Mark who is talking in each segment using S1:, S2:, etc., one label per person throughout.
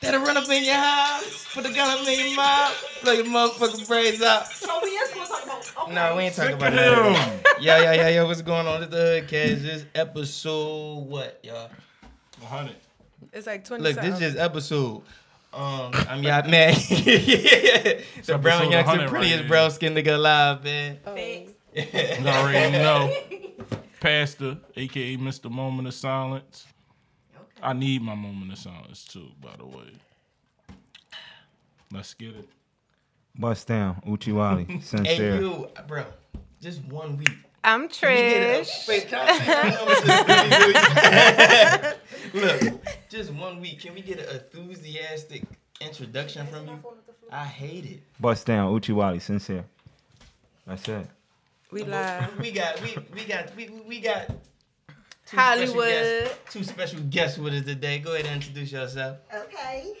S1: That'll run up in your house, put the gun up in your mouth, blow your motherfucking braids out.
S2: Oh, we is gonna talk about. Okay.
S1: No, we ain't talking about
S3: Damn.
S1: that. Yeah, yeah, yeah, yeah. What's going on? It's the Hood Cats. This episode, what, y'all?
S3: 100.
S4: It's like 20
S1: Look, this
S4: something.
S1: is episode. Um, I'm y'all man. the brown
S3: episode
S1: youngster,
S3: 100 right
S1: prettiest
S3: here.
S1: brown skinned nigga alive, man.
S2: Facts.
S3: You already know. Pastor, aka Mr. Moment of Silence. I need my moment of silence too, by the way. Let's get it.
S5: Bust down, Uchiwali,
S1: Hey,
S5: sincere.
S1: you, bro, just one week.
S4: I'm Trish.
S1: Wait, can I say something? Look, just one week. Can we get an enthusiastic introduction from you? I hate it.
S5: Bust down, Uchiwali, sincere. That's it.
S4: We live.
S1: We got we we got we we got two special
S4: Hollywood.
S1: guests- two special guests with us today. Go ahead and introduce yourself.
S2: Okay.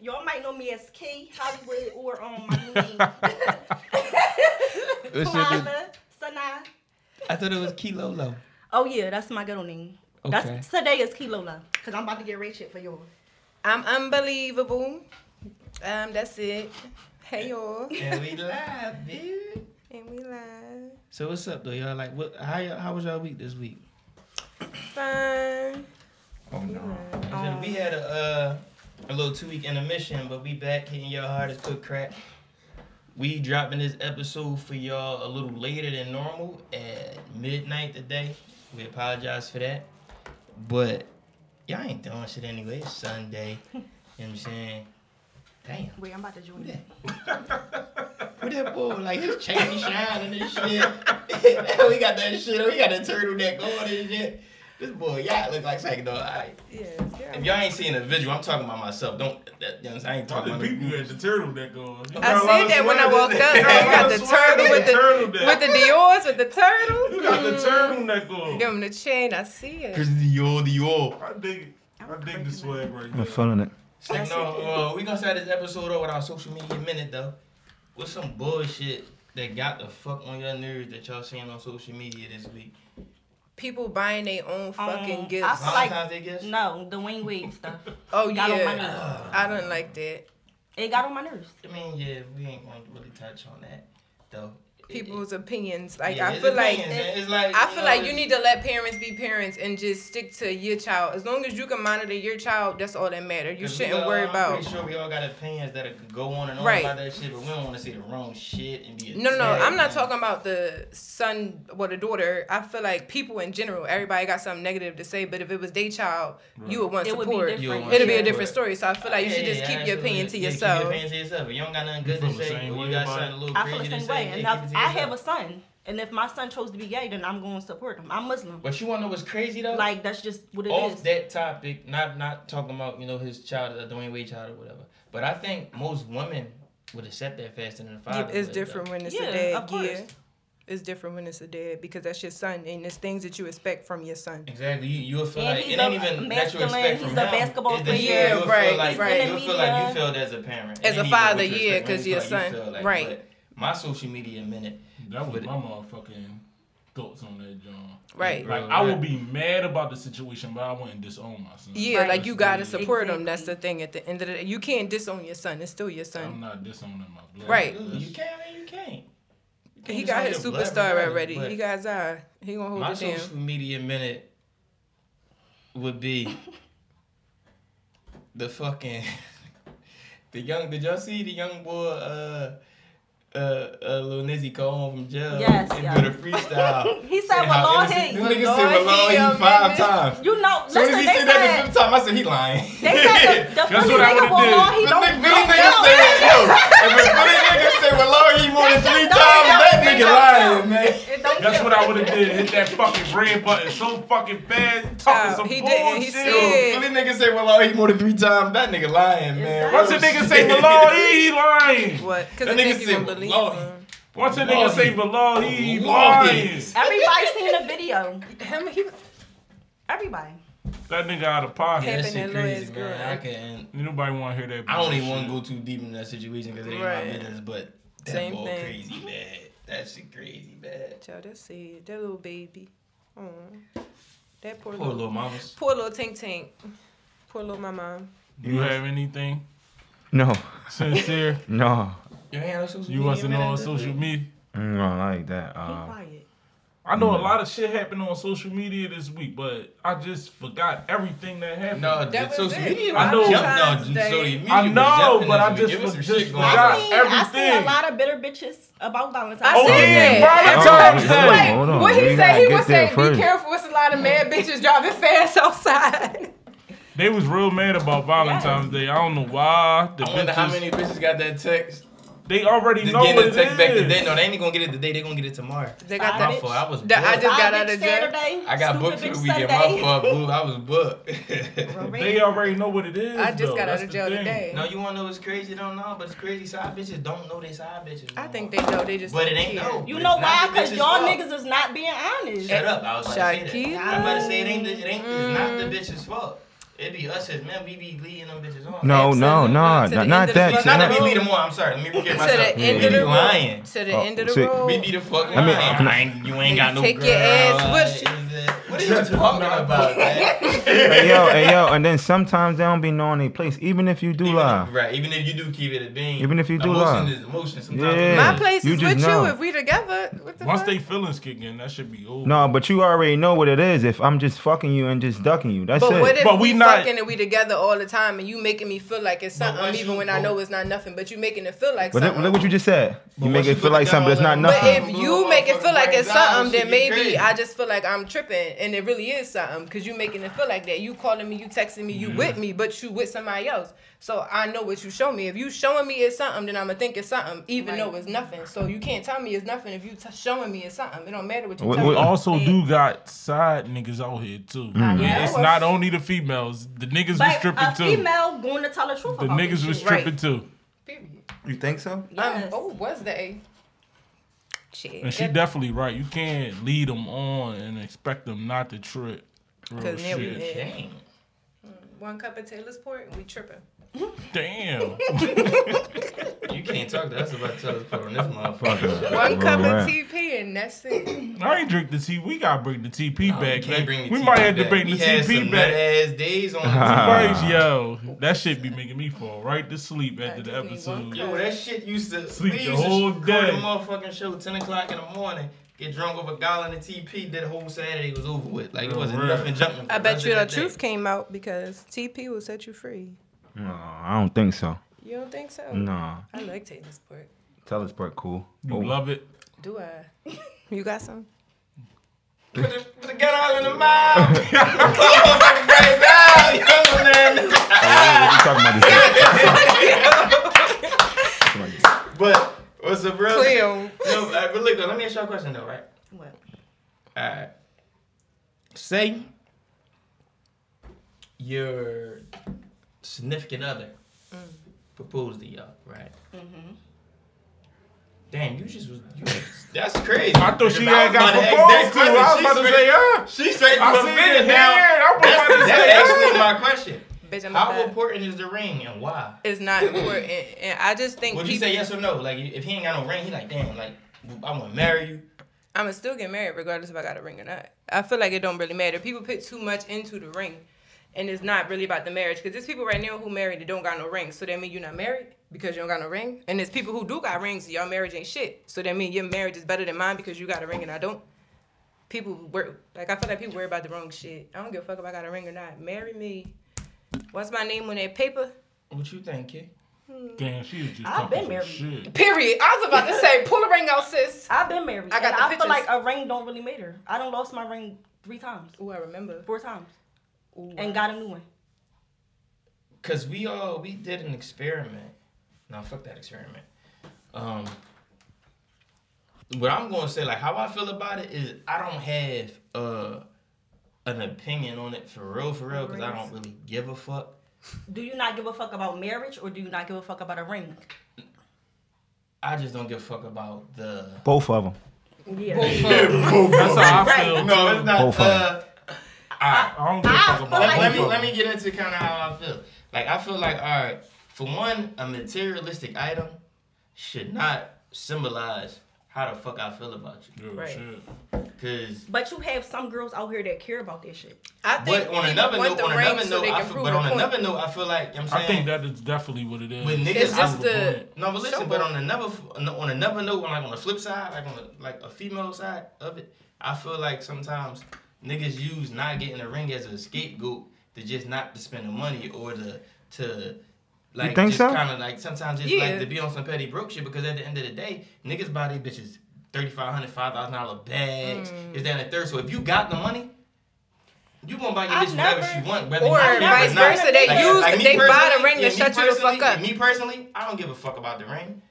S2: Y'all might know me as Key Hollywood or um my name.
S1: What's your name?
S2: Twyla Sanaa.
S1: I thought it was Kilolo.
S2: Oh yeah, that's my girl name. That's today is Kilola. Cause I'm about to get ratchet for y'all.
S4: I'm unbelievable. Um, that's it. Hey y'all.
S1: And we live, baby.
S4: And we live.
S1: So what's up though, y'all? Like, what? How y'all- how was y'all week this week?
S4: Fun.
S5: Oh no.
S1: And we had a uh, a little two week intermission, but we back hitting y'all hard as good crack. We dropping this episode for y'all a little later than normal at midnight today. We apologize for that, but y'all ain't doing shit anyway. It's Sunday. You know what I'm saying? Damn.
S2: Wait, I'm about to join
S1: Who
S2: you.
S1: that? Who that boy? Like his chain shining and shit. we got that shit. We got that turtleneck on and shit. This boy, y'all look like psycho. I,
S4: Yes,
S1: if
S4: girl.
S1: y'all ain't seeing a visual, I'm talking about myself. Don't. That, you know, what I'm saying? I ain't talking about the people.
S3: the turtle that goes.
S4: I said that when I woke up, girl. You got the turtle with the with the Dior's with the turtle. Mm.
S3: You got the turtle that goes.
S4: Give him the chain. I see it.
S1: Cause Dior, Dior.
S3: I dig it. I dig the swag right
S5: I'm
S3: there.
S5: feeling it.
S1: It's like, no, uh, we gonna start this episode over with our social media minute though. What's some bullshit that got the fuck on your nerves that y'all seeing on social media this week?
S4: People buying their own fucking
S2: Um,
S4: gifts.
S2: I- Like-
S1: Valentine's Day gifts.
S2: No, the Wayne Wade stuff.
S4: oh
S2: Got on my
S4: yeah.
S2: nerves.
S4: I don't like that.
S2: It got on my nerves.
S1: I mean, yeah, we ain't gonna really touch on that though. It-
S4: People's opinions. Like
S1: Yeah,
S4: I
S1: it's
S4: feel like.
S1: opinions, man. It's like
S4: I feel
S1: know,
S4: like
S2: um,
S4: you
S1: it's-
S4: need to let parents be parents and just stick to your child. As long as you can monitor your child, that's all that matters. You
S1: 'cause we
S4: shouldn't
S1: all-
S4: worry
S1: I'm
S4: about.
S1: pretty sure we all got opinions that could go on and on
S4: Right.
S1: about that shit, but we don't want to see the wrong shit and be.
S4: No, no, no.
S1: attacked,
S4: I'm not
S1: man.
S4: talking about the son or the daughter. I feel like people in general, everybody got something negative to say. But if it was their child, you would want
S2: It would be
S4: support.
S2: different.
S1: You don't want
S4: It'll be a
S1: support.
S4: different story. So I feel like you should
S1: Yeah,
S4: just
S1: yeah,
S4: keep your opinion
S1: absolutely. Yeah,
S4: to yourself.
S1: Keep your opinions to yourself. If you don't got nothing good
S3: feel
S1: to
S3: the
S1: say,
S3: same
S1: or
S3: way
S1: you got
S3: about
S1: something a little
S2: I feel the
S1: crazy to
S2: same
S1: say.
S2: way.
S1: yeah, keep
S2: And I,
S1: it to
S2: I
S1: yourself.
S2: have a son, and if my son chose to be gay, then I'm going to support him. I'm Muslim.
S1: But you wanna know what's crazy though?
S2: Like that's just what it is.
S1: off that topic, not not talking about you know his child, the Dwayne Wade child or whatever. But I think most women would accept that faster than the
S4: Yeah,
S1: father.
S4: it's
S1: would,
S4: different
S1: though.
S4: when it's
S2: Yeah,
S4: a dad.
S2: of course.
S4: Yeah, it's different when it's a dad because that's your son, and it's things that you expect from your son.
S1: Exactly. You, you'll feel
S2: And
S1: like
S2: he's
S1: it ain't
S2: a
S1: even that you expect
S2: masculine,
S1: from
S2: he's
S1: him.
S2: a basketball
S1: It's that you-
S4: player.
S1: You'll
S4: Right,
S1: feel like,
S4: right.
S1: You'll feel like you
S2: Enemy,
S1: failed as a parent.
S4: As
S1: It
S4: a
S1: ain't even what
S4: father,
S1: you
S4: yeah,
S1: expect. When
S4: 'cause
S1: you
S4: you're
S1: feel like
S4: a
S1: you
S4: son.
S1: feel like,
S4: Right.
S1: but My social media minute.
S3: That was my motherfucking thoughts on that, John.
S4: Right.
S3: Like I would be mad about the situation, but I wouldn't disown my son.
S4: Yeah,
S2: Right.
S4: like you gotta
S3: Exactly.
S4: support him. That's the thing. At the end of the day, you can't disown your son. It's still your
S3: I'm
S4: son.
S3: not disowning my blood.
S4: Right.
S1: You can't. man, You can't. You can't
S4: He
S1: just
S4: got
S1: have
S4: his
S1: your blood
S4: superstar
S1: regardless,
S4: already.
S1: but-
S4: He got his eye. He gonna hold
S1: My
S4: it down.
S1: social media minute would be the fucking the young. Did y'all see the young boy? Uh, uh, uh, Lil Nizzy go home from jail
S2: Yes,
S1: and
S2: yeah.
S1: do the freestyle.
S2: He said,
S1: And how
S2: "Well, Lord,
S1: innocent-
S2: hey,
S1: Them niggas
S4: well,
S1: said,
S4: Lord,
S1: "Well,
S4: hey,
S1: Lord,
S4: um,
S1: he five
S4: nigga."
S1: times."
S2: You know,
S1: Soon as
S2: listen,
S1: he
S2: they
S1: said that the
S2: said,
S1: fifth time, I said, he lying.
S2: they said the, the funny
S3: what I
S2: nigga
S3: would've
S2: will
S3: did.
S2: law, he
S1: The
S2: don't,
S1: nigga,
S2: don't,
S1: Billy nigga said, yo, if a Billy nigga said, well, Lord, he more than three
S2: Don't
S1: times,
S2: kill
S1: that
S2: me,
S1: nigga
S2: don't
S1: lying, man.
S2: it don't
S3: That's
S2: kill.
S3: what I would have did. Hit that fucking red button so fucking fast. You Talking
S4: Child,
S3: some
S4: Uh, he
S3: bullshit.
S4: didn't. He said-
S1: Yo, Billy nigga said, well, Lord, he more than three times, that nigga lying, man.
S3: Once a nigga say Malal, he lying.
S4: What? Because
S1: That
S4: I
S1: nigga
S4: think you
S1: said,
S4: gonna believe
S1: "Lord."
S4: him.
S3: Once a nigga say Malal, he
S1: Malal.
S3: lying.
S2: Everybody seen the video.
S4: Him, he,
S2: Everybody.
S3: That nigga out of pocket.
S1: Yeah, that
S4: Pimpin'
S1: shit
S4: and
S1: crazy,
S4: Lloyd's
S1: man.
S4: girl.
S1: I can't.
S3: Nobody want to hear that.
S1: I don't even
S3: bullshit.
S1: want to go too deep in that situation because it ain't my
S4: Right.
S1: business. But that
S4: Same
S1: ball
S4: thing.
S1: crazy bad. That shit crazy bad.
S4: Child, that's it. That little baby. Aw. That
S1: Poor
S4: poor, little,
S1: little mamas.
S4: poor little tank tank. Poor little mama.
S3: You have anything
S5: No,
S3: sincere?
S5: no,
S1: You ain't on social
S3: You wasn't
S1: man,
S3: on
S1: that's
S3: social
S1: it.
S3: media.
S5: Mm, I like that.
S2: Be
S5: Uh,
S2: quiet.
S3: I know a lot of shit happened on social media this week, but I just forgot everything that happened.
S1: No,
S4: That
S1: that
S4: was
S1: social
S4: it.
S1: media.
S3: I know.
S1: Jumped, no,
S4: Valentine's
S1: social
S4: Day.
S1: media.
S3: I
S1: was
S3: know,
S1: jumping
S3: but
S1: us
S3: I
S1: to
S3: just
S1: give us some
S3: was
S1: shit
S3: just
S1: going
S3: forgot.
S2: I
S1: on.
S2: seen, I seen
S3: everything.
S2: a lot of bitter bitches about Valentine's.
S4: I
S3: Oh,
S4: said
S3: yeah,
S4: that.
S3: Valentine's
S4: Every-
S3: Day.
S4: Wait,
S5: Hold on,
S4: what he
S5: we
S4: said?
S5: gotta
S4: He
S5: get
S4: was
S5: there
S4: saying,
S5: first."
S4: "Be careful, it's a lot of mad bitches driving fast outside."
S3: They was real mad about Valentine's Day. I don't know why. The
S1: I wonder how
S3: bitches-
S1: many bitches got that text.
S3: They already
S1: Just
S3: know
S1: getting
S3: what
S1: the
S3: it
S1: text back today.
S3: is.
S1: No, they ain't gonna get it today. They gonna get it tomorrow.
S4: They got
S1: My
S4: that.
S2: Bitch.
S1: fault. I was
S4: That- I
S1: booked.
S4: just got
S2: Bye,
S4: out of
S2: bitch,
S4: jail.
S2: Saturday.
S1: I got
S2: Stupid
S1: booked for the
S2: bitch
S1: weekend.
S2: Sunday.
S1: My fault, boo. I was booked.
S3: They already know what it is.
S4: I just
S3: though.
S4: got out
S3: That's
S4: of
S3: the
S4: jail
S3: thing.
S4: today.
S1: no, you wanna know what's crazy? Don't know, but it's crazy. Side bitches don't know they side bitches. no
S4: I think they
S1: more.
S4: know. They just.
S1: But
S4: don't
S1: it ain't
S4: care.
S1: no.
S2: You
S1: It's
S2: know
S1: not
S2: why?
S1: the
S2: Because
S1: bitch's
S2: y'all
S1: fault.
S2: niggas is not being honest.
S1: Shut up. I was about to say
S4: Shakira. Mm.
S1: that. I was about to say it ain't, the, it ain't it's not the bitch's fault. It be us as men. We be leading them bitches on.
S5: no, no,
S4: Absolutely. To
S5: no, no,
S4: the end of
S5: not
S4: the
S5: that.
S4: fucking
S5: not-
S1: Not that we
S4: road.
S1: be them on. I'm sorry. Let me
S4: To
S1: forget myself.
S4: the end
S1: we
S4: of
S1: be
S4: the
S1: lying.
S4: road. To the
S5: Oh,
S4: end of the
S5: see,
S4: road.
S1: We be the fuck
S5: I mean,
S1: lying.
S5: I'm not-
S1: I ain't- you ain't got no
S4: Take
S1: girl.
S4: your ass, push it.
S1: What are you talking about, man?
S5: hey, yo, hey, yo, and then sometimes they don't be knowing their place, even if you do
S1: Even
S5: lie.
S1: if, right, even if you do keep it a bean.
S5: Even if you do
S1: emotion
S5: lie.
S1: is emotion. Sometimes
S5: Yeah.
S4: My
S5: Yeah.
S4: place
S5: You
S4: is
S5: just
S4: with
S5: know.
S4: you. If we together, what the
S3: Once
S4: fuck?
S3: they feelings kick in, that should be over.
S5: No, but you already know what it is. If I'm just fucking you and just ducking you, that's
S4: But
S5: it.
S4: what if
S3: But we
S4: we,
S3: not-
S4: fucking and we together all the time, and you making me feel like it's
S1: But
S4: something,
S1: once
S4: even
S1: you
S4: when I
S1: go-
S4: know it's not nothing, but you making it feel like
S5: But look,
S4: something.
S5: look what you just said. You
S1: But
S5: make
S1: once
S5: it
S1: you
S5: feel
S1: put
S5: like
S1: it
S5: something, but it's not
S1: down,
S4: but
S5: nothing.
S1: let
S4: if
S1: Blue
S4: you make it feel like it's
S1: motherfucking brains out,
S4: something,
S1: shit
S4: then
S1: get
S4: maybe
S1: crazy.
S4: I just feel like I'm tripping, and it really is something because you making it feel like that. You calling me, you texting me, you with me, but you with somebody else. So I know what you show me. If you showing me it's something, then I'ma think it's something, even
S2: Right.
S4: though it's nothing. So you can't tell me it's nothing if you t- showing me it's something. It don't matter what you
S5: What-
S4: tell
S3: We
S5: what-
S4: me.
S3: also do got side niggas out here too.
S2: know.
S3: It's not only the females. The niggas was
S2: But
S3: tripping
S2: a
S3: too.
S2: female going to tell the truth
S3: The
S2: about this
S3: niggas was
S2: shit.
S4: Oh, Right.
S3: tripping too.
S4: Period.
S5: You think so?
S4: Um,
S2: Yes.
S4: oh, was they? Shit.
S3: And she definitely right. You can't lead them on and expect them not to trip. Real
S4: 'Cause now we
S3: shit.
S4: in.
S1: Dang.
S4: One cup of Taylor's port, we tripping.
S3: Damn.
S1: You can't talk to us about tell us put on this motherfucker.
S5: Fucker.
S4: One cup
S5: Alright.
S4: of TP and that's it.
S3: I ain't drink the tea. We gotta bring the TP
S1: No,
S3: back.
S1: you can't bring the
S3: we
S1: TP
S3: might have to
S1: back.
S3: bring
S1: We
S3: the
S1: had
S3: TP
S1: some
S3: back.
S1: nut ass days on
S5: Ah.
S1: the
S3: Right, yo, that shit be making me fall right to sleep
S4: I
S3: after the
S4: just need one
S3: episode.
S4: cup.
S1: Yo, that shit used to
S3: Sleep
S1: we
S3: the
S1: used to
S3: whole
S1: record
S3: day.
S1: The motherfucking show, ten o'clock in the morning. Get drunk over a gallon of TP. That whole Saturday was over with. Like it
S3: Real
S1: wasn't
S3: rap.
S1: nothing jumping. for
S4: I bet
S1: rest
S4: you
S1: of
S4: the
S1: day.
S4: truth came out because TP will set you free.
S5: No, I don't think so.
S4: You don't think so?
S5: No.
S4: I like Taylor's port.
S5: Tell us, part cool.
S3: You love it.
S4: Do I? You got some?
S1: Put the, put the gun all in the mouth. Motherfucking brains out, young man.
S5: what are you talking about this?
S1: But what's the real?
S4: Cleo.
S1: No, uh, but look, though, let me ask y'all a question though, right?
S2: What?
S1: Alright. Say your significant other proposed to y'all, right? Damn, you just was. You, that's crazy.
S3: I thought she
S1: Because I
S3: had
S1: was
S3: got
S1: about to ask
S3: proposed to.
S1: that question.
S3: I was
S1: She
S3: about to
S1: straight-
S3: say, ah.
S1: She straight
S3: I
S1: to
S3: seen
S1: offended
S3: it
S1: now.
S3: here. I was
S1: That's,
S3: about to
S1: that's
S3: say,
S1: actually my question.
S4: Bitch, I'm
S1: How
S4: not.
S1: important is the ring and why?
S4: It's not important. And I just think
S1: Would you say yes or no? Like, if he ain't got no ring, he like, damn, like, I want to marry you.
S4: I'ma still get married regardless if I got a ring or not. I feel like it don't really matter. People put too much into the ring, and it's not really about the marriage. Cause there's people right now who married that don't got no ring, so that mean you're not married because you don't got no ring. And there's people who do got rings, and y'all marriage ain't shit, so that mean your marriage is better than mine because you got a ring and I don't. People worry like I feel like people worry about the wrong shit. I don't give a fuck if I got a ring or not. Marry me. What's my name on that paper?
S1: What you think, kid?
S3: Damn, she was just
S2: I've
S3: talking
S2: been
S3: some
S2: married.
S3: shit.
S4: Period. I was about to say, pull a ring out, sis.
S2: I've been married.
S4: I
S2: and
S4: got the
S2: I
S4: pictures.
S2: feel like a ring don't really matter. I done lost my ring three times,
S4: Ooh, I remember.
S2: four times,
S4: Ooh.
S2: and got a new one.
S1: Cause we all we did an experiment. No, fuck that experiment. Um, what I'm gonna say, like how I feel about it, is I don't have uh an opinion on it for real, for real, cause I don't really give a fuck.
S2: Do you not give a fuck about marriage, or do you not give a fuck about a ring?
S1: I just don't give a fuck about the.
S5: Both of them.
S2: Yeah.
S3: That's how I
S2: Right.
S3: feel.
S1: No, it's not.
S5: Both of 'em.
S1: Uh, I,
S3: I don't give a fuck about
S1: let,
S2: I
S1: let
S3: both
S1: me
S3: of
S1: let
S3: them.
S1: me get into kind of how I feel. Like I feel like all right, for one, a materialistic item should not symbolize how the fuck I feel about you.
S3: Real
S4: Right.
S3: shit.
S1: Cause
S2: But you have some girls out here that care about that shit.
S4: I
S1: but on
S4: people
S1: another
S4: want
S1: note,
S4: the
S1: on
S4: ring
S1: another
S4: so
S1: note,
S4: they
S1: I
S4: can
S1: feel,
S4: prove
S1: but
S4: a
S1: on
S4: point.
S1: another note, I feel like you know what I'm saying.
S3: I think that is definitely what it is.
S1: With niggas,
S4: It's just
S3: Prove a
S4: the-
S3: point.
S1: No, but listen.
S4: Sure.
S1: But on another, on another note, like on the flip side, like on the, like a female side of it, I feel like sometimes niggas use not getting a ring as a scapegoat to just not to spend the money or to to like
S5: think
S1: just
S5: so?
S1: kind of like sometimes just
S4: Yeah.
S1: like to be on some petty broke shit because at the end of the day, niggas buy these bitches. Thirty five hundred, five thousand dollar bags.
S4: Mm.
S1: Is that and a third? So if you got the money, you gonna buy your
S2: I've
S1: bitch whatever
S2: never-
S1: she want, whether
S4: Or
S1: you pay
S2: vice
S1: or not.
S2: versa, they use-
S1: me
S4: they buy the
S1: personally-
S4: ring to
S1: yeah, me
S4: shut you the
S1: personally-
S4: fuck up.
S1: Me personally, I don't give a fuck about the ring,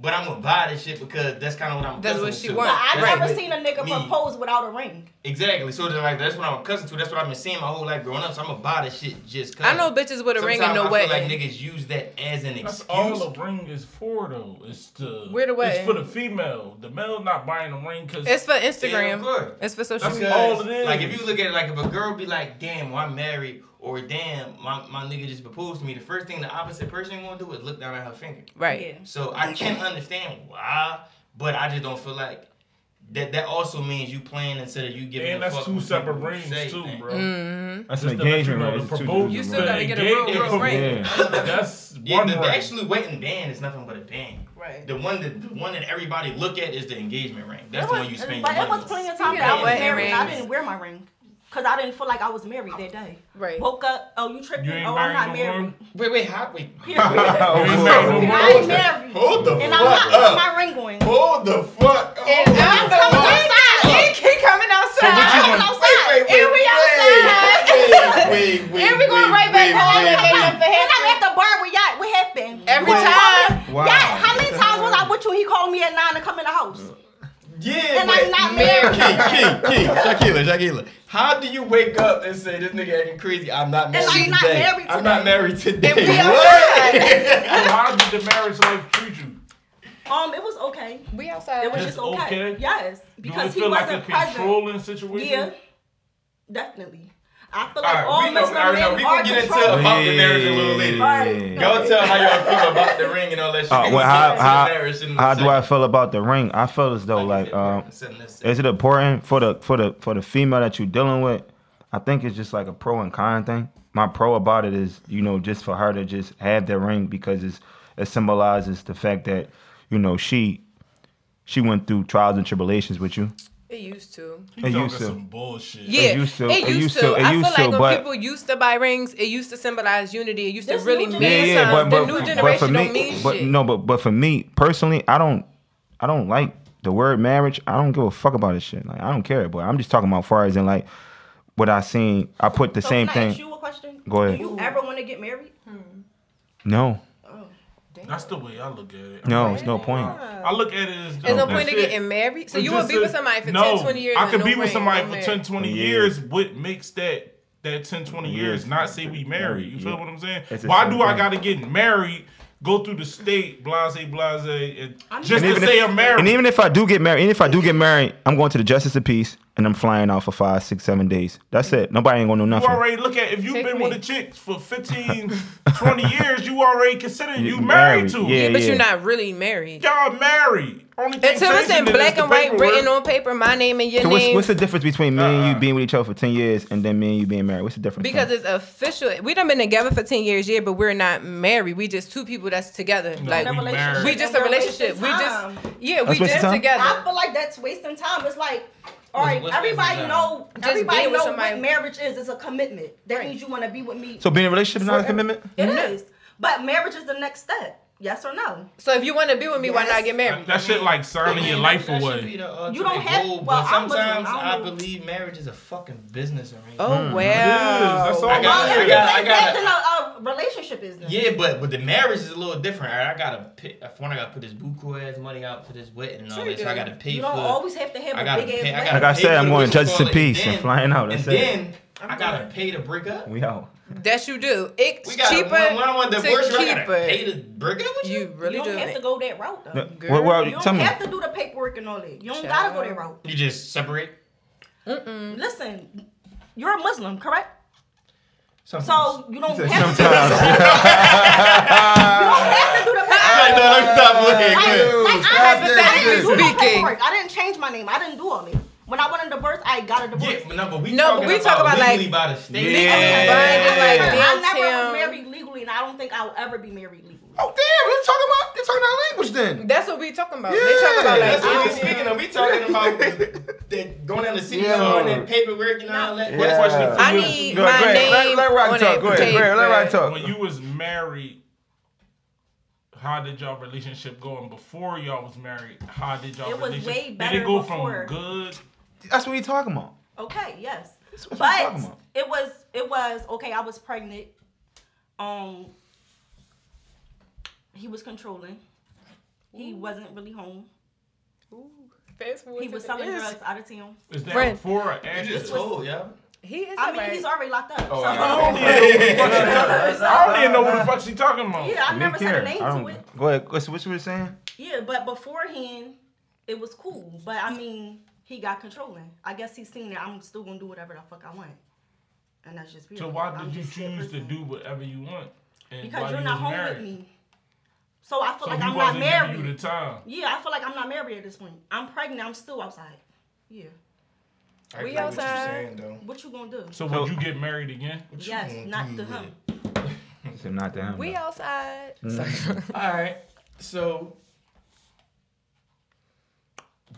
S1: but I'm gonna buy this shit because that's kind of what I'm.
S4: That's what
S1: accustomed
S4: she
S1: to.
S4: want.
S2: But I
S1: That's
S2: never
S1: what
S2: seen a nigga
S1: me-
S2: propose without a ring.
S1: Exactly. So then, like that's what I'm accustomed to. That's what I've been seeing my whole life growing up. So I'm gonna buy this shit just. Cause.
S4: I know bitches with a ring and
S1: Sometimes
S4: no
S1: I
S4: wedding.
S1: Feel like niggas use that as an
S3: That's
S1: excuse.
S3: all a ring is for, though. It's to
S4: Where the
S3: It's
S4: wedding?
S3: for the female. The male not buying a ring because
S4: it's for
S1: Yeah, of
S4: Instagram.
S1: course.
S4: it's for social
S1: That's
S4: media.
S3: all
S1: because,
S3: it is.
S1: Like if you look at it, like if a girl be like, damn, well, I'm married, or damn, my, my nigga just proposed to me, the first thing the opposite person gonna do is look down at her finger.
S4: Right.
S2: Yeah.
S1: So I can understand why, but I just don't feel like that that also means you playing instead of you giving
S3: and
S1: a
S3: that's
S1: fuck
S3: two
S1: what
S3: separate
S1: people
S3: rings
S1: say,
S3: too,
S1: man.
S3: bro.
S4: Mm-hmm.
S5: That's
S3: Just
S5: an
S3: to let
S5: engagement
S3: know
S5: ring.
S3: the
S5: It's two
S3: proposal.
S5: different
S4: Mm. You
S5: rings.
S4: still gotta get a real,
S3: Engage-
S4: real ring.
S5: Yeah.
S3: That's
S1: Yeah,
S3: one
S1: the,
S3: ring.
S1: the actually waiting band is nothing but a band.
S4: Right.
S1: The one that the one that everybody look at is the engagement ring. That's
S2: It
S1: the
S2: was-
S1: one you spend
S2: But
S1: your
S2: it was
S1: money on.
S2: plenty of time
S4: Speaking
S2: that I
S4: of
S2: was
S4: wedding
S2: married. I
S4: rings.
S2: didn't wear my ring. Cause I didn't feel like I was married that day.
S4: Right.
S2: Woke up, oh you tripping,
S3: You ain't
S2: oh I'm
S3: married
S2: not
S3: no
S2: married.
S3: more?
S1: Wait, wait, how, wait.
S2: Period.
S3: You ain't
S5: Oh,
S3: married no
S5: whoa.
S3: more?
S2: I ain't married.
S1: Hold the
S2: And I'm not putting my ring on.
S1: Hold the fuck up.
S5: oh,
S4: And I'm coming outside. He, he coming
S2: I'm
S4: outside.
S2: coming outside.
S4: And we outside.
S1: Wait, wait,
S4: And we going right back home and get up for
S2: And I'm
S4: happy.
S2: at the bar with Yacht. What happened?
S4: Every
S2: What
S4: time.
S2: happened?
S5: Wow.
S2: Yacht, how many times was I with you? He called me at nine to come in the house.
S1: Yeah,
S2: And
S1: but-
S2: I'm not married.
S1: Key, Key, Key, Shaquila, Shaquila. How do you wake up and say this nigga acting crazy? I'm not married
S2: I'm not
S1: today.
S2: married
S1: I'm not
S2: today."
S1: married today.
S4: And we
S1: What?
S3: Well, How did the marriage life treat you?
S2: Um, it was okay.
S4: We outside.
S2: It was
S3: It's
S2: just okay.
S3: okay?
S2: Yes,
S3: Do
S2: because
S3: it
S2: he
S3: feel like a
S2: wasn't present.
S3: controlling situation?
S2: Yeah, definitely. I
S1: All
S2: feel like
S1: right,
S2: all
S1: we know- all right,
S2: Muslim
S1: now we
S2: men
S1: gonna
S2: are
S1: get into
S2: controlling.
S1: About the marriage a little later.
S5: Yeah.
S1: Y'all tell how y'all feel about the ring and all that shit.
S5: Uh,
S1: Niggas
S5: well, how,
S1: get
S5: how,
S1: married in a
S5: how do I
S1: second.
S5: feel about the ring? I feel as though like um, is it important for the for the for the female that you're dealing with? I think it's just like a pro and con thing. My pro about it is, you know, just for her to just have that ring because it's it symbolizes the fact that, you know, she she went through trials and tribulations with you.
S4: It used to.
S3: You
S5: Hey,
S3: talking
S5: you said-
S3: some bullshit.
S4: Yeah,
S5: It
S4: it
S5: used
S4: used
S5: to,
S4: to.
S5: it used to, it
S4: I feel
S5: used to,
S4: like
S5: but-
S4: when people used to buy rings, it used to symbolize unity. It used to
S2: This
S4: really
S2: new
S4: mean
S2: Yeah,
S4: something. the new generation
S5: for me,
S4: don't mean
S5: but
S4: shit.
S5: no, but but for me personally, I don't, I don't like the word marriage. I don't give a fuck about this shit. Like I don't care. But I'm just talking about far as in like what I seen. I put the
S2: So can
S5: same
S2: I ask
S5: thing.
S2: you a question?
S5: Go ahead.
S2: Do you ever want to get married?
S5: No,
S3: That's the way I look at it.
S5: no, it's no point.
S3: I look at it as
S4: There's no
S5: Okay.
S4: point in
S3: Shit.
S4: getting married. So
S3: It
S4: you
S3: just
S4: would be with
S3: says-
S4: somebody for
S3: no,
S4: 10, 20 years.
S3: I
S4: and
S3: could
S4: no
S3: be
S4: ring,
S3: with somebody
S4: no
S3: for
S4: marriage.
S3: 10, 20
S5: Yeah.
S3: years. What makes that that 10, 20 years
S5: Years.
S3: not say we married? You
S5: Yeah.
S3: feel what I'm saying?
S5: It's the
S3: Why
S5: same
S3: do I
S5: thing.
S3: gotta get married? Go through the state, blase, blase,
S2: I'm
S3: and just
S2: And
S3: to say I'm married.
S5: and even if I do get married, and if I do get married, I'm going to the Justice of Peace, and I'm flying out for five, six, seven days. That's it. Nobody ain't gonna know
S3: you
S5: nothing.
S3: already look at if you've
S4: Take
S3: been
S4: me.
S3: with a chick for 15, 20 years, you already consider
S5: You
S3: you married
S5: married,
S3: to.
S5: yeah.
S4: Yeah, but you're not really married.
S3: Y'all married. Only thing
S4: Until it's in
S3: changing is
S4: black
S3: the
S4: and white,
S3: paperwork.
S4: written on paper, my name and your
S5: So what's,
S4: name.
S5: what's the difference between me and you
S3: Uh-uh.
S5: being with each other for ten years and then me and you being married? What's the difference?
S4: because it's official. We done been together for ten years, yeah, but we're not married. We just two people that's together. like
S2: In a
S3: we
S2: relationship
S3: married.
S4: we just a
S2: and we're
S4: relationship.
S2: wasting
S4: We just
S2: time.
S4: yeah,
S5: That's
S4: we
S5: wasting
S4: just
S5: time?
S4: together.
S2: I feel like that's wasting time. It's like, all right,
S1: what's
S2: everybody
S1: wasting time?
S2: know,
S4: Just
S2: everybody
S4: being with
S2: know
S4: somebody-
S2: what marriage is. It's a commitment. That means you want to be with me.
S5: so being in a relationship is not a
S2: Forever.
S5: commitment.
S2: It
S4: Mm-hmm.
S2: is. But marriage is the next step. Yes or no?
S4: So if you want to be with me, why not
S2: Yes.
S4: get married?
S3: That shit like
S1: I
S3: signing
S1: mean,
S3: your
S1: that-
S3: life
S1: that should
S3: away.
S1: be the
S2: You
S1: ultimate
S2: don't have-
S1: goal,
S2: well,
S1: but
S2: I'm Muslim,
S1: sometimes
S2: I
S1: I,
S2: don't know.
S1: believe marriage is a fucking business arrangement.
S5: Mm.
S4: Oh wow.
S3: that's all
S2: Well,
S3: I got- I
S2: if
S1: got- I
S2: it's
S1: got-
S2: that, then a, a relationship is then.
S1: Yeah, but but the marriage is a little different. All right, I gotta pick. I want I gotta put this buku ass money out for this wedding and all
S4: Sure you
S1: this. So I
S4: do.
S1: gotta pay
S2: You
S1: for.
S2: don't always have to have
S1: I
S2: a
S1: gotta
S2: big
S1: pay. I
S2: ass
S1: gotta
S5: Like I
S1: pay
S5: said,
S1: for
S5: I'm
S1: the
S5: going to
S1: whistle
S5: Justice and
S1: call it,
S5: Peace
S1: then-
S5: and flying out.
S1: And
S5: That's it.
S1: then I gotta pay to break up.
S5: We out.
S4: That you do. It's
S1: We got
S4: cheaper
S1: when, when I want to
S4: to
S1: divorce you, I
S4: keep
S1: gotta pay
S4: it.
S1: to break up with you.
S4: You
S2: You
S4: really
S2: don't
S4: do.
S2: have to
S4: it.
S2: go that route though.
S5: No, well, well,
S2: You don't
S5: tell me.
S2: have to do the paperwork and all that. You don't gotta go that route.
S1: You just separate.
S2: Listen, you're a Muslim, correct?
S1: Sometimes.
S2: So you don't
S5: said
S2: have to. Do the, you don't have to do the
S1: All
S2: paperwork.
S1: right, no, let me stop. Go ahead, go
S2: Like,
S1: ahead.
S2: like, I have to
S4: Hypothetically
S2: do the
S4: speaking.
S2: paperwork. my name. I didn't do all that. When I wanted a divorce, I got a divorce.
S1: Yeah, but no, but we
S4: No, but
S1: talking
S4: we
S1: about,
S4: talk about, like-
S1: legally by the state.
S5: Yeah.
S4: Binding, like,
S2: I
S4: damn,
S2: never
S4: Tim.
S2: was married legally, and I don't think I'll ever be married legally.
S5: Oh damn, we're talking about they're talking our language
S4: That's what we talking about.
S5: Yeah,
S4: They talk about like,
S1: That's what
S4: I
S1: we're
S4: don't-
S1: speaking of. We talking about that going down the city
S5: Yeah.
S1: hall and that paperwork and all that.
S5: then.
S1: What question for
S4: I
S1: you?
S4: need
S5: Go
S4: my
S5: ahead, go ahead.
S4: name
S5: Let, let
S4: on
S5: Rock
S4: that
S5: talk. Go ahead. Go ahead. Let Rock
S4: paper.
S5: talk.
S3: When you was married, how did y'all relationship go? And before y'all was married, how did y'all
S2: It was
S3: relationship?
S2: way
S3: did
S2: better
S3: it go
S2: before.
S3: from good?
S5: That's what we talking about.
S2: Okay, yes,
S5: what I'm
S2: but
S5: talking about.
S2: it was it was okay. I was pregnant. Um, he was controlling. He wasn't really home.
S4: Fast forward
S2: He
S4: to
S2: was
S4: the-
S2: selling
S4: yes.
S2: drugs out of town.
S3: Is that
S4: Friend.
S3: before or
S1: I
S3: after?
S1: just told y'all.
S4: He is.
S2: I
S4: alright.
S2: mean, he's already locked up. so-
S3: Oh, I don't even know what the fuck she talking- I don't even know what the fuck she talking about.
S2: yeah, I
S5: We
S2: never said
S5: care.
S2: a name
S5: I
S2: to
S5: don't-
S2: it.
S5: Go ahead. What's what you were saying?
S2: Yeah, but beforehand, it was cool. But I mean, he got controlling. I guess he's seen that I'm still gonna do whatever the fuck I want, and that's just weird.
S3: So why
S2: Like, I'm
S3: did you
S2: just that
S3: choose to
S2: person.
S3: do whatever you want? And
S2: Because
S3: while
S2: you're
S3: you
S2: not
S3: was
S2: home
S3: married?
S2: with me. So I feel
S3: So
S2: like
S3: he
S2: I'm not
S3: wasn't
S2: married.
S3: giving you the time.
S2: Yeah, I feel like I'm not married at this point. I'm pregnant. I'm still outside. Yeah.
S1: I
S4: We
S1: get what you
S4: outside.
S1: saying, though.
S2: What you gonna do?
S3: So,
S5: So-
S3: would you get married again?
S2: yes,
S1: gonna
S2: not
S1: do
S2: to
S1: with
S2: him.
S5: He said not to him.
S4: We
S5: though.
S4: outside.
S1: All right. So.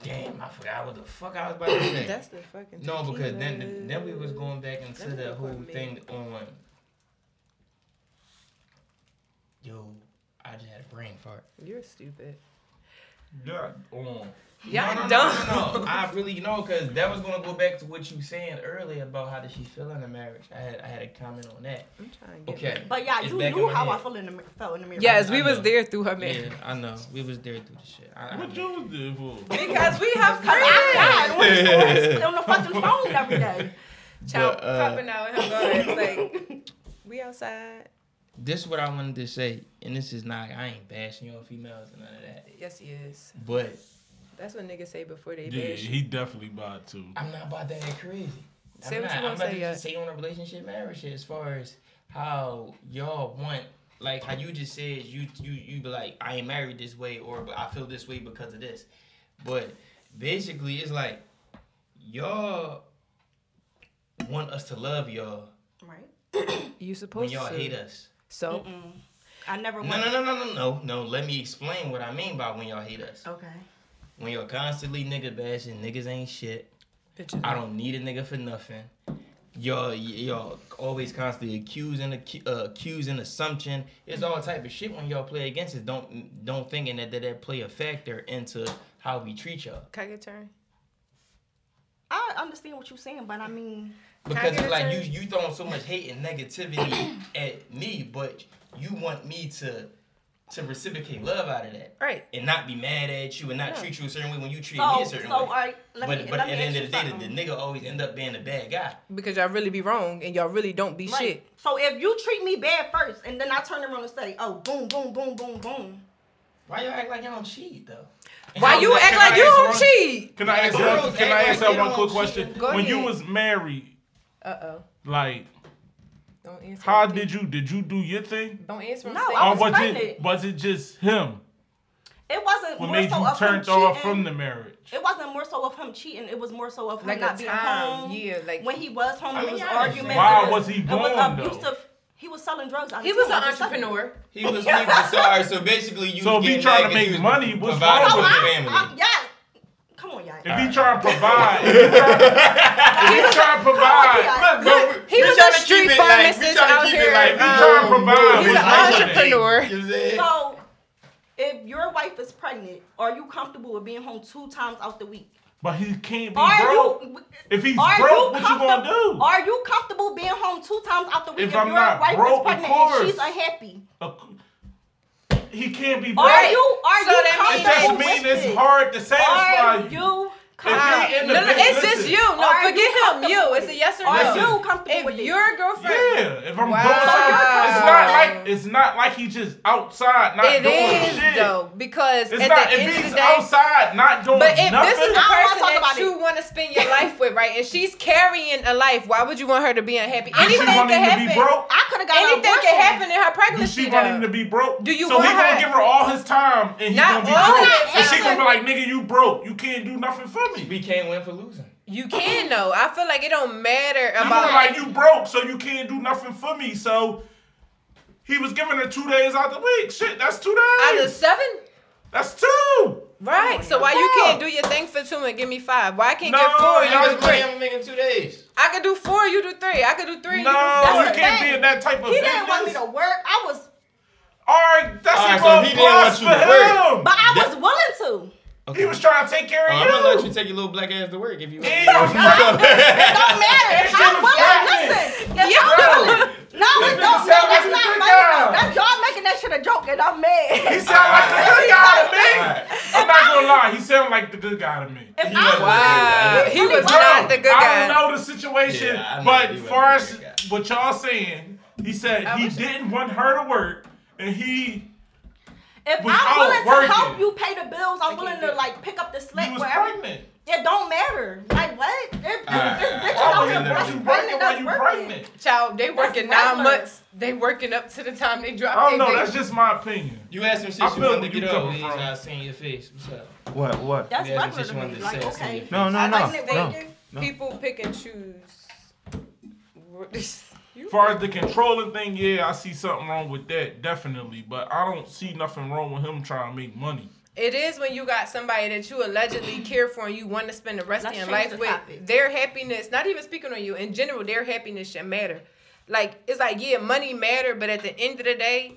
S1: Damn, I forgot what the fuck I was about to say.
S4: That's the fucking.
S1: No, because then
S4: tequila.
S1: then we was going back into
S4: That's
S1: the
S4: what
S1: whole
S4: me.
S1: thing on. Yo, I just had a brain fart.
S4: You're stupid.
S3: Yeah. Um,
S4: Y'all
S1: no, no,
S4: dumb.
S1: No, no, no, I really you know because that was gonna go back to what you saying earlier about how did she feel in the marriage. I had I had a comment on that.
S4: I'm trying to get.
S1: Okay.
S2: But yeah,
S1: It's
S2: you
S1: back in
S2: knew
S1: my
S2: how I
S1: head.
S2: feel in the, mi- felt in the mirror.
S4: Yes,
S1: I
S4: we was
S1: know.
S4: there through her man.
S1: Yeah, I know. We was there through the shit. I,
S3: what
S1: I,
S3: you was there for?
S4: Because we have
S2: Cause I
S4: friends.
S2: died on the, phone- on the fucking phone every day.
S4: Child
S1: But, uh,
S4: popping out and him going it's like, we outside.
S1: this is what I wanted to say, and this is not I ain't bashing your females and none of that.
S4: Yes, he is.
S1: But
S4: That's what niggas say before they
S3: Yeah,
S4: bash.
S3: he definitely bought too.
S1: I'm not about that crazy.
S4: Say
S1: I'm not.
S4: what you wanna
S1: I'm about
S4: say, uh,
S1: to
S4: yeah.
S1: just say on a relationship marriage shit as far as how y'all want. Like how you just said you you you be like I ain't married this way or but I feel this way because of this, but basically it's like y'all want us to love y'all
S2: Right.
S4: You
S1: when
S4: supposed
S1: y'all
S4: to.
S1: hate us.
S4: So
S2: I
S4: Oh
S2: never
S1: No no no no no no no. Let me explain what I mean by when y'all hate us.
S2: Okay.
S1: When you're constantly nigga bashing, niggas ain't shit.
S4: bitches.
S1: I don't need a nigga for nothing. Y'all, y- y'all always constantly accusing, accu- uh, accusing, assumption. It's all type of shit when y'all play against us. Don't don't thinking that that, that play a factor into how we treat y'all.
S4: Can I get a turn?
S2: I understand what you're saying, but I mean,
S1: Because
S4: get
S1: it's
S4: a
S1: like
S4: turn?
S1: you you throwing so much hate and negativity at me, but you want me to to reciprocate love out of that
S4: Right.
S1: and not be mad at you and not
S4: Yeah.
S1: treat you a certain way when you treat me
S2: so
S1: a
S2: so
S1: certain
S2: all
S1: way.
S2: right. Let
S1: but
S2: me
S1: but
S2: let
S1: at
S2: me
S1: the end
S2: ask
S1: of
S2: you
S1: the day, the,
S2: something.
S1: the nigga always end up being the bad guy.
S4: Because y'all really be wrong and y'all really don't be
S2: Right.
S4: shit.
S2: So if you treat me bad first, and then I turn around and say, "Oh, boom, boom, boom, boom, boom,"
S1: Why you act like y'all don't cheat though? And
S4: Why
S1: how
S4: you
S1: is that-
S4: act
S1: can
S4: like
S1: I
S4: you
S1: ask
S4: don't
S1: one-
S4: cheat?
S3: Can I ask
S1: Girls
S3: her? Can I
S1: act
S3: ask
S1: like
S3: her
S1: they
S3: one
S1: don't
S3: quick
S1: cheat.
S3: question?
S4: Go
S3: When you
S4: ahead.
S3: was married,
S4: Uh oh.
S3: like,
S4: Don't answer.
S3: how
S4: him.
S3: did you did you do your thing,
S4: Don't answer. him.
S2: No,
S4: Say-
S2: I was
S3: or was it
S2: pregnant.
S3: was it just him?
S2: it wasn't
S3: What
S2: more
S3: made
S2: so
S3: you
S2: of him
S3: turned off from
S2: cheating.
S3: the marriage?
S2: It wasn't more so of him cheating. It was more so of him
S4: Like a
S2: not being
S4: time,
S2: home.
S4: yeah, like-
S2: when he was home,
S1: I
S2: it
S1: mean,
S2: was
S1: yeah, I
S2: arguments.
S1: understand.
S3: Why
S2: it
S3: was he
S2: it
S3: gone, though?
S2: He was selling drugs. out
S4: He
S2: of
S4: was
S2: town.
S4: an
S2: He selling-
S4: entrepreneur.
S1: He was leaving. Sorry, so basically you.
S3: So
S1: was
S3: if
S1: getting
S3: he trying
S1: mad 'cause
S3: to make
S1: he was
S3: money, what's
S1: providing
S3: wrong
S1: for
S3: with
S1: the
S3: it?
S1: family.
S2: I'm- Uh, yeah. Come on, y'all.
S3: If he trying to provide, if he trying to provide,
S2: Come on, y'all.
S1: Look,
S4: Look, he
S1: we
S4: was
S1: tryna
S4: a
S1: keep
S4: street
S1: it like- we
S4: pharmacist
S1: tryna
S4: out
S1: keep it
S4: here,
S1: like- we
S4: um,
S1: tryna provide.
S4: he's
S1: We
S4: an
S1: tryna keep it.
S4: entrepreneur.
S1: You know what I'm saying?
S2: So, if your wife is pregnant, are you comfortable with being home two times out the week?
S3: but he can't be
S2: Are
S3: broke.
S2: you?
S3: If he's
S2: Are
S3: broke, what
S2: you
S3: you gonna
S2: comfortable?
S3: do?
S2: Are you comfortable being home two times out the week
S3: If I'm not
S2: wife
S3: broke, of
S2: is pregnant and
S3: course.
S2: she's unhappy?
S3: A- He can't be
S2: Are
S3: broke.
S2: you? Are
S4: So
S2: you
S4: that
S3: It
S4: means-
S2: comfortable
S3: just
S2: with
S3: mean it's
S2: it?
S3: hard to satisfy
S2: Are
S3: you.
S2: you
S3: If he
S2: comfortable?
S3: in
S4: No,
S3: the
S4: no,
S3: bed-
S4: it's just
S3: listen.
S4: you. No,
S2: Are you
S4: forget him. You.
S2: comfortable
S4: It's
S2: with
S4: a
S2: it?
S4: yes or
S2: Are
S4: no.
S3: Listen.
S2: you comfortable
S4: If
S2: with it?
S4: your girlfriend,
S3: Yeah, if I'm
S4: Wow.
S3: doing something, it's not like it's not like he just outside not
S4: it
S3: doing
S4: is
S3: shit.
S4: though because
S3: It's
S4: at
S3: not
S4: the
S3: if
S4: end of
S3: he's
S4: the day.
S3: outside not doing
S4: but if
S3: nothing.
S4: this is the
S2: I don't wanna
S4: person
S2: talk
S4: that
S2: about
S4: you want to spend your life with, right, and she's carrying a life, why would you want her to be unhappy?
S3: Does she
S4: Anything
S3: want
S4: can
S3: him to
S4: happen.
S3: be broke?
S2: I could have got
S4: Anything
S2: an
S4: can
S2: abortion.
S4: happen in her
S3: Does
S4: pregnancy.
S3: she want him
S4: though.
S3: to be broke?
S4: Do you
S3: so
S4: want
S3: he gonna
S4: her-
S3: give her all his time and he's
S4: Not
S3: gonna be
S4: all
S3: broke.
S4: that
S3: And she
S4: time.
S3: gonna be like, nigga, you broke. You can't do nothing for me. me.
S1: We can't win for losing.
S4: You can though. I feel like it don't matter
S3: You look
S4: about
S3: like you broke, so you can't do nothing for me. So he was giving her two days out the week. Shit, that's two
S4: out of
S3: days.
S4: seven,
S3: That's two.
S4: right? So why you
S3: Yeah.
S4: can't do your thing for two and give me five? Why I can't
S3: No,
S4: get four?
S3: y'all
S4: You
S1: Y'all
S4: do
S1: just
S4: three.
S1: playing I'm making two days.
S4: I could do four. You do three. I could do three.
S3: No,
S4: You do
S3: you
S4: four.
S2: the
S3: can't
S2: thing.
S3: be in that type of
S2: He didn't want me
S3: business.
S2: to work. I was,
S3: All right, that's
S1: All right,
S3: a
S1: so
S3: good
S1: he didn't want
S3: plus
S1: you to work.
S2: but
S3: for him.
S2: I
S1: That-
S2: was willing to.
S1: Okay.
S3: He was trying to take care
S1: Uh, I'm gonna
S3: of
S1: let
S3: you.
S1: you take your little black ass to work if you want.
S3: Yeah.
S2: It don't matter. If
S3: That shit
S2: I'm
S3: was
S2: willing,
S3: pregnant.
S2: listen. If I'm willing, no, it
S3: nigga
S2: don't
S3: sound
S2: matter.
S3: like
S2: That's
S3: a
S2: not
S3: good
S2: funny though.
S3: guy.
S2: That's y'all making that shit a joke, and I'm mad.
S3: He sound like the good guy to me.
S1: Alright.
S3: I'm not gonna lie, he sound like the good guy to me.
S2: If
S1: He
S2: I'm
S1: was-
S4: Wow,
S1: He's
S4: he was
S2: really
S4: not the good
S3: I
S4: guy.
S3: don't know the situation,
S1: Yeah, I know
S3: but
S1: he wasn't
S3: far as
S1: the good guy.
S3: what y'all saying, he said
S4: I
S3: he
S4: wish-
S3: didn't want her to work, and he
S2: If
S3: Was
S2: I'm
S3: out
S2: willing to help
S3: working.
S2: you pay the bills, I'm
S4: can't
S2: willing to
S4: do it.
S2: like pick up the
S3: he
S2: slack
S3: was
S2: wherever.
S3: pregnant.
S2: It don't matter. Like what? If this,
S1: Alright,
S2: this bitch
S1: alright,
S2: is out
S1: alright,
S2: here
S1: alright.
S2: breast
S1: You
S2: pregnant. That's
S3: you
S2: working.
S3: pregnant.
S4: Child, they working nine
S2: regular.
S4: months. They working up to the time they drop.
S3: I don't
S4: their
S3: know.
S4: baby.
S3: That's just my opinion.
S1: You asked some shit
S3: I
S1: you
S3: feel
S1: wanted
S3: where
S1: to
S3: you
S1: get over.
S3: coming
S1: Liz.
S3: from.
S1: I seen your face. What's up?
S5: What? What?
S2: That's
S1: Yeah, that's
S2: regular to
S1: what she
S2: me.
S1: wanted to
S2: Like
S1: say, I
S2: okay.
S1: see
S5: No, no,
S4: I
S5: no,
S4: like
S2: think
S5: no.
S4: mistaken.
S5: no.
S4: People pick and choose. You-
S3: As far as the controlling thing, yeah, I see something wrong with that, definitely. But I don't see nothing wrong with him trying to make money.
S4: It is when you got somebody that you allegedly care for and you want to spend the rest
S2: Let's
S4: of your
S2: change
S4: life
S2: the
S4: with.
S2: topic.
S4: Their happiness, not even speaking on you, in general, their happiness should matter. Like it's like yeah, money matter, but at the end of the day,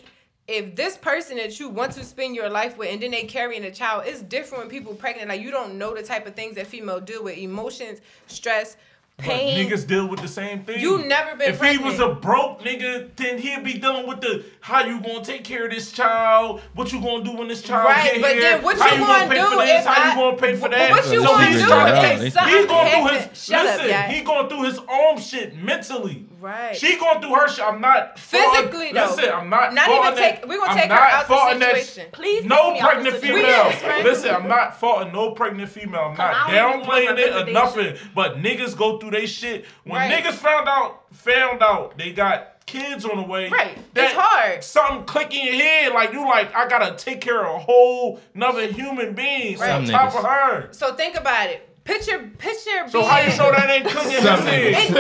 S4: if this person that you want to spend your life with and then they carrying a child, it's different when people pregnant. Like you don't know the type of things that female deal with: emotions, stress,
S3: But
S4: pain.
S3: niggas deal with the same thing.
S4: You never been
S3: If
S4: pregnant.
S3: he was a broke nigga, then he'd be dealing with the how you gonna take care of this child, what you gonna do when this child
S4: Right,
S3: get
S4: but
S3: here,
S4: then what
S3: how
S4: you gonna
S3: pay
S4: do
S3: for this,
S4: if
S3: how
S4: I-
S3: you gonna pay for
S4: But
S3: that.
S4: what you
S5: So
S4: gonna
S5: he's
S4: do
S5: trying to-
S4: if
S5: he's
S4: something
S3: He's going through
S4: happens?
S3: his
S4: Shut up,
S3: listen.
S4: y'all.
S3: he going through his own shit mentally.
S4: Right.
S3: She going through her shit. I'm not fault-
S4: Physically, though.
S3: Listen, I'm not.
S4: Not
S3: faulting
S4: even take-
S3: that-
S4: we're gonna
S3: I'm
S4: take her
S3: not
S4: out the
S3: faulting that
S4: situation.
S2: Please
S3: no
S2: take me out
S3: pregnant
S2: this
S3: female.
S2: situation.
S3: Listen, I'm not faulting no pregnant female. I'm not
S2: I don't even
S3: downplaying
S2: want
S3: it or nothing.
S2: representation.
S3: But niggas go through they shit. When
S4: Right.
S3: niggas found out, found out they got kids on the way.
S4: Right. It's hard.
S3: Something click in your head like you like I gotta take care of a whole another human being on
S1: Some
S3: top
S1: niggas.
S3: of her.
S4: So think about it. Picture, picture.
S3: So how you know that ain't clicking his
S5: Some
S3: head?
S5: niggas.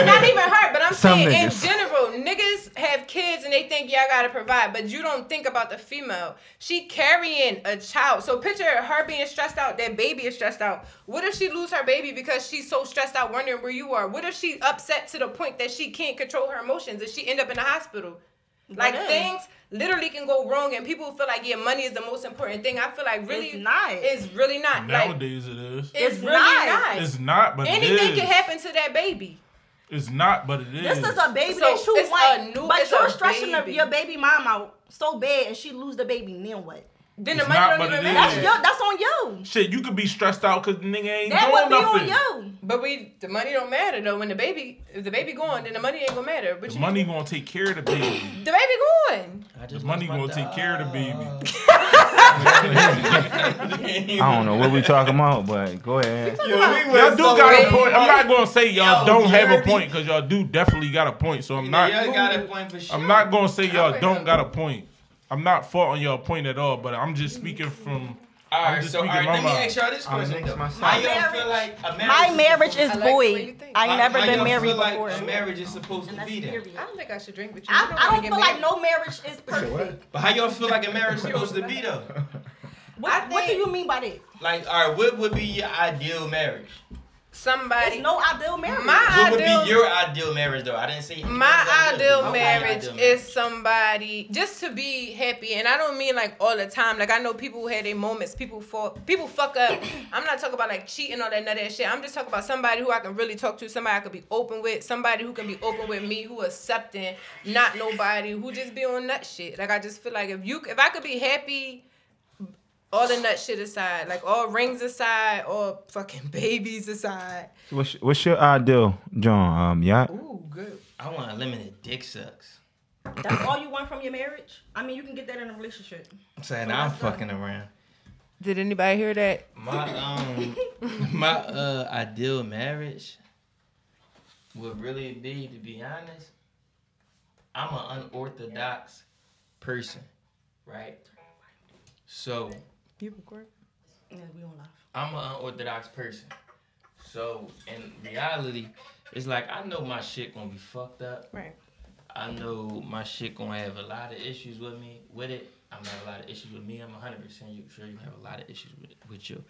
S4: I'm not even hurt, but I'm
S5: Some
S4: saying in
S5: niggas.
S4: general, niggas have kids and they think y'all gotta provide, but you don't think about the female. She carrying a child, so picture her being stressed out. That baby is stressed out. What if she lose her baby because she's so stressed out, wondering where you are? What if she upset to the point that she can't control her emotions and she end up in the hospital? Like
S2: What if?
S4: things literally can go wrong, and people feel like yeah, money is the most important thing. I feel like really,
S2: It's not.
S4: It's really not. like,
S3: Nowadays it is.
S4: it's,
S2: It's
S4: really
S2: not.
S4: not.
S3: It's not, but
S4: Anything
S3: it is.
S4: can happen to that baby.
S3: It's not, but it is.
S2: This is a baby
S4: So,
S2: that you
S4: it's
S2: want,
S4: a new-
S2: but
S4: it's
S2: you're
S4: a
S2: stressing the-
S4: baby.
S2: your baby mom out so bad, and she lose the baby. Then what?
S4: Then
S3: It's
S4: the money
S3: not,
S4: don't
S3: but
S4: even
S3: it
S4: matter.
S2: That's
S3: Yeah.
S2: your. That's on you.
S3: shit. You could be stressed out because the nigga ain't
S2: That would
S3: doing
S2: be
S3: nothing.
S2: on you.
S4: But we the money don't matter though. When the baby if the baby gone, then the money ain't gonna matter. But
S3: The
S4: you,
S3: money gonna take care of the baby.
S4: the baby gone.
S1: I
S3: The
S1: just
S3: money
S1: lost my
S3: gonna take care
S1: uh,
S3: of the baby.
S1: dog.
S5: I don't know what we talking about, but go ahead.
S1: Yo, we
S3: Y'all
S1: went
S3: do
S1: so
S3: got
S1: way
S3: a point. I'm
S1: off.
S3: not gonna say y'all
S1: Yo,
S3: don't
S1: you
S3: have a
S1: heard me?
S3: point because y'all do definitely got a point. So I'm
S1: Yeah,
S3: not.
S1: y'all got a point for sure.
S3: I'm not gonna say y'all
S4: Alright.
S3: don't got a point. I'm not faulting y'all point at all, but I'm just speaking from.
S1: All
S3: I'm
S1: right,
S3: just
S1: so all
S3: speaking
S1: right,
S3: my
S1: let me
S3: mind.
S1: ask y'all this
S5: I'm
S1: question.
S5: mixing
S1: though.
S5: myself.
S1: How y'all
S2: My
S1: feel like a marriage?
S2: My
S1: is
S2: marriage is
S4: I like the way you
S2: void.
S4: think.
S1: supposed-
S4: I've
S2: I never
S1: how
S2: been
S1: y'all
S2: married
S1: feel like
S2: before.
S1: A marriage is supposed to
S2: And that's
S1: be there.
S2: period.
S4: I don't think I should drink with you.
S2: I,
S4: don't
S2: I
S4: wanna
S2: don't
S4: get
S2: feel like
S4: married.
S2: no marriage is perfect.
S1: But how y'all feel like a marriage is supposed to be though?
S2: What,
S4: I
S2: what do
S4: think-
S2: you mean by that?
S1: Like, all right, what would be your ideal marriage?
S4: somebody.
S2: There's no ideal marriage.
S4: My-
S1: What would
S4: Ideal-
S1: be your ideal marriage though? I didn't say anything
S4: my
S1: about yours.
S4: ideal
S1: Okay,
S4: marriage
S1: ideal
S4: is somebody just to be happy, and I don't mean like all the time. Like I know people who had their moments, people fall, people fuck up. I'm not talking about like cheating all that nut ass shit. I'm just talking about somebody who I can really talk to, somebody I could be open with, somebody who can be open with me, who accepting, not nobody who just be on nut shit. Like I just feel like if you, if I could be happy. All the nut shit aside, like all rings aside, all fucking babies aside.
S5: What's, what's your ideal, John? Um, yeah.
S4: Ooh, good.
S1: I want unlimited dick sucks.
S2: That's all you want from your marriage? I mean, you can get that in a relationship.
S1: I'm saying I'm fucking around.
S4: Did anybody hear that?
S1: My um my uh ideal marriage would really be, to be honest, I'm an unorthodox person, right? So
S4: You record?
S2: Yeah, we on live.
S1: I'm an unorthodox person. So in reality, it's like I know my shit gonna be fucked up.
S4: Right.
S1: I know my shit gonna have a lot of issues with me with it. I'm gonna have a lot of issues with me. I'm 100 percent sure you have a lot of issues with with you.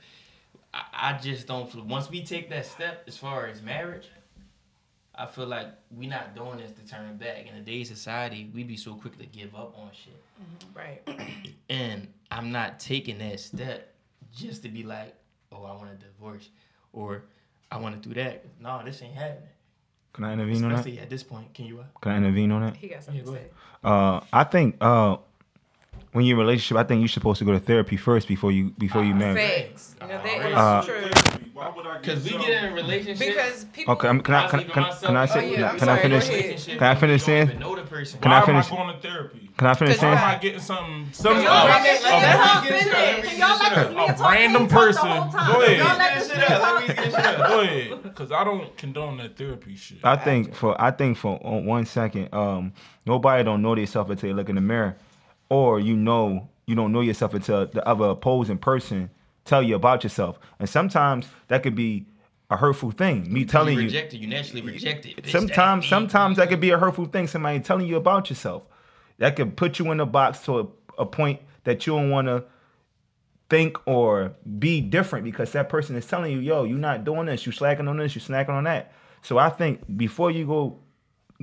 S1: I, I just don't. feel- Once we take that step as far as marriage, I feel like we not doing this to turn back. In today's society, we be so quick to give up on shit
S4: Right.
S1: and I'm not taking that step just to be like, oh, I want a divorce or I want to do that. No, this ain't happening.
S5: Can I intervene on that?
S1: Especially at this point, can you? uh,
S5: Can I intervene on that?
S4: He got something
S1: Yeah, go
S4: to say.
S1: ahead.
S5: Uh, I think uh, when you're in a relationship, I think you're supposed to go to therapy first before you before
S4: Ah,
S5: you marry.
S4: Facts. You know, that is
S5: Uh,
S4: true.
S3: Why would I get
S1: Cause we
S3: some-
S1: get in relationships.
S4: Because people.
S5: Okay, I'm, can I can,
S1: leaving
S5: can,
S1: myself
S5: can I
S1: out
S5: say
S4: Oh, yeah,
S5: can I-
S4: I'm
S5: can I
S4: sorry,
S5: finish?
S4: go ahead.
S5: Can I finish
S1: You
S5: saying?
S1: don't even know the person.
S5: Can
S3: Why
S5: I
S3: am
S5: finish?
S3: I going to therapy?
S5: Can I finish
S4: Cause
S3: Why
S5: saying?
S4: y'all
S3: am I getting something?
S1: Yo,
S3: Some
S1: y'all
S2: Y'all
S1: let
S2: let
S1: this
S2: this
S1: nigga talk, finish.
S2: Y'all let this
S1: A
S2: nigga talk.
S3: random
S2: He talked the whole
S3: person.
S2: time.
S3: Go ahead.
S2: Y'all let
S1: Finish
S2: this
S1: it
S2: nigga
S1: up. Let me
S2: talk.
S1: finish it up.
S3: Go ahead, because I don't condone that therapy shit.
S5: I think for I think for on- one second, um, nobody don't know themselves until they look in the mirror, or you know you don't know yourself until the other opposing person tell you about yourself, and sometimes that could be a hurtful thing. Me telling
S1: you
S5: you,
S1: rejected. You naturally rejected. Bitch, that
S5: sometimes
S1: ain't-
S5: sometimes that could be a hurtful thing. Somebody telling you about yourself, that could put you in a box to a, a point that you don't want to think or be different because that person is telling you, yo, you're not doing this, you slacking on this, you snacking on that. So I think before you go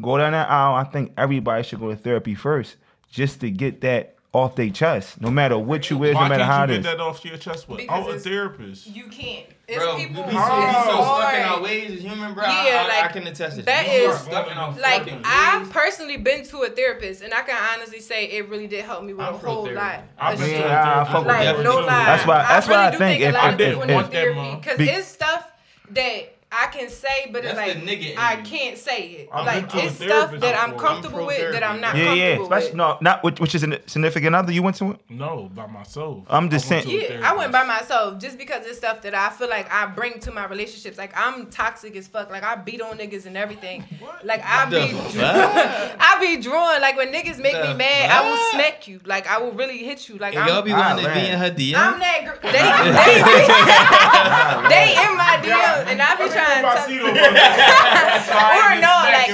S5: go down that aisle, I think everybody should go to therapy first just to get that off their chest, no matter what you is, no
S3: Why
S5: matter how
S3: can't
S5: it
S3: you
S5: is.
S3: get that off your chest
S4: Because
S3: without a
S4: it's-
S3: therapist?
S4: You can't. It's
S1: Bro,
S4: people.
S1: we be
S4: It's
S1: so, we be so stuck in our
S4: hard.
S1: ways as human, bro.
S4: Yeah,
S1: I, I, I
S4: like,
S1: can attest to this.
S4: that
S1: We are
S4: is-
S1: stuck in our
S4: Like
S1: fucking
S4: I've
S1: ways.
S4: personally been to a therapist, and I can honestly say it really did help me with
S1: I'm
S4: a
S1: pro
S4: whole
S1: therapy.
S4: lot.
S3: I've
S4: of
S3: been
S4: shit.
S3: to a
S5: Yeah, I
S3: therapist.
S5: fuck with
S4: like
S1: that.
S4: no
S1: Definitely.
S4: lie.
S5: That's why- that's
S4: I really
S5: why I
S4: do
S5: think
S4: think,
S5: if-
S4: a lot
S5: if-
S4: of people
S5: if-
S4: go into
S5: if-
S4: therapy because
S5: Be-
S4: it's stuff that I can say, but it's
S1: That's the
S4: like
S1: nigga in
S4: I
S1: you.
S4: can't say it.
S3: I've
S4: like
S3: been to a
S4: it's stuff
S3: therapist
S4: that I'm
S3: before. I'm
S4: comfortable with
S1: pro-therapy,
S4: that I'm not
S1: bro.
S5: yeah, yeah,
S4: comfortable
S5: especially
S4: with.
S5: no, not which, which is a significant other you went to.
S3: No, by myself.
S5: I'm just
S3: I went
S5: saying-
S3: to a
S4: Yeah, I went by
S3: therapist.
S4: myself just because it's stuff that I feel like I bring to my relationships. Like I'm toxic as fuck. Like I beat on niggas and everything. Like I
S1: The
S4: be,
S1: fuck?
S4: I be drawing. Like when niggas make
S1: The
S4: me mad, I will
S1: fuck?
S4: smack you. Like I will really hit you. Like
S1: And y'all
S4: I'm,
S1: be wanting to
S5: Ah,
S1: be in
S5: man.
S1: her DM.
S4: I'm that girl. They, they, they in my DM and I be trying
S3: If I
S4: to.
S3: see them, I'm
S4: Or no, like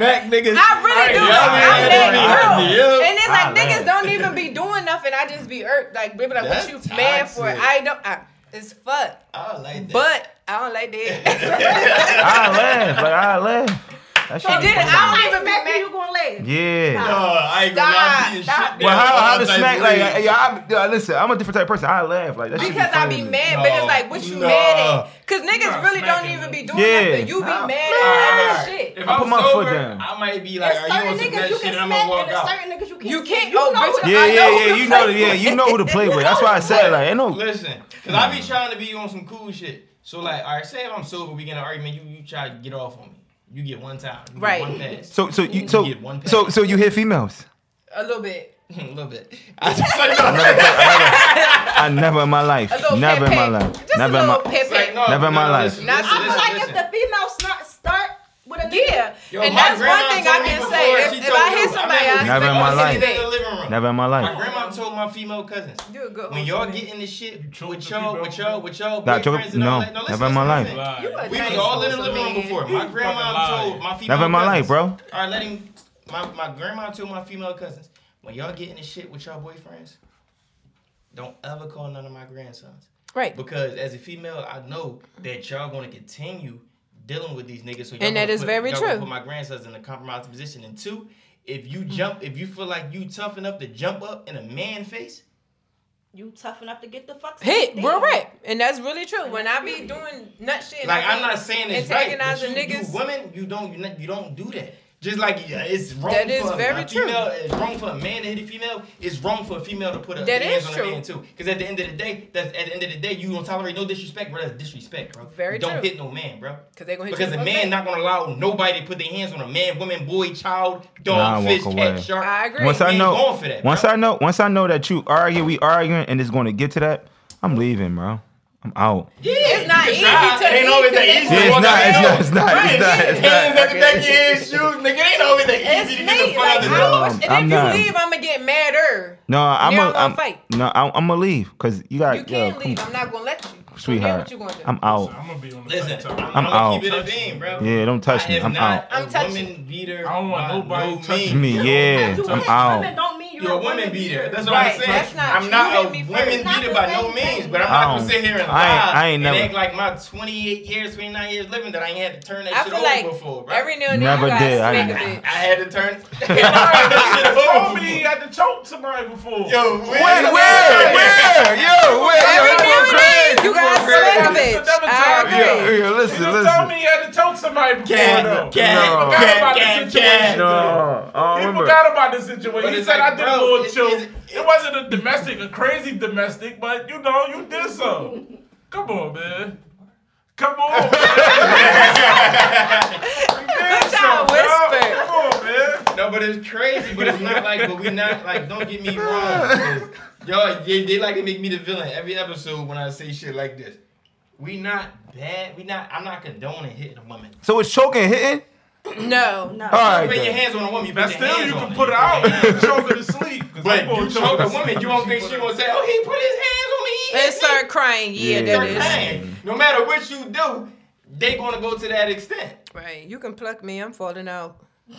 S1: back, niggas.
S4: I really do.
S1: Y'all
S4: like,
S1: be
S4: I'm
S1: in
S4: that
S1: her
S4: girl.
S1: DM.
S4: And it's
S5: Ah,
S4: like niggas
S5: man.
S4: don't even be doing nothing. I just be irked. Like they be like,
S1: That's
S4: what you mad for?
S1: toxic.
S4: I don't. I, it's fuck.
S1: I don't like that.
S4: But I don't like that.
S5: I laugh, like I laugh. That shit
S4: And
S5: be
S4: then
S5: funny.
S4: I
S2: I
S4: don't even be
S2: expect you,
S4: mad.
S2: you gonna laugh.
S5: yeah.
S1: Uh, I ain't gonna lie, I'm being
S4: Stop,
S1: shit
S4: stop.
S1: down
S5: Well, how, how
S1: all
S5: the
S1: types
S5: smack?
S1: of
S5: Like,
S1: ways.
S5: I, I, I, listen, I'm a different type of person. I laugh like that. shit
S4: Because I
S5: funny
S4: be
S5: to me.
S4: mad, but it's
S1: No,
S4: like what you
S1: no.
S4: mad at? Cause
S3: not
S4: niggas really don't
S3: smacking
S4: even
S3: them.
S4: be doing
S5: Yeah.
S4: nothing. You be
S5: Nah.
S4: mad
S1: All
S4: at
S1: right.
S4: other
S1: If
S4: shit.
S5: I
S1: I'm
S5: put my foot
S1: sober,
S5: down.
S1: I might be like,
S2: There's
S1: are you
S2: certain
S1: on some
S2: niggas
S1: that
S2: you
S1: shit?
S2: can
S1: And I'm
S2: smack,
S1: gonna walk
S2: and there's
S1: out.
S2: certain niggas you can't.
S4: You
S2: smack.
S4: can't.
S2: You
S4: oh,
S2: know
S4: bitch,
S2: what
S4: I
S5: Yeah,
S4: know
S5: yeah, yeah.
S4: who
S5: You
S4: to
S5: know,
S4: play
S5: yeah,
S4: with.
S5: you know who to play with. That's why I said like, ain't no.
S1: Listen, cause I be trying to be on some cool shit. So like, all right, say if I'm sober, we get in an argument. You you try to get off on me. You get one time. You
S4: Right.
S1: Get one pass.
S5: So, so you, so,
S1: You get one pass.
S5: so, so you hit females.
S4: A little bit.
S1: a little bit. I just like no.
S5: I never in my life,
S4: A little
S5: never
S4: pep
S5: in my
S4: pep.
S5: life,
S4: Just
S5: never
S4: a
S5: in
S4: little
S5: my.
S4: pep
S1: It's like,
S4: pep.
S1: no,
S5: Never in my
S1: no,
S5: life.
S1: listen,
S4: Not-
S1: listen,
S4: I
S2: I feel
S1: listen,
S2: like
S1: listen.
S2: if the females start start with a nigga,
S4: Yeah.
S1: Yo,
S4: and
S1: my
S4: that's one
S1: grandma
S4: thing
S1: told
S4: I
S1: me
S4: can
S1: before,
S4: say.
S1: she
S4: If, if
S1: told
S4: I
S1: you,
S4: hit
S1: I'm
S4: somebody,
S1: in
S4: I
S1: the-
S5: Never in
S4: expect
S5: my
S4: them to
S5: life.
S1: sitting in
S4: be
S1: the
S4: back.
S1: living room.
S5: Never in my
S1: My
S5: life.
S1: grandma told my female cousins.
S4: You a good
S1: When
S4: host,
S1: y'all
S4: man.
S1: get in this shit
S3: chose
S1: with
S3: to
S1: y'all,
S3: keep
S1: with
S3: up
S1: y'all,
S3: with
S1: with y'all
S5: Nah,
S1: boyfriends
S5: joke-
S1: and all
S5: no,
S1: that. No, listen,
S5: never in my
S1: listen,
S5: life.
S1: listen.
S3: Lie.
S4: You a
S1: We
S4: nice
S1: was all in the
S4: host,
S1: living room
S4: man.
S1: before. My grandma
S3: Fucking liar.
S1: told my female
S5: Never in my
S1: cousins,
S5: life, bro.
S1: All right, let him. My my grandma told my female cousins, when y'all get in this shit with y'all boyfriends, don't ever call none of my grandsons
S4: Right.
S1: because as a female, I know that y'all gonna continue dealing with these niggas. So y'all
S4: And that
S1: gonna
S4: is
S1: put,
S4: very
S1: y'all gonna
S4: true. Mm-hmm.
S1: Put my grandsons in a compromised position. And two, if you jump, if you feel like you tough enough to jump up in a man face,
S2: you tough enough to get the fuck
S4: Hit,
S2: smacked.
S4: real rap, and that's really true. When I be doing nut shit,
S1: Like
S4: I
S1: I'm
S4: be
S1: not saying it's right, but you,
S4: antagonizing
S1: you
S4: niggas.
S1: women, you don't you, not- you don't do that. Just like yeah, it's wrong
S4: That is
S1: for
S4: very
S1: a
S4: true.
S1: female, it's wrong for a man to hit a female. It's wrong for a female to put a
S4: That
S1: hands
S4: is
S1: on
S4: true.
S1: a man too. Because at the end of the day, that's at the end of the day, you don't tolerate no disrespect, bro. That's disrespect, bro.
S4: Very
S1: you don't
S4: true.
S1: hit no man, bro.
S4: 'Cause they gonna hit you
S1: because a
S4: for
S1: man
S4: that.
S1: not gonna allow nobody to put their hands on a man, woman, boy, child,
S5: Nah, I
S1: dog,
S5: walk
S1: fish,
S5: away.
S1: cat, shark.
S4: I agree.
S5: Once I
S1: ain't
S5: know,
S1: going for that,
S5: once
S1: bro.
S5: I know, once I know that you argue, we arguing, and it's going to get to that, I'm leaving, bro. I'm out.
S1: Yeah,
S4: It's not not easy to
S1: Ain't always that easy.
S5: Yeah,
S1: to
S5: it's
S1: walk out
S5: not, it's
S1: the
S5: not,
S1: house.
S5: it's not, it's
S1: Right,
S5: not,
S1: yeah,
S5: it's not.
S1: Hands at the
S5: Okay.
S1: back of your shoes, nigga. It ain't always that
S4: It's
S1: easy to
S4: me.
S1: get the fuck out
S4: Like,
S1: the
S5: No,
S1: door.
S4: I wish, and if
S5: I'm
S4: you
S5: not.
S4: leave, I'm gonna get madder.
S5: No, I'm
S4: Now
S5: a,
S4: I'm gonna
S5: I'm,
S4: fight.
S5: no, I'm, I'm gonna leave because you got
S4: You can't
S5: yo,
S4: leave.
S5: come-
S4: I'm not gonna let you. So then
S5: sweetheart.
S4: What you gonna do?
S5: I'm out.
S3: I'm gonna be on the
S1: Listen,
S3: same time.
S1: I'm,
S5: out.
S1: out. Keep it a beam, bro.
S5: Yeah, don't touch
S1: I
S5: me.
S1: am
S5: I'm
S1: not
S5: out.
S1: a
S4: I'm touching.
S1: woman beater.
S3: I don't want
S1: by
S3: nobody
S1: no
S3: touching
S1: means.
S5: Me, yeah,
S2: You
S5: I'm
S2: hit women
S5: out.
S2: don't mean you're,
S1: You're a woman beater. That's what
S4: Right,
S1: I'm saying.
S4: that's not
S1: I'm
S4: true.
S1: not
S4: You
S1: a
S4: hit me
S1: women
S4: first.
S2: Not
S1: beater
S2: the
S1: by
S2: same
S1: no
S2: thing.
S1: means, but I'm
S5: I
S1: not gonna
S5: don't-
S1: sit here and
S5: I ain't-
S1: lie
S5: I ain't
S1: and
S5: never-
S1: act like my 28 years, 29 years living that I ain't had to turn that
S4: I
S1: shit over
S4: feel like
S1: before, bro.
S4: every now and then
S5: Never
S4: you gotta
S5: did. I
S4: smack
S5: didn't.
S1: I
S4: a bitch.
S1: had to turn.
S3: Told me he had to choke somebody before.
S1: Yo,
S5: Where, where, yo, where,
S4: Every now and
S5: yo,
S4: then
S5: crazy.
S4: you gotta smack a
S3: This
S4: bitch.
S3: is another
S4: I
S3: time.
S4: agree.
S5: Yo, yo,
S3: You
S5: listen,
S3: just
S5: listen.
S3: told me he had to choke somebody before,
S1: Cat,
S3: though.
S1: cat,
S5: No.
S3: Forgot
S1: cat,
S3: about the
S1: cat,
S3: situation.
S1: cat.
S5: No, I
S3: He
S5: don't remember.
S3: forgot about the
S1: But
S3: situation. He
S1: it's
S3: said
S1: like,
S3: I did
S1: bro,
S3: a little
S1: it's-
S3: choke.
S1: it's-
S3: It, wasn't a domestic, a crazy domestic, but you know, you did so. Come on, man. Come on. man. you did
S4: Good job,
S3: something, dog.
S4: whisper.
S3: Come on, man.
S1: No, but it's crazy, but it's not like, but we not like, don't get me wrong. because Y'all, they, they like to make me the villain every episode when I say shit like this. We not bad. We not. I'm not condoning hitting a woman.
S5: So it's choking, and hitting.
S4: No.
S2: No.
S5: All right,
S1: You put your
S5: then.
S1: hands on a woman. You put
S3: But
S1: your
S3: still,
S1: hands
S3: you
S1: on
S3: can
S1: her.
S3: put it
S1: You your
S3: out.
S1: hands-
S3: choke her to sleep. 'cause
S1: But
S3: I'm gonna
S1: you choke a
S3: her.
S1: woman, you don't think she gonna say, "Oh, he put his hands on me." he hit
S4: And
S1: me."
S4: start crying. Yeah,
S5: Yeah.
S4: that
S1: They're
S4: is.
S1: playing. No matter what you do, they gonna go to that extent.
S4: Right. You can pluck me. I'm falling out.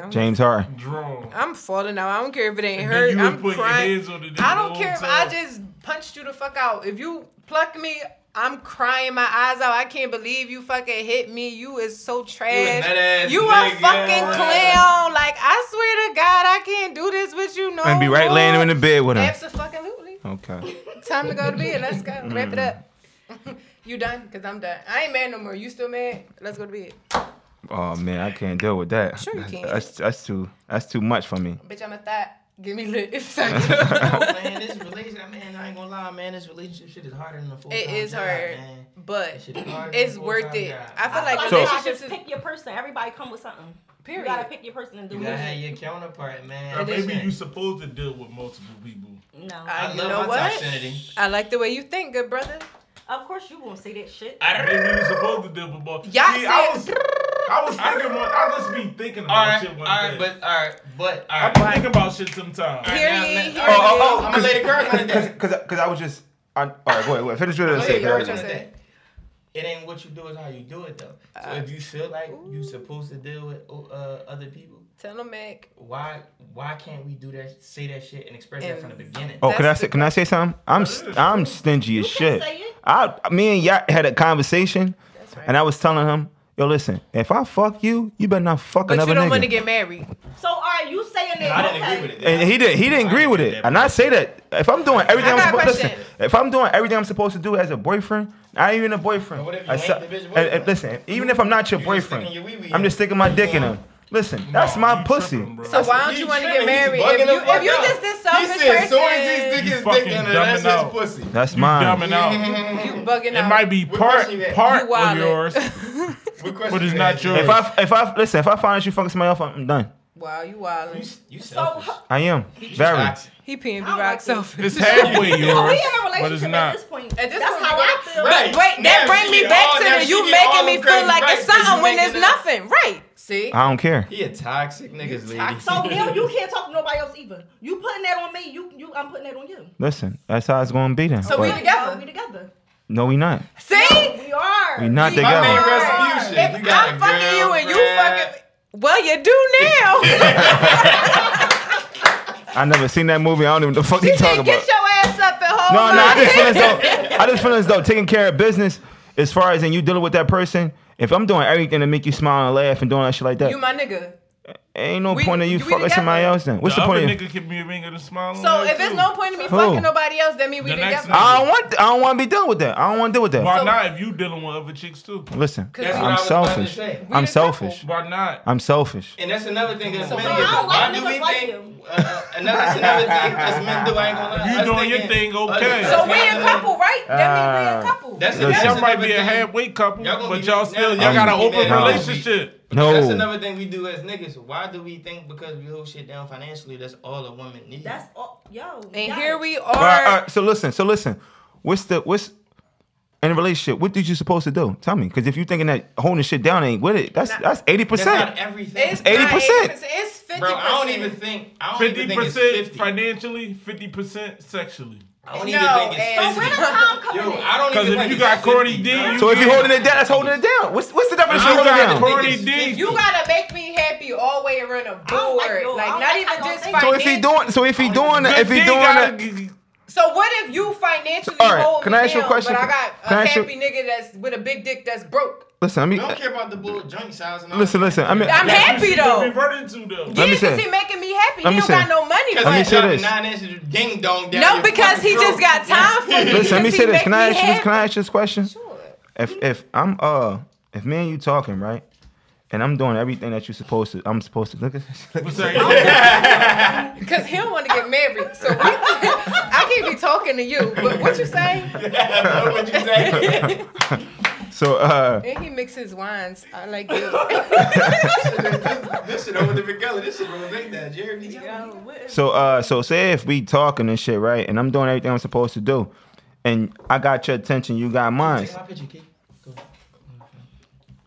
S4: I'm,
S5: James Harden.
S3: Drunk.
S4: I'm falling out. I don't care if it ain't
S3: And
S4: hurt.
S3: then you
S4: I'm
S3: would put your
S4: crying.
S3: hands on it the
S4: I don't
S3: whole
S4: care if I
S3: time.
S4: just punched you the fuck out. If you pluck me, I'm crying my eyes out. I can't believe you fucking hit me. You is so trash.
S1: nut-ass
S4: You a
S1: nigga.
S4: fucking clown. Like I swear to God, I can't do this with you. No.
S5: And be right laying in the bed with him.
S4: Absolutely.
S5: Okay.
S4: Time to go to bed. Let's go.
S5: Mm.
S4: Wrap it up. you done? Cause I'm done. I ain't mad no more. You still mad? Let's go to bed.
S5: Oh man, I can't deal with that.
S4: Sure you can.
S5: That's, that's too. That's too much for me.
S4: Bitch, I'm a thot. Give me lips.
S1: Oh, man, this relationship, man, I ain't gonna lie, man, this relationship shit is harder than a full
S4: It is hard,
S1: man.
S4: but
S1: That shit is harder than
S4: it's
S1: a
S4: worth
S1: full-time
S4: it.
S1: job.
S4: I feel like
S2: Like,
S5: So-
S2: you gotta
S4: relationships
S2: just
S4: is
S2: pick your person. Everybody come with something. You
S4: period.
S2: gotta pick your person and do
S1: You gotta have
S2: it.
S1: your counterpart, man.
S3: Or maybe
S1: Listen,
S3: you supposed to deal with multiple people.
S2: No.
S1: I
S4: I, Uh, you
S1: love
S4: know
S1: my
S4: what?
S1: toxicity.
S4: I like the way you think, good brother.
S2: Of course you won't say that shit.
S3: Maybe you supposed to deal with multiple.
S4: Y'all
S3: See, I was,
S4: said-
S3: I was thinking. one- I just be thinking about
S1: all right,
S3: shit
S1: all
S3: one
S1: right,
S3: day.
S1: but all right, but all
S3: I
S1: right.
S3: be thinking about shit sometimes.
S1: All right,
S4: Here
S1: now,
S4: he-
S1: now-
S4: here
S1: all right,
S4: he
S1: oh, oh, I'm gonna lay the curve on
S5: Cause,
S1: that.
S5: cause, cause I was just. I, all right, wait, wait. Finish what I
S1: I'm
S5: was
S1: gonna lay
S5: saying.
S1: the curve
S4: Go
S5: finish what I
S1: on
S5: was saying.
S1: that. It ain't what you do, it's how you do it though. So
S4: Uh,
S1: if you feel like you supposed to deal with uh, other people,
S4: Tell him, Mac.
S1: why why can't we do that? Say that shit and express that from the beginning.
S5: Oh, can I
S4: That's
S5: say?
S4: the-
S5: Can I say something? I'm st- I'm stingy as
S2: can
S5: shit.
S2: say it.
S5: I me and Yacht had a conversation,
S4: right.
S5: and I was telling him, "Yo, listen, if I fuck you, you better not fuck
S4: But
S5: another
S4: you don't want
S5: nigga."
S4: to get married.
S2: So are you saying that?
S1: I didn't
S2: okay.
S1: agree with it.
S5: and he didn't. He didn't agree with it. And I say that if I'm doing
S4: I
S5: everything, I'm
S4: got a
S5: supposed listen.
S4: question.
S5: If I'm doing everything I'm supposed to do as a boyfriend, not even a boyfriend.
S1: But what if you
S5: I
S1: ain't
S5: su-
S1: the bitch
S5: and- and
S1: boyfriend?
S5: listen, even if I'm not your
S1: You just
S5: boyfriend,
S1: sticking your wee-wee
S5: I'm
S1: in.
S5: just sticking my dick in him. Listen, that's my
S3: you
S5: pussy.
S3: tripping, bro.
S4: So why don't
S1: He
S4: you want to
S1: tripping,
S4: get
S1: he's
S4: married?
S1: bugging
S4: If
S1: the
S4: you,
S1: fuck
S4: if you
S1: out.
S4: just this selfish
S1: he said, soon as he stick
S4: person,
S1: his
S3: fucking
S1: dick in her, that's
S3: dumbing out.
S1: his pussy.
S5: That's
S3: You
S5: mine.
S3: dumbing out.
S4: you bugging
S3: It
S4: out.
S3: might be
S1: What
S3: part
S1: question you had?
S3: part
S4: You
S3: of
S4: wildin'.
S3: yours,
S1: What question
S3: but it's
S1: you
S3: not
S1: asked?
S3: yours.
S5: If I if I listen, if I find out you fucking somebody else, I'm done.
S4: Wow, you wilding.
S1: You, you
S2: So
S1: selfish.
S2: h-
S5: I am very.
S4: He
S2: I
S4: peeing be
S2: don't
S4: rock
S2: like you.
S4: selfish.
S3: it's halfway
S2: Oh, we
S3: yours,
S2: in a
S3: but it's
S2: relationship at
S3: not.
S2: this point.
S4: At this
S2: That's
S4: point,
S2: how
S4: we're-
S2: I feel.
S1: Right.
S4: Wait,
S1: Now
S4: that
S1: she
S4: brings me
S1: get
S4: back
S1: all-
S4: to
S1: now
S4: the
S1: she
S4: you
S1: get all
S4: making me
S1: them
S4: feel
S1: crazy
S4: like
S1: rights
S4: it's
S1: 'cause you
S4: something when there's
S1: making it up.
S4: nothing. Right. See?
S5: I don't care.
S1: He a toxic niggas, lady.
S2: So Neil, you can't talk to nobody else either. You putting that on me. You, you, I'm putting that on you.
S5: Listen, that's how it's gonna be then.
S4: So we
S5: but
S4: together.
S2: We together.
S5: no, we not.
S4: See?
S2: We are.
S5: We not
S4: We
S5: together.
S1: My name
S4: are.
S1: Rasputin.
S4: If
S1: You got
S4: I'm
S1: a
S4: fucking you and you
S1: girlfriend.
S4: fucking well, you do now.
S5: I never seen that movie. I don't even know the fuck you
S4: She
S5: talking
S4: said,
S5: about.
S4: "Get your ass up and hold
S5: No,
S4: on."
S5: no, I just feel as though I just feel as though taking care of business as far as and you dealing with that person. If I'm doing everything to make you smile and laugh and doing that shit like that,
S4: You my nigga.
S5: ain't no
S4: we-
S5: point of you
S4: we
S5: fucking
S4: together.
S5: somebody else. Then what's
S3: The
S5: the,
S3: other
S5: point? Of,
S3: nigga can be a ring of the smile. on
S4: So
S3: that,
S4: if it's
S3: too.
S4: no point in me
S5: Oh, Who?
S4: fucking nobody else, that mean we
S3: The next
S4: together.
S3: nigga.
S5: I don't want. I don't want to be dealing with that. I don't want to deal with that.
S3: Why
S4: So-
S3: not? If you dealing with other chicks too,
S5: Listen,
S1: That's what
S5: I'm
S1: I was about to
S5: selfish.
S1: say.
S5: I'm
S4: We the
S5: selfish.
S3: why not?
S5: I'm selfish.
S1: And that's another thing that's men do.
S2: I don't
S1: Why
S2: like
S1: do
S2: niggas
S1: we
S2: like
S1: think?
S2: you.
S1: Uh, another, that's another thing that's men do. I ain't gonna lie.
S3: You
S1: Us
S3: doing your
S1: thinking-
S3: thing, okay.
S1: us-
S4: So
S1: us
S4: we
S1: men
S4: a
S1: do.
S4: couple, right? That mean we
S5: Uh,
S4: a couple.
S1: That's,
S5: Listen,
S1: that's
S3: Y'all might
S1: another
S3: be a
S1: thing.
S3: halfway couple,
S1: Y'all gonna
S3: but
S1: be
S3: y'all
S1: mad.
S3: still
S1: Y'all
S3: y'all got an
S1: gonna be
S3: open
S1: mad.
S3: relationship.
S5: No.
S1: That's another thing we do as niggas. Why do we think because we hold shit down financially, that's all a woman needs?
S2: That's all, yo.
S4: And
S2: yo.
S4: here we
S5: All right, all
S4: are.
S5: right, so listen. So listen. What's the what's in a relationship, what did you supposed to do? Tell me, because if you thinking that holding shit down ain't with it, that's
S4: Nah.
S5: that's eighty
S1: That's not
S5: percent.
S1: everything.
S4: It's
S5: 80%.
S4: not 80%, It's fifty
S1: Bro,
S4: percent.
S1: I don't even think. I don't
S3: Fifty
S1: even think it's
S3: percent
S1: 50.
S3: financially, fifty percent sexually.
S1: I don't
S4: No,
S1: even think
S4: and-
S1: it's 50.
S2: Where the time coming
S1: Yo,
S2: in?
S1: I don't
S3: 'Cause
S1: even
S3: if
S1: think
S3: you
S1: it's
S3: got Corny
S1: 50,
S3: D,
S1: bro.
S3: you
S5: So if you holding it down, that's holding it down. What's what's the definition
S3: You
S5: of holding it
S3: got
S5: down?
S1: Corny
S3: Corny
S1: D.
S3: D.
S4: You gotta make me happy all the way around a
S2: don't like
S4: board.
S2: no-
S4: Like,
S2: I don't
S4: not
S2: like
S4: even
S2: how y'all
S4: just
S2: think.
S4: financially.
S5: So if he doing, so if he doing that, if he doing that,
S4: So what if you financially
S5: All right,
S4: hold
S5: can
S4: me
S5: I ask you a
S4: down,
S5: question?
S4: but I got
S5: Can
S4: a
S5: I ask you-
S4: happy nigga that's with a big dick that's broke?
S5: listen, I
S1: I
S5: mean,
S1: don't care about the bull junk size. And all
S5: listen,
S1: that.
S5: listen. I mean,
S4: I'm
S5: let
S4: happy though. Yeah,
S5: me
S4: because
S5: say-
S4: he making me happy.
S5: let
S4: he
S5: me
S4: don't
S5: say-
S4: got no money.
S1: Cause
S5: Let me
S1: that
S4: But
S5: say
S1: drop
S5: this.
S1: Nine inches of ding dong down
S4: no,
S1: your
S4: because he
S1: fucking
S4: just
S1: throat.
S4: got time for me.
S5: listen, let
S4: because he
S5: me say this.
S4: make
S5: Can I
S4: me
S5: ask you this?
S4: happy.
S5: Can I ask you this question?
S4: Sure.
S5: If if I'm uh if me and you talking right, and I'm doing everything that you supposed to, I'm supposed to look at.
S3: What's that?
S4: Because he don't want to get married. So we, I can't be talking to you. But what you say?
S1: I know what you say.
S5: So uh,
S4: And he mixes wines. I like you.
S1: this shit over the McGully. This shit rose ain't that Jeremy.
S2: Yo, what is-
S5: so uh, so say if we talking and shit right, and I'm doing everything I'm supposed to do, and I got your attention, you got mine.
S1: Take my picture, kid. Go.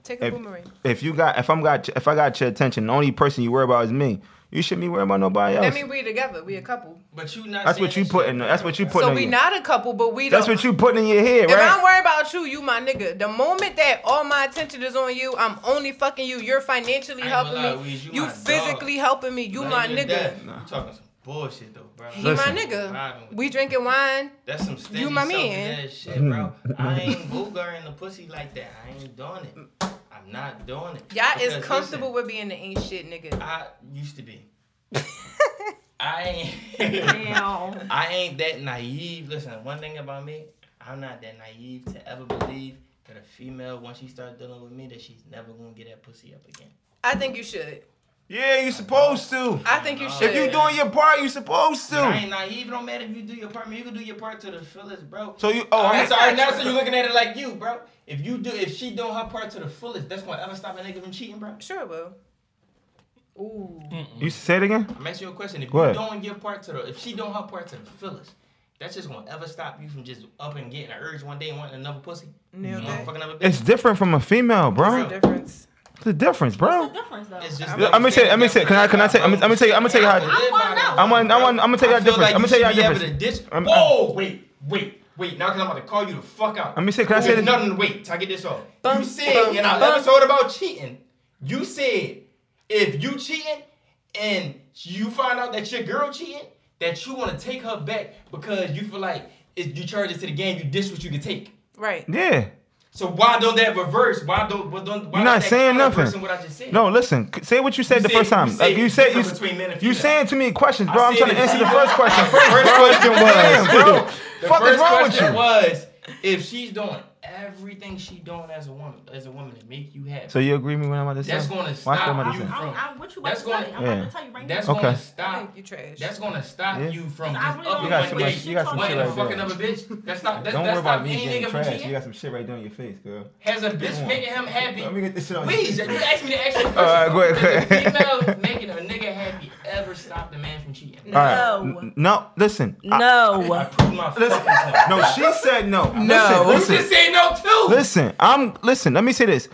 S4: Take a
S5: If-
S4: boomerang.
S5: If you got if I'm got if I got your attention, the only person you worry about is me. You shouldn't be worrying about nobody else.
S4: That mean we together. We a couple.
S1: But you not.
S5: That's what you put in. That's what you put
S4: So
S5: in.
S4: we
S5: your-
S4: not a couple, but we
S5: that's
S4: don't.
S5: what you put in your head,
S4: If I'm
S5: right?
S4: worried about you, you my nigga. The moment that all my attention is on you, I'm only fucking you. You're financially
S1: I ain't gonna
S4: helping
S1: lie,
S4: me.
S1: Weez, you
S4: you
S1: my
S4: physically helping me. You my nigga.
S1: You talking some bullshit though, bro.
S4: He
S5: Listen.
S4: my
S1: Vibing
S4: nigga.
S1: with
S4: We
S1: you.
S4: drinking wine.
S1: That's some stingy
S4: You my
S1: selfish
S4: man.
S1: ass shit, bro.
S5: Mm-hmm.
S1: I ain't boogaring the pussy like that. I ain't doing it. I'm not doing it.
S4: Y'all
S1: Because
S4: is comfortable
S1: listen,
S4: with being the ain't shit nigga.
S1: I used to be. I ain't.
S2: Damn.
S1: I ain't that naive. Listen, one thing about me, I'm not that naive to ever believe that a female, once she starts dealing with me, that she's never gonna get that pussy up again.
S4: I think you should.
S5: Yeah, you supposed to.
S4: I think you
S1: If
S4: should.
S5: If you doing your part, you supposed
S1: But I
S5: to.
S1: ain't naive. It don't matter if you do your part. Man, you can do your part to the fullest, bro.
S5: So you. Oh, I'm,
S1: that's all right. Now, so you're looking at it like you, bro. If you do, if she doing her part to the fullest, that's gonna ever stop a nigga from cheating, bro.
S4: Sure will. Ooh.
S5: you say it again.
S1: I'm asking you a question. If
S5: What?
S1: you doing your part to the, if she doing her part to the fullest, that's just gonna ever stop you from just up and getting an urge one day and wanting another pussy.
S4: Nailed
S1: You wanna
S4: that.
S1: fuck another bitch.
S5: It's different from a female,
S4: What's
S5: bro.
S4: the difference?
S5: It's the difference, bro.
S2: What's the difference though?
S1: It's just
S5: I'm gonna say- I'm gonna say- can I- can I say- I'm gonna- I'm gonna tell you- I'm gonna tell you how-
S2: I wanna know.
S5: I'm on- I'm on- I'm gonna tell you
S1: I
S5: how
S1: feel
S5: different- I'm gonna tell you how
S1: should be able
S5: different.
S1: to ditch-
S5: I'm-
S1: Whoa, wait, wait, wait. Now, cause I'm about to call you the fuck out.
S5: Let me say- can I say this-
S1: No, no, no, wait. Till I get this off.
S4: Bum,
S1: You said
S4: bum,
S1: in our
S4: bum.
S1: episode about cheating, you said if you cheating and you find out that your girl cheating, that you want to take her back because you feel like if you charge it to the game, you dish what you can take.
S4: Right.
S5: Yeah.
S1: So why don't that reverse? Why don't? Why don't why
S5: You're
S1: don't
S5: not
S1: that
S5: saying
S1: counterverse
S5: nothing.
S1: in What I just said.
S5: No, listen. c- Say what you said
S1: You
S5: the
S1: said-
S5: first time.
S1: you
S5: like
S1: said
S5: you said, you,
S1: different between men and
S5: you
S1: female.
S5: saying too many questions, bro.
S1: I
S5: I'm trying to
S1: said
S5: answer the
S1: it.
S5: first question. First,
S1: First
S5: question
S1: question
S5: was,
S1: was-
S5: bro.
S1: The
S5: Fuck is
S1: first
S5: wrong with
S1: question
S5: you?
S1: was if she's doing everything she doing as a woman, as a woman to make you happy.
S5: So you agree with what I'm about to say?
S1: That's gonna
S5: Watch
S1: stop
S5: what I'm about to
S1: you
S5: say.
S2: I'm,
S1: from-
S2: I'm, I'm what you about
S1: That's
S2: to say.
S1: going-
S2: I'm
S5: Yeah.
S2: about to tell you right
S1: that's
S2: now.
S5: Okay.
S1: gonna
S4: I
S1: stop.
S4: think you trash.
S1: That's gonna stop
S5: Yeah.
S1: you from
S2: I
S1: just
S2: really
S1: up
S2: don't
S5: You got
S1: and
S5: so
S1: one
S5: much-
S1: day
S5: you got some
S1: wanting
S5: shit
S1: to
S5: right
S1: fuck
S5: there.
S1: another bitch. That's not. That,
S5: Don't
S1: that's
S5: worry about
S1: not
S5: me
S1: any
S5: getting
S1: nigga from
S5: trash. You
S1: cheating.
S5: got some shit right there in your face, girl.
S1: Has a bitch
S5: Come on.
S1: making him happy?
S5: Let me get this shit out.
S1: Please, you asked me to ask you. a question.
S5: Alright, go ahead, go
S1: Does a
S5: ahead.
S1: Female making a nigga happy ever stop the man from cheating?
S5: All right.
S2: No.
S5: N- No, listen. I-
S1: I
S2: No.
S1: prove my fucking point.
S5: No, she said no.
S4: No.
S1: You
S5: Listen, listen.
S1: just say no too.
S5: Listen, I'm listen. Let me say this: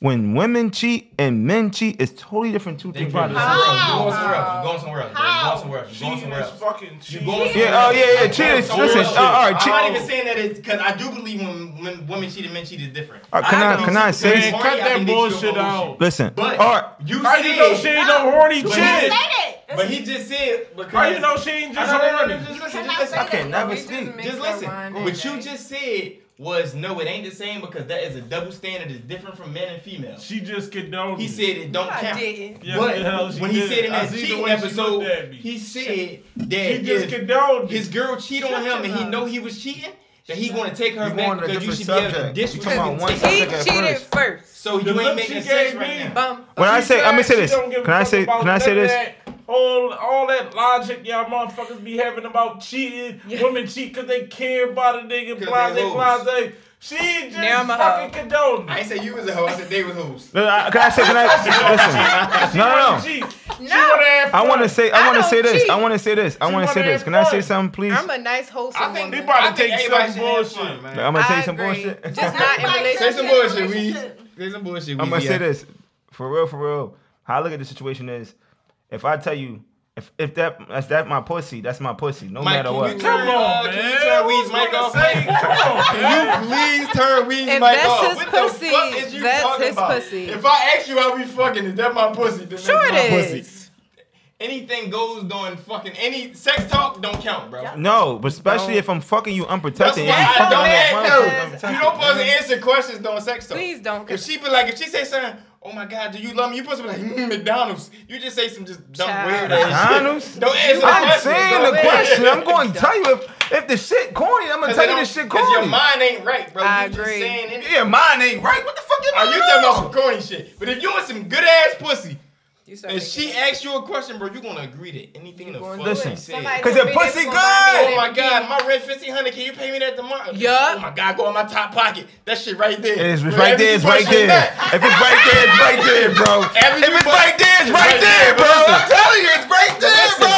S5: when women cheat and men cheat, it's totally different two
S1: Then
S5: things.
S1: you're going somewhere
S5: Yeah,
S1: else. You're going somewhere else. You're going somewhere else. You're going somewhere else. You're going
S3: Cheating
S1: somewhere
S3: is
S1: else.
S3: fucking cheating.
S1: going somewhere
S5: yeah, oh yeah, yeah. Cheat is
S1: Some
S5: listen.
S1: real
S5: Uh,
S1: shit.
S5: all right,
S1: I'm not even
S5: cheat.
S1: saying that it's because I do believe when, when women cheat and men cheat is different.
S5: Uh, can I-
S1: do
S5: can I
S1: too,
S5: say-
S1: because
S3: Man,
S1: horny,
S3: cut
S1: I
S3: that
S1: think they
S3: bullshit
S1: should go
S3: out.
S1: bullshit.
S5: Listen,
S1: But
S5: all right.
S1: you
S3: How
S1: said,
S3: you know she ain't no horny
S2: You said
S3: chick?
S2: it.
S1: but he just said because
S3: How you know she ain't
S1: I
S3: just
S1: know, no, no,
S3: horny?
S1: no, just listen, just
S2: cannot
S1: listen.
S2: say that.
S5: Okay,
S4: No,
S5: never
S4: we just
S5: speak.
S4: mix
S1: Just
S4: the
S1: listen.
S4: wine and
S1: What you
S4: that.
S1: just said was no, it ain't the same because that is a double standard. It's different from men and females.
S3: She just condoned.
S1: He
S3: it.
S1: said it don't
S4: No, I
S1: count.
S4: didn't.
S3: Yeah,
S1: but
S3: the hell she
S1: when he
S3: did.
S1: said in
S3: I
S1: that
S3: see the
S1: cheating
S3: way she
S1: episode,
S3: looked at me.
S1: he said that
S3: she just
S1: if
S3: condoned. it.
S1: his girl cheat on him and he know he was cheating, that he gonna take her
S5: You going
S1: back
S5: to a
S1: because you should
S5: different
S1: be able to
S5: subject.
S1: dish
S5: You
S1: what
S5: talking
S1: you
S5: about
S1: can
S5: one
S1: take.
S5: subject.
S4: He
S5: Look at
S4: cheated
S5: first.
S4: first.
S1: So
S3: The
S1: you
S3: look
S1: ain't making
S3: she
S1: sense
S3: gave me.
S1: right now.
S4: Bum.
S5: When I
S3: She
S5: say, I'm gonna
S3: said
S5: say
S3: she
S5: this.
S3: don't give a
S5: Can I
S3: fuck
S5: say?
S3: about
S5: Can I say
S3: none of
S5: this?
S3: that Whole, all that logic y'all motherfuckers be having about cheating, women cheat because they care about a nigga,
S1: 'Cause
S3: blase,
S1: they hoes.
S3: blase.
S6: She just
S4: Now I'm a
S6: fucking condoned
S1: I
S6: it.
S1: ain't say you was a hoe. I said they was hoes.
S5: Look, I, can I say? Can I listen? No, no, no.
S6: She,
S4: No,
S5: I want to say.
S4: I
S5: I want to
S4: don't
S5: say this.
S4: cheat.
S5: I want to say this. I
S6: She
S5: want to say
S6: wanna
S5: this.
S6: have
S5: Can I say
S6: fun.
S5: something, please?
S4: I'm a nice, wholesome
S1: I think
S4: woman.
S1: I
S6: about to
S1: think
S6: take
S1: everybody
S6: some
S1: should have
S6: bullshit.
S1: fun, man.
S5: I'm gonna
S4: I
S5: say some
S4: agree.
S5: bullshit.
S4: Just not
S2: Everybody
S4: in
S1: Say
S4: relationships.
S1: some
S2: Yeah,
S1: bullshit, we.
S2: relationship.
S1: Say some bullshit,
S5: I'm gonna
S1: Weezy.
S5: say this for real, for real. How I look at the situation is, if I tell you, if if that that's that my pussy, that's my pussy, no
S1: Mike,
S5: matter
S1: can
S5: what.
S1: you
S3: Come
S1: turn,
S3: on,
S1: uh,
S3: man.
S1: Can you turn
S3: Who's
S1: Weezy mic
S3: gonna
S1: off?
S3: say- Come on, man.
S1: Can you please turn Weezy
S4: If
S1: mic
S4: that's
S1: off?
S4: his
S1: What
S4: pussy,
S1: the fuck is you
S4: that's
S1: talking
S4: his
S1: about?
S4: pussy.
S1: If I ask you how we fucking, is that my pussy? Then
S4: Sure
S1: that's my
S4: it
S1: pussy.
S4: is.
S1: Anything goes during fucking any sex talk don't count, bro.
S5: No, but especially
S4: Don't.
S5: if I'm fucking you
S1: That's
S5: unprotected.
S1: why
S5: and
S1: I
S5: you fucking
S1: don't
S5: that
S1: ask
S5: motherfucker.
S1: her. You don't supposed to answer questions during sex talk.
S4: Please don't.
S1: If she be like, if she say something, oh my god, do you love me? You supposed to be like mm, McDonald's. You just say some just dumb
S4: Child.
S1: weird ass
S5: McDonald's?
S1: shit. Don't answer the
S5: I'm
S1: question.
S5: saying
S1: Don't
S5: the
S1: answer.
S5: question. I'm going to tell you if if the shit corny. I'm gonna
S1: 'Cause
S5: tell
S1: it
S5: you
S1: don't-
S5: this shit
S1: 'cause
S5: corny.
S1: Your mind ain't right, bro. you
S4: I agree.
S1: Just saying anything.
S5: Yeah, mine ain't right. What the fuck
S1: Are you talking about
S5: about?
S1: some corny shit? But if you want some good ass pussy,
S4: You start
S1: and
S4: making-
S1: she asks you a question, bro, you gonna agree to anything the
S4: gonna
S1: fuck
S4: do
S5: Listen.
S1: she said.
S4: Somebody
S5: Cause
S4: told
S5: your
S4: me they
S5: pussy
S4: was gonna buy me
S1: Oh
S5: good.
S4: a
S1: my
S4: DVD.
S1: god, my red fifteen hundred. Can you pay me that tomorrow? Oh
S4: Yup.
S1: my god, go in my top pocket. That shit right there.
S5: It's
S1: Wherever
S5: right there.
S1: you
S5: It's
S1: push
S5: right
S1: it
S5: there.
S1: back.
S5: If it's right there, it's right there, bro.
S1: Every
S5: If it's
S1: button-
S5: right there, it's right there, bro.
S1: but
S5: I'm telling you, it's right there, bro.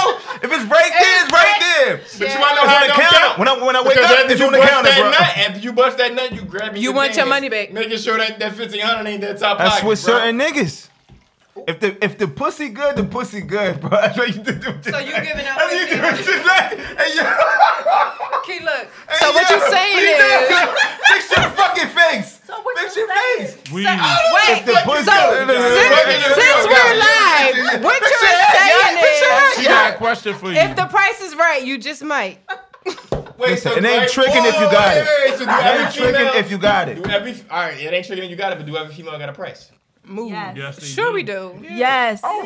S5: If it's right there, it's right there.
S1: But you wanna know
S5: It's
S1: how
S5: on
S1: it
S5: the
S1: don't
S5: counter.
S1: count.
S5: When I- when I wake
S1: Because
S5: up,
S1: after
S5: it's
S1: you
S5: on the
S1: bust
S5: counter,
S1: that
S5: bro.
S1: nut, after you bust that nut, you grab me.
S4: You want your money back.
S1: Making sure that that fifteen hundred ain't that top
S5: That's
S1: pocket.
S5: with
S1: bro.
S5: certain niggas. If the if the pussy good, the pussy good, bro. That's what you do.
S4: So you giving out
S5: That's what you
S4: fifteen
S5: giving today. Hey, yo.
S4: Key, look.
S5: Hey,
S4: So what
S5: yo.
S4: you saying
S5: Fix
S4: is?
S5: your- Fix your fucking face.
S2: So what
S5: Fix
S2: you
S5: your
S2: saying?
S5: face.
S3: We
S5: If the
S4: Wait.
S5: pussy
S4: So since, since we're live, what
S5: Fix your
S4: you're
S5: head,
S4: saying
S5: yeah, fix your head.
S4: is,
S3: she got a question for you.
S4: if the price is right, you just might.
S1: Wait,
S5: Listen,
S1: so
S5: it
S1: do
S5: ain't
S1: every-
S5: tricking if you
S1: Whoa,
S5: got
S1: wait,
S5: it.
S1: wait, wait, so do
S5: It
S1: every
S5: ain't tricking
S1: female-
S5: if you got it.
S1: Do every all right, it ain't tricking if you got it, but do every female got a price?
S4: Move.
S2: Yes.
S3: Yes, they
S4: Sure
S3: do.
S4: we do.
S2: Yes.
S5: Oh,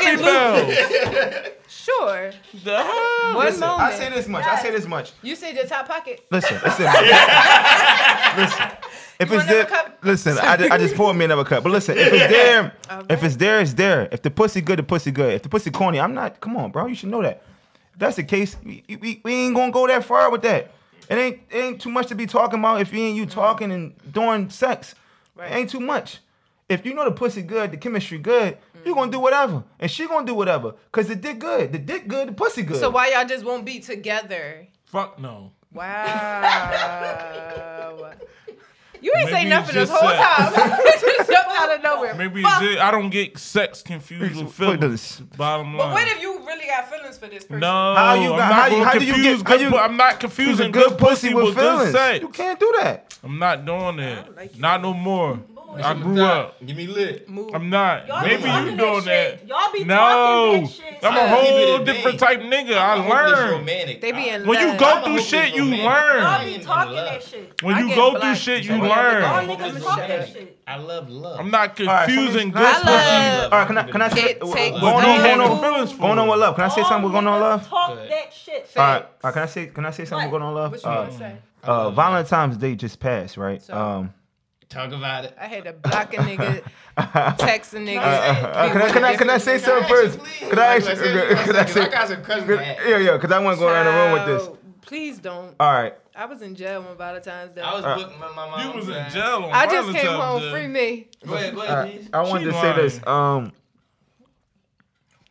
S4: Absolutely fucking
S3: Females.
S4: Sure.
S3: The hell?
S4: One
S5: Listen, I say
S4: moment.
S5: this much. I say this much.
S4: You said your top pocket.
S5: Listen, listen, listen.
S4: You
S5: If it's
S4: want another
S5: there,
S4: cup?
S5: listen. I, ju- I just poured me another cup. But listen, if it's there, if it's there, it's there. If the pussy good, the pussy good. If the pussy corny, I'm not. Come on, bro. You should know that. If that's the case, we, we, we ain't gonna go that far with that. It ain't it ain't too much to be talking about if you ain't you talking and doing sex.
S4: Mm-hmm. Right.
S5: It ain't too much. If you know the pussy good, the chemistry good,
S4: Mm-hmm.
S5: you gonna do whatever, and she gonna do whatever, cause the dick good, the dick good, the pussy good.
S4: So why y'all just won't be together?
S3: Fuck no.
S4: Wow. You ain't say
S3: Maybe
S4: nothing this
S3: it's
S4: whole
S3: just
S4: time. just jumped out of nowhere.
S3: Maybe
S4: Fuck.
S3: it's it. I don't get sex confused with
S5: Fuck
S3: feelings.
S5: this.
S3: Bottom line.
S4: But what if you really got feelings for this person?
S3: No,
S5: How you got-
S3: I'm not
S5: how you-
S3: gonna
S5: how do you
S3: confuse
S5: get- how
S3: good,
S5: you-
S3: pu- I'm not confusing good, pussy with, good sex.
S5: You can't do that.
S3: I'm not doing that.
S4: don't like you.
S3: not no more. I grew up.
S1: Give me lit.
S4: Move.
S3: I'm not.
S2: Y'all be
S3: Maybe
S2: talking
S3: you
S2: that
S3: doing that.
S2: shit. Y'all be talking
S3: No,
S2: that shit.
S3: I'm a
S1: Yeah, keep it
S3: whole
S1: in
S3: different
S1: vain.
S3: type nigga.
S1: I
S3: I
S1: hope this
S3: learned.
S1: romantic.
S4: They be in
S3: When you
S4: love.
S3: go
S1: I'm
S3: through
S1: hoping
S3: shit, you
S1: romantic.
S2: Y'all
S3: learn.
S1: I
S2: be
S1: ain't
S2: talking
S1: in love.
S2: that shit.
S3: When
S4: I
S3: you
S4: get
S3: go through
S4: black.
S3: shit,
S4: I
S3: you
S4: get
S2: Y'all
S3: learn.
S4: black.
S2: niggas
S4: Shut
S2: talk that
S4: up.
S2: shit.
S1: I love love.
S3: I'm not
S5: All right, so
S3: confusing
S5: let's-
S3: good
S5: let's- let's-
S4: I
S3: pussy.
S4: love-
S5: All right, can I can I say
S4: It
S5: uh,
S4: takes
S5: going on going
S3: having
S5: on
S3: feelings for
S5: going on
S3: it.
S5: with love? Can I say
S2: Y'all
S5: something? with going on
S2: niggas
S5: love. All
S2: Talk that shit.
S5: right, all right, can I say can I say something? with
S2: What?
S5: Going on love.
S4: What you
S5: Uh,
S4: gonna say?
S5: uh, Valentine's Day just passed, right?
S4: So-
S5: Um,
S1: Talk about it.
S4: I had to block a nigga, text a nigga.
S5: uh, can I can I can I say something first? Can I
S1: Like,
S5: ask?
S1: like,
S5: Can I
S1: like, I
S5: say?
S1: got some cousins that-
S5: Yeah, yeah, because I want to go around the room with this.
S4: Please don't.
S3: Uh,
S5: All right,
S4: I was in jail on Valentine's Day.
S1: I
S4: I,
S5: Uh,
S1: was booking my, my mom.
S3: You was in jail on
S4: just came
S3: Valentine's
S4: home.
S3: Day.
S4: Free me.
S1: Go ahead, go
S5: all
S1: ahead,
S5: right.
S1: Jeez.
S5: uh, I wanted to
S3: She
S5: say this.
S3: lying.
S5: Um,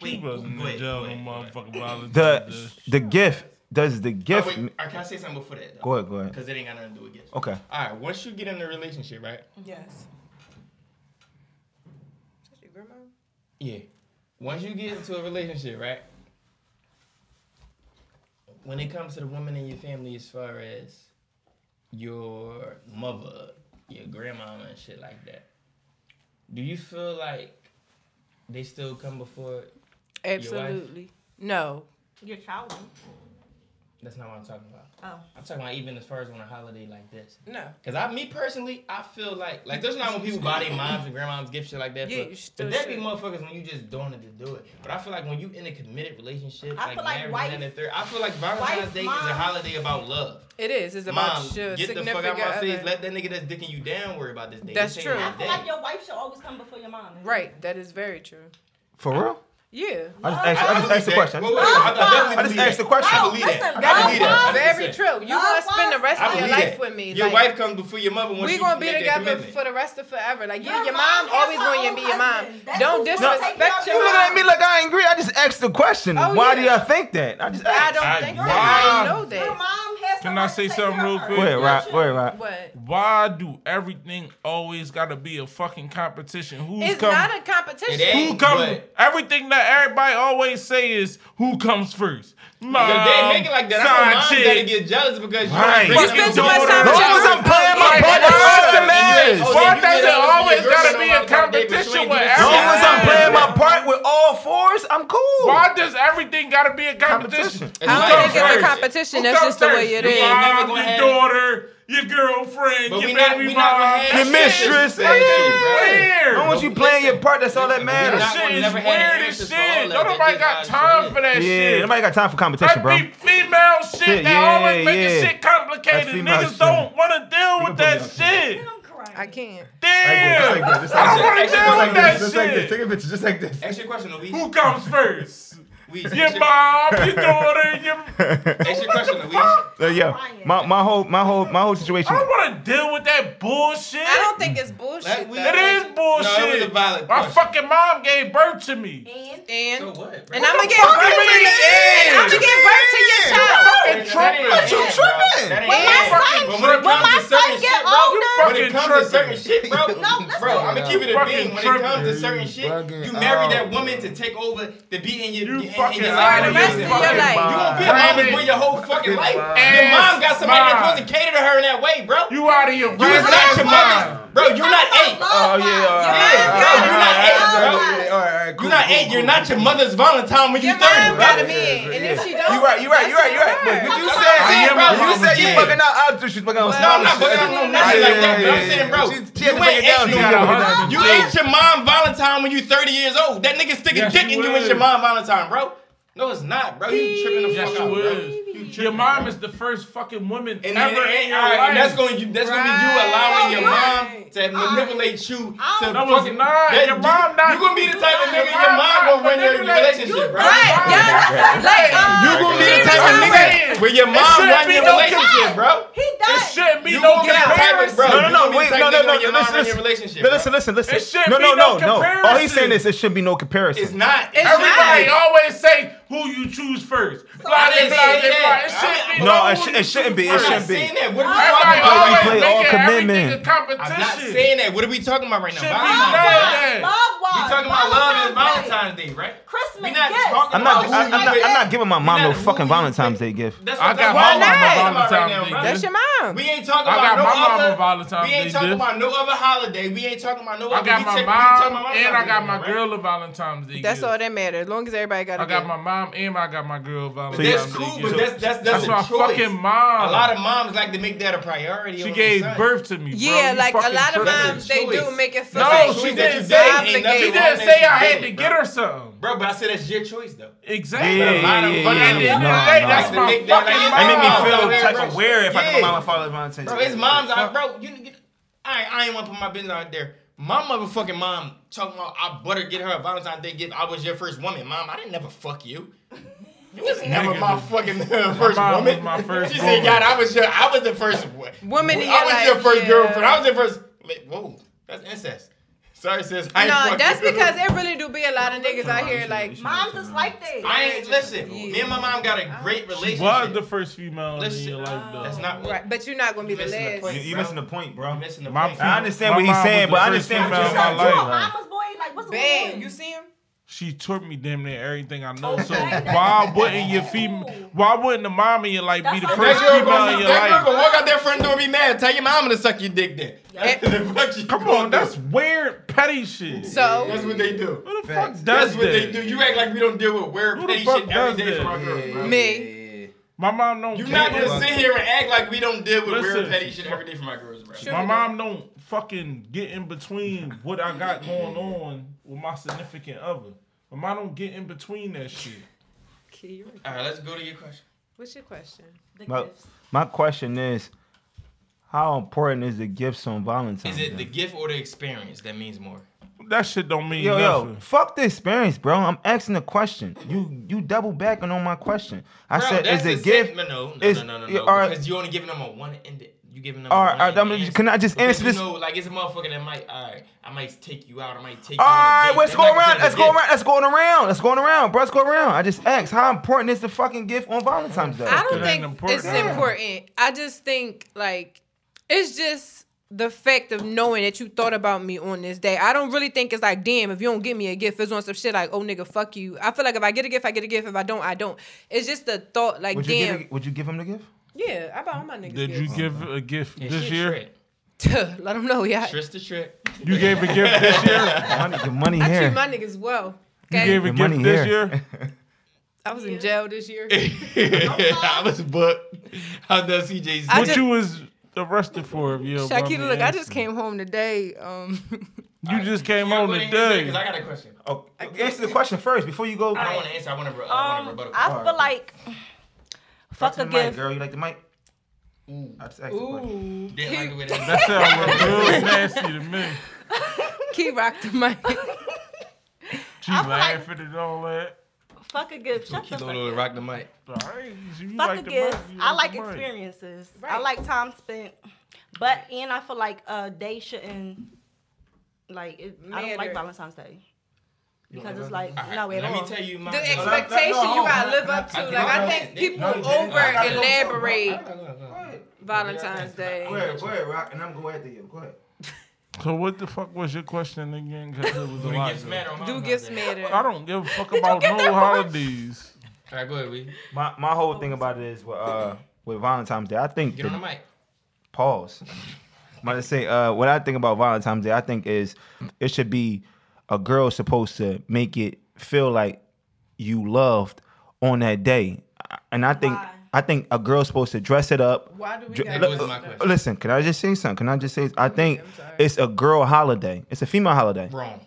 S3: She
S1: Wait,
S3: wasn't
S1: wait,
S3: in jail
S1: wait,
S3: on
S1: wait.
S3: motherfucking Valentine's Day.
S5: the the gift does the
S1: Oh,
S5: gift.
S1: wait, all right, can I say something before that?
S5: Go ahead, Oh. go ahead.
S1: Because it ain't got nothing to do with gifts.
S5: Okay.
S1: All right, once you get in a relationship, right?
S4: Yes. That's your grandma?
S1: Yeah. Once you get into a relationship, right? When it comes to the woman in your family, as far as your mother, your grandmama, and shit like that, do you feel like they still come before?
S4: Absolutely. No.
S2: Your child.
S1: That's not what I'm talking about.
S2: Oh.
S1: I'm talking about even as far as on a holiday like this.
S4: No.
S1: Cause I, me personally, I feel like like there's not when people buy their moms and grandmoms gift shit like that.
S4: Yeah,
S1: but,
S4: you still
S1: but there be
S4: should.
S1: motherfuckers when you just doing it to do it. But I feel like when you in a committed relationship,
S2: I
S1: like,
S2: feel like
S1: marriage
S2: wife-
S1: and that third, I feel like Valentine's
S2: wife,
S1: Day is
S2: mom-
S1: a holiday about love.
S4: It is. It's about
S1: Mom,
S4: your
S1: get the fuck
S4: significant
S1: out my face.
S4: other.
S1: Let that nigga that's dicking you down worry about this day.
S4: That's
S1: This ain't
S4: true.
S1: my
S2: I feel
S1: day.
S2: like your wife should always come before your mom.
S4: Right. That is very true.
S5: For real?
S4: Yeah.
S5: I just asked, I just asked the question. I
S1: Wait, wait,
S5: just-
S1: wait, I- I definitely
S5: I just
S1: believe that.
S5: asked the question.
S1: I believe that.
S2: listen,
S1: I believe that.
S4: Very
S1: 100%.
S4: true. You
S2: Love
S4: gonna spend the rest
S1: I
S4: of your
S1: believe
S4: life
S1: that.
S4: with me.
S1: Your
S4: like,
S1: wife comes before your mother. Once
S4: We
S1: you
S4: gonna be
S1: make that
S4: together
S1: commitment.
S4: for the rest of forever. Like yeah,
S2: Your
S4: your
S2: mom
S4: mom
S2: is
S4: always
S2: her
S4: going
S2: own
S4: to be your mom.
S2: husband. That's
S4: Don't
S2: who's gonna
S4: disrespect
S2: take
S4: your
S2: care
S4: mom.
S5: You
S2: of
S5: looking at me like I ain't agree. I just asked the question.
S4: Oh, yeah.
S5: Why do y'all think that? I just
S4: I
S5: asked.
S4: don't
S3: I-
S4: think
S3: Your
S4: so. I
S3: mom-
S4: know
S2: Your
S4: that.
S2: mom has
S3: Can I
S2: somebody
S3: say
S2: to take
S3: something
S2: care
S3: real
S2: of her.
S5: Go
S3: quick?
S5: ahead, Rock. Go ahead, Rock.
S4: What?
S3: Why do everything always gotta be a fucking competition? Who's
S4: It's
S3: coming?
S4: not a competition.
S1: It ain't.
S3: who comes?
S1: but-
S3: Everything that everybody always say is who comes first. Mom,
S1: Because they make it like that. I know
S3: side
S1: mom's
S3: chick.
S1: daddy get jealous because you don't
S5: Right. You
S1: bring
S4: spend
S1: your
S4: too much
S1: daughter
S4: time
S5: As
S4: with
S5: long
S4: your
S5: as I'm
S4: mom.
S5: playing my
S4: Yeah,
S5: part,
S4: that's
S5: that's all that
S1: And
S5: matters.
S1: you ain't- oh,
S5: As long
S1: yeah,
S3: Why
S1: you
S3: does
S1: get
S3: it
S1: all these
S3: always
S1: girls
S3: gotta
S1: on my birthday, but
S3: be a
S1: you ain't
S3: competition
S1: get
S3: with
S1: shit.
S3: everyone?
S5: long as I'm playing my part with all fours, I'm cool.
S3: Why does everything gotta be a competition?
S5: Competition.
S1: It's
S4: I
S1: like-
S4: don't think it's
S3: first?
S4: a competition.
S3: Who
S4: That's
S3: comes
S4: just the way it
S3: first?
S4: is.
S3: Your
S1: never gonna
S3: mom, your
S1: have-
S3: daughter, your girlfriend,
S1: But
S3: your
S1: we not-
S3: baby
S1: we not gonna
S3: mom.
S1: have That
S5: Your
S1: shit
S5: mistress.
S1: is crazy, bro.
S5: As long as you playing your part, that's all that
S1: Listen, we're
S3: That
S5: matters.
S1: not gonna
S3: shit is
S1: never have
S3: weird
S1: answers
S3: as
S1: for all
S3: shit.
S1: of
S3: No,
S1: that.
S3: nobody
S1: That
S3: got
S1: is how it
S3: time
S1: is.
S3: for that
S5: Yeah,
S3: shit.
S5: nobody got time for competition,
S3: That
S5: bro.
S3: be female shit.
S5: Shit,
S3: They
S5: yeah,
S3: always making
S5: yeah.
S3: shit complicated.
S5: That's female
S3: Niggas
S5: shit.
S3: don't want to deal with
S5: can
S3: that
S5: put
S3: shit.
S2: I'm crying.
S4: I can't.
S3: Damn.
S7: Like this,
S3: I
S7: like
S3: don't want
S7: this,
S1: Actually,
S3: to deal
S7: like
S3: with
S7: this,
S3: that
S7: just like this.
S3: shit.
S7: Take a picture, just like this.
S1: Ask your question, Louise.
S3: Who comes first?
S1: Louise, ask
S3: Your mom, your daughter, your.
S1: Ask your question, Louise.
S5: Uh, yeah, my my whole my whole my whole
S3: I
S5: situation.
S3: don't want to deal with that bullshit.
S4: I don't think it's bullshit.
S1: That we-
S4: though.
S3: It is bullshit.
S1: No, it was a valid
S3: My
S1: question.
S3: fucking mom gave birth to me.
S2: And
S4: And,
S1: So what? bro?
S4: and I'm gonna get
S3: fuck you
S4: birth to
S3: mean
S4: you.
S3: it
S4: And I'm
S3: is?
S4: gonna give birth to your child.
S3: Fucking tripping.
S1: That ain't
S5: You
S1: it,
S5: tripping.
S1: bro. That ain't
S4: When
S1: it,
S4: my
S1: bro. But it comes to certain
S4: son- when my son
S1: shit, bro,
S4: get older-
S1: when it
S3: Fucking
S1: comes to
S3: tripping.
S1: certain shit, bro,
S2: let's
S1: bro,
S2: not.
S1: I'm gonna keep it a
S3: Fucking
S1: bean. When it comes to
S3: tripping.
S1: certain shit,
S7: Fucking
S1: you marry that
S7: out,
S1: woman to take over the beat in your in-
S3: You
S1: in
S3: fucking
S1: your
S3: out
S1: life.
S3: of your
S1: You
S4: fucking
S1: won't be a
S3: mind.
S1: mama for your whole fucking life. Your
S3: Ass
S1: mom got somebody that's supposed to
S3: mind.
S1: cater to her in that way, bro.
S3: You out of your you
S1: You're not your mother, bro. You're not eight.
S5: Oh yeah, all
S1: Yeah,
S5: right.
S1: bro, you're not eight, bro.
S7: all right, cool.
S1: You're not
S7: cool,
S1: eight. You're
S7: cool.
S1: not your mother's Valentine when you're
S4: Your
S1: 30,
S4: mom
S1: bro.
S4: gotta be in. And if she don't,
S5: You right, you right, you right, you right. But when you
S1: That's what
S5: said,
S1: I'm saying, bro.
S5: when you
S1: Mama,
S5: said you
S1: yeah.
S5: fucking out altitude, she's fucking on
S1: No, I'm
S5: small
S1: not
S5: shit.
S1: fucking out no nothing like that, bro. I'm saying, bro,
S5: She, she
S1: you
S5: had to break
S1: ain't
S5: it down.
S1: eight no
S5: She had
S1: more.
S5: to break it down.
S1: You ain't your mom Valentine when you're 30 years old. That nigga stick a
S3: Yes,
S1: dick
S3: you
S1: in you as your
S3: would.
S1: mom Valentine, bro. No, it's not, bro. You tripping the
S3: Yes,
S1: fuck
S3: you
S1: out, bro.
S3: is. Your mom is the first fucking woman
S1: And,
S3: ever
S1: and-
S3: in your
S1: and-
S3: life.
S1: and that's going to that's going to be you allowing your mom
S4: Right.
S1: to manipulate you to
S3: That was
S1: fucking
S3: not.
S1: that-
S3: Your mom not-
S1: You gonna be the type of nigga
S3: Your
S1: your
S3: mom
S1: mom
S3: not
S1: gonna run your your
S3: manipulating.
S1: relationship, bro.
S4: right, yeah, like um,
S2: uh,
S1: You gonna be the
S4: Jesus
S1: type of
S4: Christ.
S1: nigga where your mom
S3: shouldn't
S1: run
S3: be
S1: your
S3: no
S1: relationship,
S3: comparison.
S1: bro.
S2: he
S3: It
S2: died.
S3: shouldn't be
S1: You
S3: no
S1: gonna be the type of
S3: comparison.
S1: bro.
S5: No,
S1: You
S5: no,
S1: gonna
S5: no,
S1: be
S5: wait,
S1: the type
S5: no,
S1: of
S5: no,
S1: nigga
S5: no,
S1: when your
S5: no,
S1: mom
S5: listen,
S1: run your
S5: listen,
S1: relationship,
S5: No,
S1: bro.
S5: listen, listen, listen.
S3: It shouldn't
S5: no,
S3: be
S5: no,
S3: no
S5: no, no. All he's
S3: comparison.
S5: saying is it shouldn't be no comparison.
S1: It's not. It's
S4: Everybody
S3: Everybody
S1: not.
S3: always say who you choose first. Blah, blah, blah,
S1: didn't
S3: blah,
S1: say
S3: blah. It
S1: that.
S3: shouldn't be.
S5: No,
S3: who
S5: it
S3: you
S5: sh- it shouldn't
S3: choose
S5: be. It
S1: I'm
S3: first.
S1: not
S5: shouldn't be.
S1: saying that. What are we talking about?
S3: Everybody
S5: Because we
S3: always
S5: play
S3: making
S5: all
S3: everything
S5: commitment.
S3: a competition.
S1: I'm not saying that. What are we talking about right now?
S3: Should be
S1: Valentine's Day.
S3: that.
S2: Love
S1: We
S2: was.
S1: talking about love and
S2: Valentine's Day.
S1: Valentine's Day, right?
S2: Christmas
S1: We not
S2: gifts.
S1: talking
S5: I'm
S1: about
S5: not, I, I'm
S1: who you
S5: not,
S1: with.
S5: I'm not giving my mom
S1: not
S5: no
S1: who
S5: fucking
S1: you
S5: Valentine's
S1: with.
S5: Day gift.
S1: That's
S3: I
S1: what
S3: got
S1: that's what I'm
S3: my mama
S1: talking about
S3: Valentine's
S1: right now,
S3: Day.
S1: bro.
S4: That's your mom.
S1: We ain't talking
S3: I
S1: about
S3: got
S1: no
S3: my mama
S1: other.
S3: Valentine's
S1: we ain't
S3: Day
S1: talking
S3: gift.
S1: about no other holiday. We ain't talking about no
S3: I
S1: other.
S3: got
S1: we
S3: my
S1: check- we talking
S3: mom
S1: about
S3: and I
S1: Valentine's
S3: got
S1: Day,
S3: my
S1: right?
S3: girl a Valentine's Day.
S4: That's
S3: gift.
S4: all that matters. As long as everybody got.
S3: I
S4: a
S3: got
S4: gift.
S3: my mom and I got my girl Valentine's
S1: That's
S3: Day.
S1: cool,
S3: gift.
S1: but that's that's that's,
S3: That's
S1: a
S3: my
S1: choice.
S3: fucking mom.
S1: A lot of moms like to make that a priority.
S3: Uh-huh. She
S1: over
S3: gave
S1: their son.
S3: birth to me. bro.
S4: Yeah,
S3: You
S4: like a
S3: fucking
S4: lot of
S3: tripping.
S4: moms, they do
S1: choice.
S4: make it feel
S3: No,
S4: like
S3: she
S4: you're
S3: didn't
S4: just
S3: say
S1: ain't nothing
S4: obligated.
S3: She
S1: wrong.
S3: didn't say I
S1: Hey,
S3: had to
S1: bro.
S3: get her something.
S1: Bro, but I said that's your choice though.
S3: Exactly.
S5: Yeah,
S1: But a lot of
S5: yeah,
S1: moms-
S5: yeah, yeah.
S3: At the end
S5: No,
S3: of the day,
S5: no.
S3: that's my
S1: They-
S3: fucking
S1: they- like, it's
S5: It made me
S1: Oh, yeah,
S5: feel
S3: mom.
S5: type
S1: bro.
S5: of weird if I
S1: Yeah.
S5: come out and follow Valentine's
S1: Bro,
S5: Day.
S1: his mom's out, bro. You, you I ain't, I ain't want to put my business out there. My motherfucking mom talking about I better get her a Valentine's Day gift. I was your first woman, mom. I didn't never fuck you. You was never
S3: Nigga,
S1: my
S3: dude.
S1: fucking uh, first
S3: mom
S1: woman.
S3: was my first
S1: she said,
S3: woman.
S1: "God, I was your, I was the first wo-
S4: Woman,
S1: I
S4: yeah,
S1: was your
S4: like,
S1: first
S4: yeah.
S1: girlfriend. I was your first. Wait, Whoa, that's incest. Sorry, sis. I ain't
S4: No,
S1: fucking-
S4: that's because it really do be a lot of niggas out here like.
S2: Moms is like that.
S1: I ain't listen. Me and my mom got a great
S3: She
S1: relationship.
S3: was the first female in
S1: Listen,
S3: your life, though.
S1: that's not what.
S4: Right, but you're not gonna be the
S1: Missing the
S4: last.
S1: point.
S5: You- You missing the point, bro.
S1: I'm missing the
S3: My
S1: point.
S3: fam-
S5: I understand
S3: My
S5: what he's
S3: mom was
S5: saying, but
S3: the
S5: I
S3: first
S5: understand
S3: female
S5: what
S2: What
S3: in
S5: you're
S2: you
S3: my
S2: trying to
S5: saying.
S2: do?
S3: life.
S2: A mama's boy, like what's going
S4: Bam,
S2: on?
S4: you see him?
S3: She taught me damn near everything I
S1: Oh,
S3: know. So
S2: Okay.
S3: why wouldn't your female? Why wouldn't the mom in your life be the
S2: That's
S3: first
S1: That girl,
S3: female
S1: gonna,
S3: in your
S1: that girl
S3: life?
S1: gonna walk out their front door and be mad. Tell your mama to suck your dick then.
S4: Yeah.
S1: Fuck you.
S3: Come on, that's weird, petty shit.
S4: So
S1: That's what they do.
S3: Who the fuck does
S1: That's what
S3: that?
S1: they do. You act like we don't deal with weird
S3: Who the
S1: petty
S3: fuck
S1: shit every
S3: does
S1: day
S3: that?
S1: from our girls, bro.
S4: me,
S3: My mom don't.
S1: You're
S3: care.
S1: not gonna sit here and act like we don't deal with weird
S3: Listen.
S1: petty shit every day from our girls, bro.
S3: My mom don't fucking get in between what I got going on with my significant other. My mom don't get in between that shit.
S4: Key, you're right.
S1: All right, let's go to your question.
S4: what's your question?
S2: The
S5: My,
S2: gifts.
S5: my question is, how important is the gifts on Valentine's
S1: Is it the
S5: Day?
S1: gift or the experience that means more?
S3: That shit don't mean
S5: Yo,
S3: nothing.
S5: yo, fuck the experience, bro. I'm asking a question. You you double backing on my question. I
S1: Bro,
S5: said,
S1: that's the
S5: is it gift?
S1: same- No, no, no,
S5: is-
S1: no, no, no,
S5: yeah,
S1: no.
S5: all right.
S1: because you only giving them a one ended. You giving them. a
S5: All right, all right,
S1: one-ended
S5: I'm-
S1: answer.
S5: can I just
S1: Because
S5: answer
S1: you
S5: this-
S1: know, like it's a motherfucker that might. All right, I might take you out. I might take.
S5: All
S1: you on a
S5: right,
S1: date.
S5: let's
S1: That
S5: go
S1: might be
S5: around.
S1: considered
S5: Let's
S1: a
S5: go
S1: gift.
S5: around. Let's go around. Let's go around, bro. Let's go around. I just asked, how important is the fucking gift on Valentine's Day?
S4: I
S3: It
S4: don't
S3: ain't
S4: think
S3: important.
S4: it's
S3: Yeah.
S4: important. I just think like it's just the fact of knowing that you thought about me on this day. I don't really think it's like, damn, if you don't give me a gift, it's on some shit like, oh nigga, fuck you. I feel like if I get a gift, I get a gift. If I don't, I don't. It's just the thought, like,
S5: Would you
S4: damn,
S5: give? it- Would you give him the gift?
S4: yeah, I bought all my niggas.
S3: Did you
S4: gifts.
S3: give a gift
S1: Yeah,
S3: this
S1: shit,
S3: year?
S1: Trick.
S4: Let them know, yeah.
S1: Trick's the trick.
S3: You gave a gift this year.
S5: Money, the money
S4: I
S5: here.
S4: treat my niggas well.
S3: You
S4: Okay,
S3: gave a
S5: The
S3: gift
S5: money
S3: this
S5: here.
S3: year.
S4: I was in jail this year.
S1: I was booked. How does CJ's?
S4: I
S3: What
S4: just-
S3: you was arrested for? If you don't mind me
S4: Shakira, look, I just
S3: asking?
S4: came home today. Um,
S3: You just came
S1: Yeah,
S3: on
S1: what do you say? 'Cause
S3: today.
S1: I got a question.
S5: Oh, answer the question first before you go.
S1: I don't want to answer. I want to. I want to
S2: Um,
S1: rebuttal.
S2: I feel like fuck
S5: to
S2: a
S5: the mic,
S2: gift.
S5: girl. You like the mic? Ooh. I just asked the question.
S1: Didn't like the way that-
S3: That sounded real nasty to me.
S4: Key rocked the mic.
S3: She
S2: I feel like-
S3: laughing and all that.
S2: Fuck a gift. Shut the fuck up.
S1: rock the mic.
S3: All right, you
S2: Fuck
S3: like
S2: a
S3: the
S2: gift.
S3: mic, you
S2: I like
S3: the mic.
S2: experiences. I
S4: Right.
S2: like time spent. But and I feel like uh they shouldn't like it, I don't
S4: Matter.
S2: like Valentine's Day. Because it's like
S1: All right,
S2: no at
S1: Let
S2: all.
S1: me tell you my.
S4: the
S1: Go ahead,
S4: expectation
S5: No, no, no,
S4: you gotta
S5: no,
S4: live
S5: no,
S4: up to.
S1: I
S4: Like I
S1: think-
S4: think
S1: no,
S4: people
S1: you didn't.
S4: over
S1: I gotta go,
S4: elaborate
S1: go ahead, go ahead.
S4: Valentine's Day.
S5: Where, where, rock, and I'm going after you. Go ahead.
S3: So what the fuck was your question again? 'Cause it was a
S1: Who
S3: lot.
S1: gets
S3: there.
S1: mad on
S4: Do
S1: my
S4: gifts
S1: birthday?
S4: matter?
S3: I don't give a fuck about
S4: get that
S3: no
S4: from
S3: holidays.
S1: All right, go ahead. We
S5: My my whole thing about it is with uh with Valentine's Day. I think
S1: get on the
S5: the-
S1: mic.
S5: pause. I'm about to say uh, what I think about Valentine's Day. I think is it should be a girl supposed to make it feel like you loved on that day, I- and I think
S2: Why?
S5: I think a girl's supposed to dress it up.
S4: Why do we?
S5: Dr-
S4: gotta
S1: That
S5: look,
S1: was
S4: do
S1: my
S4: that?
S1: question.
S5: Listen, can I just say something? Can I just say I think
S4: I'm sorry.
S5: it's a girl holiday. It's a female holiday.
S1: Wrong.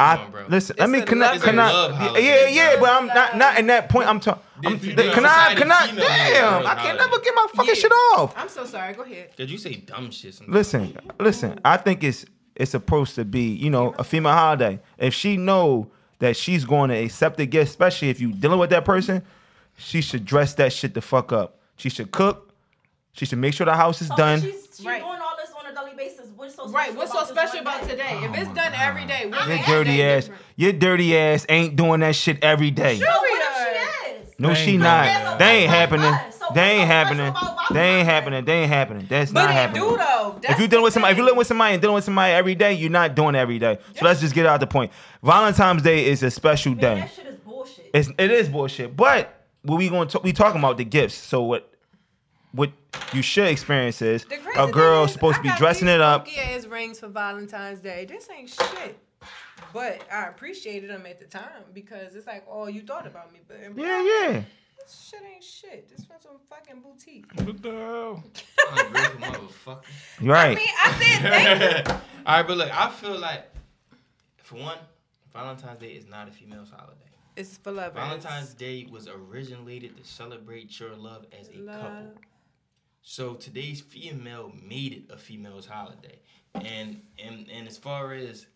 S5: I
S1: Come on, bro.
S5: listen. let
S4: It's
S5: me
S4: a
S5: can I,
S4: love-
S5: can
S1: It's a
S5: I-
S1: love
S5: yeah,
S1: holiday,
S5: yeah,
S1: bro.
S5: but I'm not not in that point. I'm talking.
S1: This is
S5: Can I?
S1: society
S5: Can I?
S1: female holiday,
S5: Damn!
S1: bro,
S5: I can
S1: holiday.
S5: never get my fucking
S4: Yeah.
S5: shit off.
S4: I'm so sorry. Go ahead.
S1: Did you say dumb shit? sometimes.
S5: Listen, listen. I think it's it's supposed to be, you know, a female holiday. If she know that she's going to accept a gift, especially if you dealing with that person, she should dress that shit the fuck up. She should cook. She should make sure the house is
S2: So
S5: done.
S2: Oh, She's, she's
S4: Right.
S2: doing all this on a daily basis. What's so special
S4: Right. What's so
S2: this one
S4: special about
S2: day?
S4: today? If it's done every day, what
S5: Your
S4: makes
S5: dirty
S4: that
S5: ass,
S4: different?
S5: your dirty ass ain't doing that shit every day.
S2: So what if she is?
S5: No, she
S3: Dang,
S5: not.
S2: bro.
S5: They ain't happening.
S2: So
S5: They ain't
S2: what's so
S5: happening.
S2: special about
S5: They
S2: Valentine's
S5: ain't
S2: Day?
S5: happening. They ain't happening. That's
S4: But
S5: not
S4: it
S5: happening.
S4: do though. That's
S5: if you're dealing with
S4: the
S5: somebody, if
S4: thing.
S5: you're living with somebody and dealing with somebody every day, you're not doing it every day. So let's just get out the point. Valentine's Day is a special
S2: Man,
S5: day.
S2: That shit is bullshit.
S5: It's it is bullshit. But what we going to we talking about the gifts. So what what you should experience is
S4: The crazy
S5: a
S4: thing
S5: girl's
S4: is,
S5: supposed
S4: I
S5: to be
S4: got
S5: dressing
S4: these
S5: it up.
S4: funky ass rings for Valentine's Day. This ain't shit. But I appreciated them at the time because it's like, oh, you thought about me, but in
S5: Yeah,
S4: reality,
S5: yeah.
S4: This shit ain't shit. This one's some fucking boutique.
S3: What the hell?
S1: Ungrateful motherfucker.
S5: You're
S4: I
S5: right.
S4: mean, I said thank you.
S1: All right, but look, I feel like, for one, Valentine's Day is not a female's holiday.
S4: It's for love.
S1: Valentine's Day was originated to celebrate your love as a couple. So today's female made it a female's holiday. And and and as far as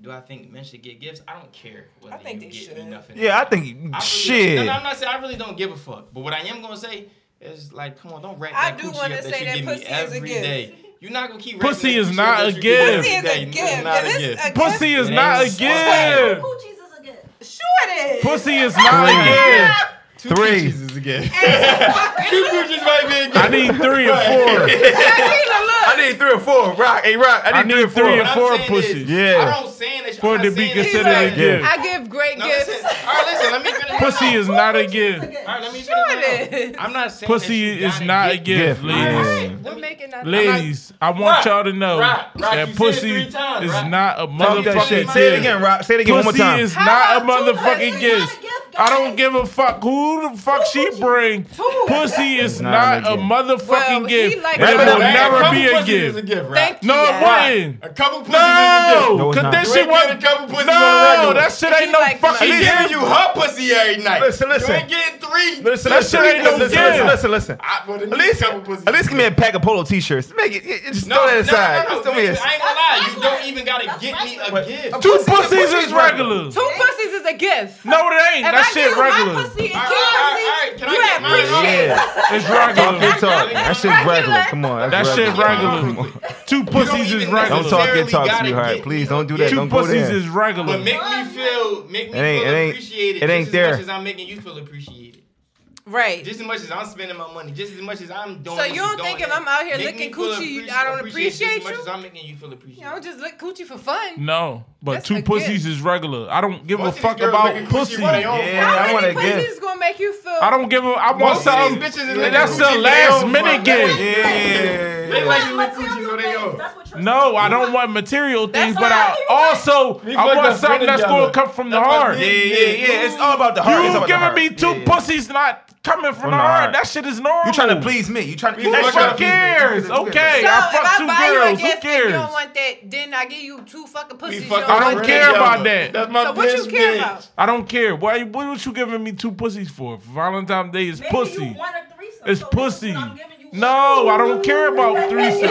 S1: do I think men should get gifts? I don't care whether
S4: I think
S1: you
S4: they
S1: get me
S4: should.
S1: nothing.
S5: Yeah, I think
S1: really-
S5: shit.
S1: No, no, I'm not saying I really don't give a fuck. But what I am gonna say is like, come on, don't rack
S4: I
S1: that
S4: do
S1: coochie
S4: wanna
S1: up that
S4: say
S1: you
S4: that
S1: give me
S4: pussy is a
S1: every
S4: gift.
S1: day. You're not gonna keep racking
S3: Pussy
S1: that
S3: is
S1: coochie up
S3: not
S1: that
S3: a
S1: you give me
S3: gift.
S4: Pussy is
S1: every day.
S4: a gift.
S1: It's not
S4: If
S1: a
S4: it's
S1: gift.
S4: a
S3: Pussy
S4: gift,
S3: is not a
S1: ain't swag.
S3: gift.
S2: Coochies is a gift.
S4: Sure it is.
S3: Pussy is not a gift.
S1: Two
S5: Three.
S1: coochies is a gift. Two coochies might be a gift.
S3: I need three or four.
S4: Shakira, look.
S5: I need three or four. Oh, Rock, hey Rock.
S3: I need three
S1: What
S3: or
S1: I'm
S3: four
S1: saying is,
S3: pussies.
S5: Yeah.
S1: I don't saying that.
S3: For
S1: I'm
S3: it to
S1: not
S3: be
S1: saying that-
S3: considered a gift.
S4: I give great
S1: No,
S4: gifts.
S1: listen. All right, listen. Let me finish. my
S3: Pussy is not a gift.
S1: All right, let me
S4: Sure
S1: finish
S4: it
S1: it
S4: is.
S1: I'm not saying that
S3: Pussy
S1: you
S3: is
S1: gotta
S3: not a gift,
S5: Gift,
S3: ladies.
S5: yeah.
S4: We're making that.
S3: Ladies, I
S1: Rock,
S3: want y'all to know
S1: rock, rock, you said
S3: that
S1: it
S3: pussy
S1: three
S3: is
S1: times, rock.
S3: not a
S5: Talk that
S3: motherfucking
S5: shit.
S3: gift.
S5: Say it again, Rock. Say it again one more
S3: Pussy
S5: time.
S3: is not a
S4: about two
S3: motherfucking
S4: pussies?
S3: gift.
S2: Gift
S3: I don't give a fuck who the fuck she bring. Pussy is
S5: not
S3: not,
S5: a
S3: a motherfucking
S4: Well, he
S3: gift.
S4: like-
S3: and it
S5: Wait a
S3: will
S5: minute, a
S3: never
S5: couple
S3: be a
S8: pussies is
S3: gift.
S8: gift, right?
S4: Thank you.
S3: No, it
S4: guys.
S3: wasn't.
S8: A couple pussies is a
S3: No,
S5: No,
S8: gift.
S5: it's
S3: cause
S5: not.
S3: that
S5: You
S3: shit
S8: ain't getting
S3: wasn't.
S8: a couple pussies on the
S3: No,
S8: regular.
S3: that shit ain't
S4: He
S3: no
S4: like
S3: fucking
S8: She
S3: gift.
S8: giving you her pussy every night.
S5: Listen, listen.
S8: You ain't getting three.
S5: Listen,
S3: That
S5: listen,
S3: shit ain't no
S5: listen, listen,
S3: game.
S5: listen, listen, listen.
S8: I, but
S5: At least,
S8: couple pussies.
S5: at least give me a pack of polo t-shirts. Make it, it- just throw that aside.
S8: No, no,
S5: Just
S8: no,
S5: throw me a-
S8: bitch, I ain't gonna lie. You
S2: regular.
S8: don't even gotta
S2: That's
S8: get me
S2: regular.
S8: a gift.
S5: What?
S3: Two
S5: Pussy-
S3: pussies
S5: pussy
S3: is regular.
S4: Two pussies is a gift.
S3: No, it ain't. That
S4: If I
S3: shit
S4: give you
S3: regular.
S4: My pussy and two
S8: All right, all right, all right.
S4: pussies,
S8: Can I
S4: you
S8: get
S4: have
S8: mine?
S4: appreciate.
S5: Yeah,
S3: It's regular.
S5: good talk. That shit's regular. Come on,
S3: That
S5: that's
S3: shit regular. Two pussies is
S8: even
S3: regular.
S5: Don't talk good
S8: Barely
S5: talk,
S8: gotta
S5: sweetheart.
S8: get
S5: Please
S8: me.
S5: don't do that.
S3: Two
S5: Don't go
S3: pussies
S5: there.
S3: is regular.
S8: But make me feel, make me
S5: It ain't-
S8: feel
S5: it ain't-
S8: appreciated.
S5: it
S8: just
S5: ain't
S8: as
S5: there.
S8: much as I'm making you feel appreciated.
S4: Right.
S8: Just as much as I'm spending my money. Just as much as I'm doing.
S4: So
S8: what
S4: you
S8: you're
S4: don't think
S8: doing.
S4: if I'm out here
S8: Make me
S4: licking
S8: feel
S4: coochie, you-
S8: appreci-
S4: I don't appreciate
S8: just as much
S4: you?
S8: as I'm making you feel appreciated.
S4: You know, just lick coochie for fun.
S3: No, but
S4: That's
S3: two
S4: a
S3: pussies
S4: gift.
S3: is regular. I don't give
S8: Most
S3: a
S8: of
S3: fuck
S8: these girls
S3: about
S8: looking coochie
S3: pussy.
S8: for their own
S5: Yeah,
S4: How
S5: I want
S4: many
S5: a
S4: pussies
S5: gift.
S4: gonna make you feel?
S3: I don't give a. I want
S8: Most of
S3: something.
S8: these bitches is
S3: Yeah,
S8: looking
S3: that's
S8: coochie
S3: the
S8: for their
S3: last
S8: own
S3: minute
S8: fuck.
S3: game.
S8: They
S5: Yeah.
S8: like you lick coochie so they own.
S3: No, I don't want material things, but
S4: what I
S3: I
S4: think about-
S3: also
S8: We
S3: I
S8: fucked
S3: want
S8: up
S3: something that's
S8: together.
S3: gonna come from the
S8: That's what
S3: heart.
S5: Yeah,
S8: me-
S3: You
S5: yeah, yeah. It's all about the heart. It's all about the
S3: giving
S5: heart.
S3: me two
S5: Yeah, yeah.
S3: pussies not coming from
S5: From
S3: the
S5: the
S3: heart.
S5: heart.
S3: That shit is normal.
S5: You trying to please me? You trying to?
S8: Who
S5: you
S3: Who
S8: fuck
S5: trying to
S3: fuck
S8: up?
S5: please me.
S3: cares? Okay,
S4: So
S3: I
S4: if
S3: fuck
S4: I
S3: two
S4: buy you a
S3: girls. Who
S4: gift and you don't
S3: cares?
S4: want that, then I give you two fucking pussies.
S8: We
S4: You
S8: fuck
S4: don't
S8: up
S3: I don't
S4: want
S3: care
S4: that.
S3: about that.
S8: That's my
S4: So what you
S8: bitch,
S4: care
S8: bitch.
S4: about?
S3: I don't care. Why? What was you giving me two pussies for? Valentine's Day is pussy. It's pussy. No, I don't care about threesomes.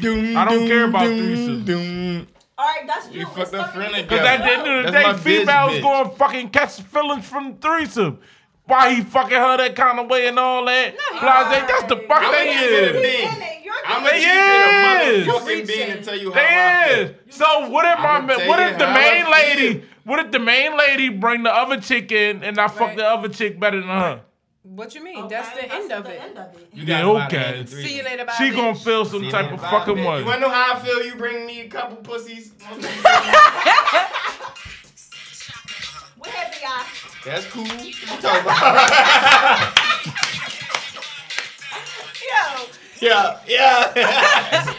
S8: Doom,
S3: I don't
S8: doom,
S3: care about
S8: doom,
S3: threesomes.
S5: Mm,
S8: doom.
S2: All right, that's you.
S8: You
S2: It's
S8: fucked up
S2: something
S8: friend
S2: you-
S8: again.
S3: Because at the end of the
S8: That's my
S3: day,
S8: biz,
S3: females
S8: bitch.
S3: going to fucking catch feelings from threesome. Why he fucking her that kind of way and all that?
S4: he
S3: Blase, that's the fuck
S8: I'm
S3: they
S8: gonna
S3: is.
S8: give
S2: You're
S8: it a
S2: in
S8: bean.
S2: it. You're
S8: I'm
S3: They
S8: gonna
S2: in it.
S3: is.
S8: give it a motherfucking bean
S4: Reaching.
S8: and tell you how I
S3: They
S8: feel.
S3: is. So what if my
S8: I'ma
S3: ma-
S8: tell
S3: what
S8: you
S3: if the
S8: how
S3: main
S8: I
S3: lady
S8: feel.
S3: what if the main lady bring the other chick in and I fuck
S4: Right.
S3: the other chick better than her?
S4: What you mean?
S2: Okay,
S4: That's the end of it.
S8: You
S3: Yeah,
S8: gotta buy
S3: okay.
S8: another three.
S4: See you later. Bye.
S3: She
S4: bitch.
S3: gonna feel some type of fucking
S8: You wanna
S3: way.
S8: know how I feel? You bring me a couple pussies.
S2: What happened, y'all?
S8: That's cool. What you talking about?
S2: Yo,
S8: yeah, yeah.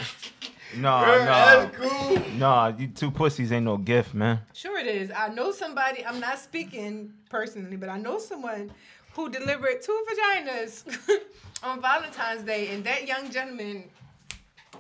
S5: No, no,
S8: That's cool.
S5: no. You two pussies ain't no gift, man.
S4: Sure it is. I know somebody. I'm not speaking personally, but I know someone who delivered two vaginas on Valentine's Day, and that young gentleman,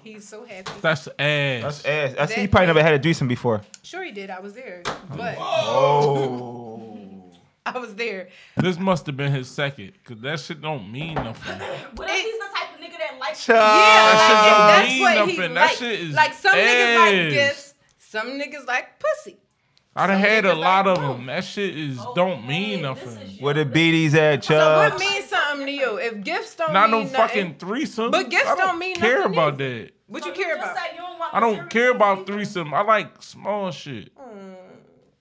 S4: he's so happy.
S3: That's ass.
S5: That's ass. I see you probably never had a threesome before.
S4: Sure he did. I was there, but
S5: Oh.
S4: I was there.
S3: This must have been his second, cause that shit don't mean nothing.
S2: what if he's the type of nigga that likes
S4: Yeah,
S3: Ah, That shit
S4: that's
S3: don't
S4: what
S3: mean
S4: he
S3: nothing. That
S4: like.
S3: shit is
S4: like some niggas
S3: ass.
S4: like gifts, some niggas like pussy.
S3: I done had a
S4: niggas
S3: lot
S4: like Oh,
S3: of them. That shit is don't mean
S2: man, this
S3: nothing.
S2: is-
S5: Where the beaties at,
S4: So what
S5: Chubbs?
S4: means something to you? If gifts don't
S3: Not no
S4: mean
S3: fucking
S4: nothing,
S3: threesome.
S4: But gifts
S3: I
S4: don't mean
S3: care
S4: nothing
S3: about that.
S4: what
S2: So
S4: you care
S2: just
S4: about?
S2: said you don't want
S3: I don't
S2: material
S3: care about
S2: things.
S3: threesome. I like small shit.
S4: Mm,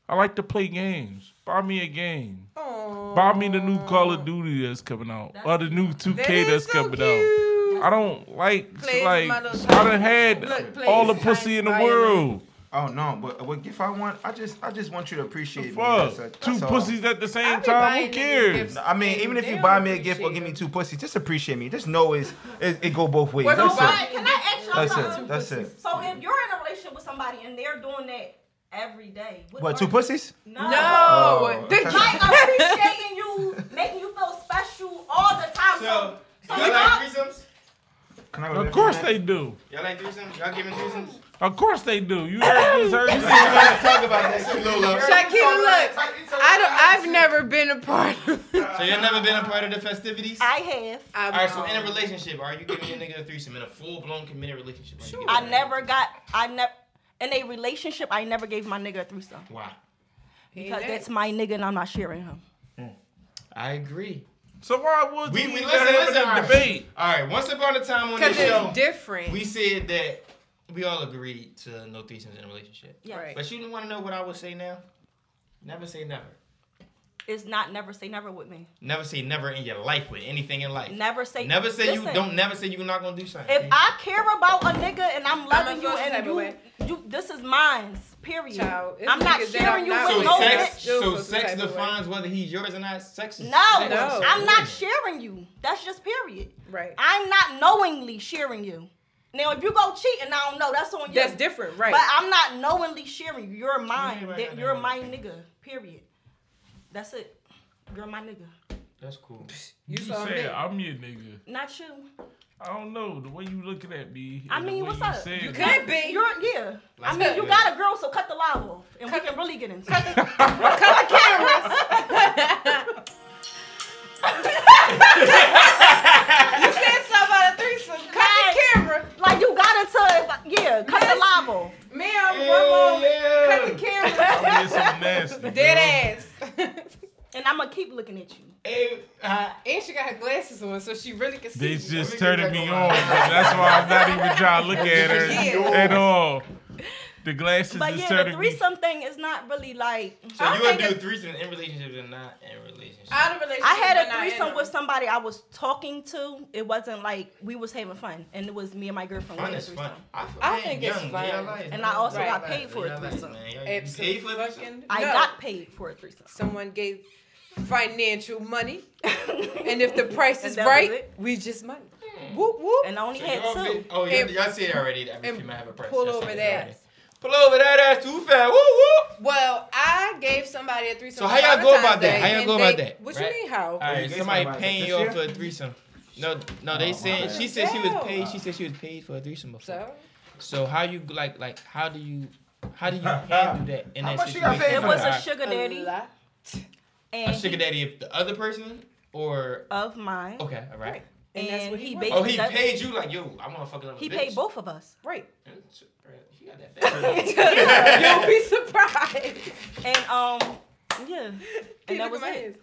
S3: I like to play games. Buy me a game.
S4: aw.
S3: Buy me the new Call of Duty that's coming out, or the new 2K
S4: Oh. That
S3: that's
S4: is so
S3: coming out.
S4: cute.
S3: I don't like
S4: Plays
S3: like
S4: my
S3: I
S4: little
S3: done
S4: time.
S3: had
S4: Look, plays
S3: all the
S4: my
S3: pussy in the
S4: environment.
S3: world.
S5: Oh no, but what gift I want? I just, I just want you to appreciate
S3: Fuck, two pussies at the
S4: I
S3: same
S4: be
S3: time.
S4: buying
S3: Who
S4: niggas
S3: cares?
S4: gifts.
S5: I mean, even if
S4: They
S5: you
S4: don't
S5: buy me a gift or
S4: appreciate
S5: give me
S4: them.
S5: two pussies, just appreciate me. Just know it's, it, it go both ways.
S4: Well,
S5: That's
S4: don't buy
S5: it.
S2: Right, Can I ask y'all
S5: That's
S2: something?
S5: it. That's it.
S2: So if you're in a relationship with somebody and they're doing that every day,
S5: What
S2: are
S5: two
S2: you-
S5: pussies?
S2: No.
S4: No,
S5: Oh,
S4: the
S5: okay.
S2: Like
S4: gift-
S2: appreciating you, making you feel special all the time. So,
S8: So,
S2: so,
S8: y'all like
S2: y'all-
S8: threesomes?
S5: Can I go
S3: Of
S5: back
S3: course
S5: on that?
S3: they do.
S8: Y'all like threesomes? Y'all giving threesomes?
S3: Of course they do. You heard this, heard this.
S8: Talk about that shit, Lola.
S4: Shakira, look, I don't. I've never been a part of.
S8: So y'all never been a part of the festivities?
S2: I have.
S4: All
S8: All right, so in a relationship, are you giving your nigga a threesome in a full blown committed relationship? Sure.
S2: I never got. I never. In a relationship, I never gave my nigga a threesome
S8: Why?
S2: because that's my nigga and I'm not sharing him.
S8: I agree.
S3: So why would
S8: We, we
S3: even
S8: listen,
S3: have
S8: listen,
S3: the
S8: all right.
S3: debate?
S8: All right, once upon a time on this
S4: because
S8: show,
S4: it's different.
S8: we said that we all agreed to no threesomes in a relationship.
S2: Yeah.
S4: Right.
S8: But you didn't want to know what I would say now? Never say never.
S2: It's not never say never with me.
S8: Never say never in your life with anything in life.
S2: Never say.
S8: Never say you
S2: Listen,
S8: don't. Never say you're not gonna do something.
S2: If I care about a nigga and I'm loving you
S4: feel some type
S2: and
S4: of
S2: you,
S4: way.
S2: you, this is mine's. Period.
S4: Child, it's
S2: I'm not
S4: niggas that
S2: sharing you
S4: I'm not
S2: with
S8: so
S2: no
S4: with.
S8: sex,
S2: bitch.
S4: Still
S8: so
S4: feel some
S8: sex
S4: type of way.
S8: defines whether he's yours or not. Sex is
S2: No,
S8: sex.
S4: No.
S2: I'm not sharing you. That's just period.
S4: right.
S2: I'm not knowingly sharing you. Now, if you go cheat and I don't know, that's on you.
S4: That's different, right?
S2: But I'm not knowingly sharing you. You're mine.
S8: right,
S2: That-
S8: right,
S2: You're
S8: right.
S2: my nigga. Period. That's it. You're my nigga.
S1: That's cool.
S4: You
S3: You
S4: saw me.
S3: said I'm your nigga.
S2: Not you.
S3: I don't know the way you looking at me.
S2: I
S3: and the
S2: mean,
S3: way
S2: what's
S3: you
S2: up?
S3: said
S4: You
S3: it,
S4: could be.
S2: You're yeah. I
S1: Let's
S2: mean,
S1: cut
S2: you
S1: it.
S2: got a girl, so cut the live off, and we can really get into it.
S4: Cut the cameras. you said something about a threesome. Cut the camera.
S2: Like you got into it, like, yeah. Cut the live off.
S4: Ma'am, one moment. Cut the
S3: I'm
S4: camera.
S3: being some nasty.
S4: Dead ass.
S2: and I'm gonna keep looking at you.
S1: Hey,
S8: Uh-huh.
S1: uh,
S4: and she got her glasses on so she really can see.
S3: Bitch
S1: Let me
S3: just
S1: get
S3: turning
S1: back
S3: me
S1: on my-
S3: on, but that's why I'm not even trying to look at her
S4: Yeah.
S3: at all. The glasses
S2: But
S3: is
S2: yeah, the
S3: turning me.
S2: threesome thing is not really like.
S1: so
S4: I'm
S1: you would do
S4: thinking-
S1: threesomes in relationships and not in relationships.
S4: Out of relationship.
S2: I had
S4: but
S2: a
S4: not in
S2: threesome
S4: a-
S2: with somebody I was talking to. It wasn't like we was having fun, and it was me and my girlfriend.
S1: Fun
S2: having a
S1: is fun.
S2: threesome.
S1: I,
S4: I think it's fun.
S2: And I also got paid for it threesome.
S1: Paid for it.
S4: Absolutely.
S2: I
S4: No.
S2: got paid for a threesome.
S4: Someone gave financial money, and if the price
S2: And
S4: is
S2: that was
S4: right,
S2: it.
S4: we just money.
S1: Hmm.
S4: Whoop whoop.
S2: and I only
S1: So
S2: had
S1: y'all
S2: two.
S1: been- Oh, y'all,
S4: And-
S1: y'all see it already. That
S4: and
S1: you might have a price.
S4: pull
S1: Y'all
S4: over
S1: see it
S4: that.
S1: already. Pull over that ass too fast. Woo woo.
S4: Well, I gave somebody a threesome.
S1: So how y'all go about
S4: Valentine's
S1: that? How
S4: Day,
S1: y'all
S4: and
S1: go about
S4: they-
S1: that,
S4: What
S1: right?
S4: you mean how?
S1: All
S5: you
S1: right,
S5: gave
S1: somebody
S5: somebody
S1: paying
S5: this
S1: y'all
S5: year?
S1: for a threesome. No, no, they said she said she
S4: Wow.
S1: was paid. She said she was paid for a threesome before.
S4: So
S1: So how you like like how do you how do you handle that in
S5: How
S1: that
S5: much you got
S1: situation?
S5: paid
S2: It
S5: for
S2: was a
S5: that?
S2: sugar daddy,
S4: lot.
S2: and
S1: a sugar Oh,
S2: he-
S1: daddy of the other person or
S2: of mine,
S1: okay, all right.
S4: And that's what he
S2: he
S4: wants.
S2: basically
S1: Oh, he
S2: that-
S1: paid you like yo. I want to fuck another
S2: He
S1: bitch.
S2: paid both of us,
S4: Right.
S1: She got that bad.
S4: You'll be surprised.
S2: and um, yeah,
S4: He
S2: and that
S4: look
S2: was
S4: at my
S2: it.
S4: hands.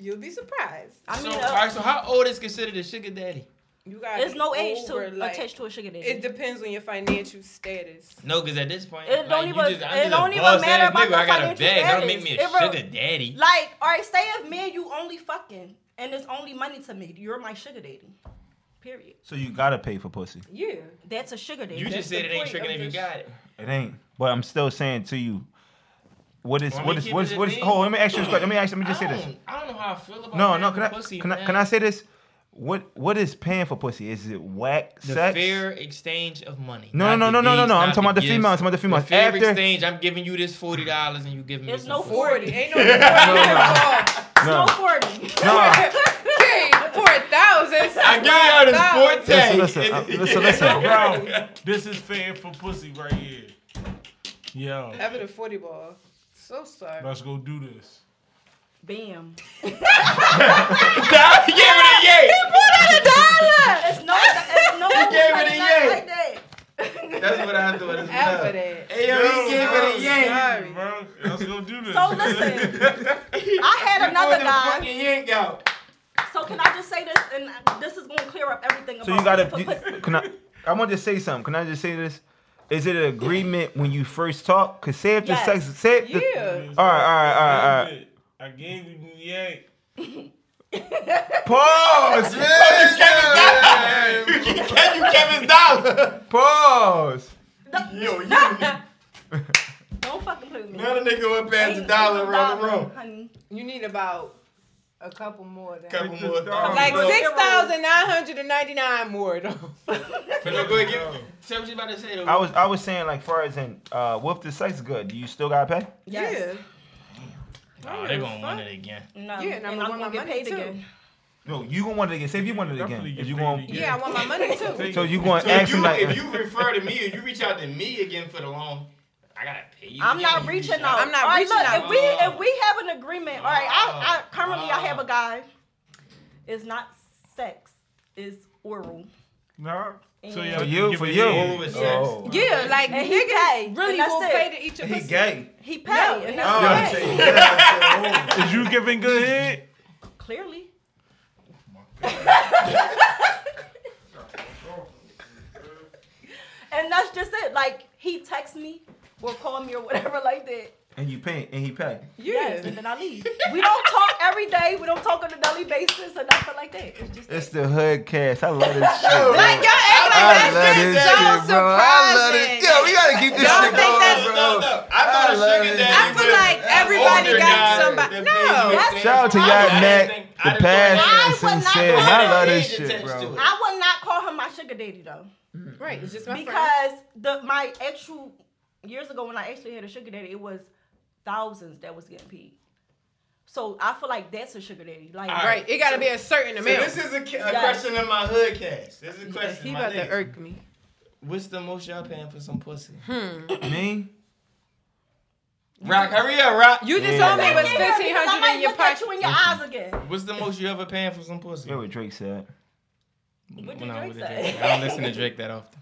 S4: You'll be surprised.
S2: I
S1: so,
S2: mean,
S1: all
S2: uh,
S1: right. So how old is considered a sugar daddy?
S4: You got.
S2: there's no age to
S4: like,
S2: attach to a sugar daddy.
S4: It depends on your financial status.
S1: No, because at this point,
S2: It don't
S1: like, you
S2: even-
S1: just, I'm
S2: it
S1: just
S2: don't
S1: a
S2: even
S1: boss
S2: matter
S1: ass
S2: about
S1: nigga.
S2: the
S1: I got a
S2: financial
S1: bag. That don't make me a
S2: status. It re-
S1: sugar daddy.
S2: Like, all right, say if me and you only fucking, and it's only money to me, you're my sugar daddy. Period.
S5: So you gotta pay for pussy.
S4: Yeah.
S2: That's a sugar daddy.
S1: you just
S4: the
S1: said it ain't
S4: point
S1: tricking
S4: of
S1: if you
S4: this-
S1: got it.
S5: It ain't. But I'm still saying to you, what is
S1: Well, I
S5: what
S1: mean,
S5: is
S1: keep
S5: what
S1: it
S5: is
S1: a
S5: what is?
S1: thing.
S5: Hold, on, let me ask you this question. Let me ask. Let me just
S1: I
S5: say this.
S1: don't, I don't know how I feel about
S5: No, no.
S1: having
S5: Can I
S1: pussy,
S5: can I,
S1: man.
S5: can I say this? What what is paying for pussy? Is it whack
S1: The
S5: sex?
S1: fair exchange of money.
S5: No, no,
S1: Not
S5: no,
S1: the
S5: no, no,
S1: deeds,
S5: no. I'm
S1: not
S5: talking about the
S1: gifts.
S5: female. I'm talking about the female.
S1: The fair
S5: After-
S1: exchange, I'm giving you this forty dollars and you giving me
S2: There's
S1: some
S2: no
S1: food.
S4: Forty. Ain't no. 40 involved.
S5: No,
S2: no forty.
S5: no.
S4: King for a thousand.
S1: I give y'all this forte.
S4: Wow.
S5: Listen, listen, uh, listen, listen.
S3: Bro, this is fan for pussy right here. Yo,
S4: After the forty ball. So sorry.
S3: let's go do this.
S2: Bam.
S1: Give it a yay.
S2: It's no, it's no. You
S1: gave it a yay.
S2: Like that.
S1: That's what I thought.
S4: After that.
S1: Hey, yo,
S3: No,
S1: he gave it
S3: no,
S1: a yay.
S4: Sorry.
S3: Bro, let's go do this.
S2: So listen, I had
S1: Pour
S2: another
S1: the
S2: guy.
S1: fucking yank out.
S2: So can I just say this, and this is gonna clear up everything about
S5: So you gotta.
S2: for pussy.
S5: do- Can I? I want to say something. Can I just say this? Is it an agreement when you first talk? Cause say if the
S2: Yes.
S5: sex, say if the,
S4: Yeah.
S5: All right, all right, all right, all right.
S3: I gave you the yank.
S5: Pause.
S1: Can Oh, you Kevin's dollar?
S5: Pause.
S1: Yo, you now
S2: Don't fucking play with me.
S1: the nigga went past the
S2: Ain't
S1: dollar
S2: no
S1: around the
S2: dollar,
S1: room.
S2: honey.
S4: You need about a couple more. Than
S1: Couple
S3: Get the
S1: more
S3: dollar.
S1: dollars.
S4: Like
S1: bro.
S4: six thousand nine hundred and ninety nine more though.
S1: But no, go ahead, give, say what you about to say though.
S5: I was I was saying like far as in uh, what if the sex good? Do you still gotta pay?
S2: Yes.
S1: oh, they're gonna win it again.
S2: No.
S4: Yeah, and I'm gonna want my
S2: get
S4: money
S2: paid
S4: too.
S2: again.
S5: No, you gonna want it again. Say if you wanted it again,
S3: Definitely
S5: if
S3: get
S5: you
S3: paid
S5: going
S4: Yeah.
S3: again.
S4: I want my money too.
S5: so you going to
S1: So if
S5: ask
S1: you,
S5: him like
S1: if you refer to me or you reach out to me again for the loan, I gotta pay you.
S2: I'm
S1: again.
S2: not
S1: You
S2: reaching
S1: reach
S2: out.
S4: I'm not
S2: All right,
S4: reaching
S2: look,
S4: out.
S2: If we if we have an agreement, all right. I, I currently I have a
S1: Oh.
S2: guy. It's not sex. It's oral.
S3: No. So
S2: And-
S3: y'all
S5: for
S3: can
S5: you
S3: give
S5: for
S3: it
S5: you?
S3: head.
S1: with sex.
S5: Oh.
S4: Yeah, like
S2: And he gay,
S4: niggas really
S2: and that's
S4: will
S2: it.
S4: pay to each of
S5: He
S4: us.
S5: gay.
S2: He paid,
S4: No,
S2: and
S4: no.
S2: that's
S4: Oh,
S2: okay.
S4: shit.
S3: Is you giving good head?
S2: Clearly, and that's just it. Like he texts me or call me or whatever like that.
S5: and you pay and he pay.
S2: Yes,
S4: Yeah.
S2: and then I leave. We don't talk every day. We don't talk on a daily basis or nothing like that. It's just
S5: It's the hood cast. I love this shit. bro.
S4: Like y'all act like
S5: I love
S4: that shit
S5: this
S4: so
S5: shit, bro. I love it.
S4: surprising.
S5: Yo, we gotta keep this
S4: Y'all
S5: shit
S4: think that's-
S5: going,
S1: No,
S5: bro.
S1: no. I thought
S5: I
S1: a
S5: love
S1: sugar
S5: it.
S1: daddy.
S4: I feel
S1: was
S4: like
S1: an
S4: everybody
S1: older
S4: got
S1: guy
S4: somebody.
S1: that
S4: No.
S1: pays you
S5: Shout out to y'all,
S1: I didn't
S5: Mac,
S1: think- I
S5: the
S1: didn't think-
S5: past and
S2: I would not
S5: sincere.
S2: do
S5: I
S2: it.
S5: love this
S1: Attached
S5: shit,
S1: to
S5: bro.
S1: it.
S2: I would not call him my sugar daddy though,
S4: Right, it's just my friend.
S2: because the my actual years ago when I actually had a sugar daddy, it was thousands that was getting paid. So I feel like that's a sugar daddy. Like
S4: Right. It gotta be a certain
S8: So
S4: amount.
S8: this is a, ca- a
S2: Yeah.
S8: question in my hood cast. This is a question.
S4: he
S8: my
S4: about to
S8: niggas.
S4: irk me.
S8: What's the most y'all paying for some pussy?
S5: Me?
S8: Rock, hurry up, Rock.
S4: You just
S5: Yeah.
S4: told me it was
S2: Yeah, because
S4: fifteen
S2: I
S4: hundred
S2: might
S4: in your
S2: look at
S4: pocket.
S2: you in your eyes again.
S8: What's the most you ever paying for some pussy?
S5: Hear what Drake said.
S2: What
S8: When
S2: did
S8: I'm
S2: Drake
S8: with a
S2: say?
S8: Drake. I don't listen to Drake that often.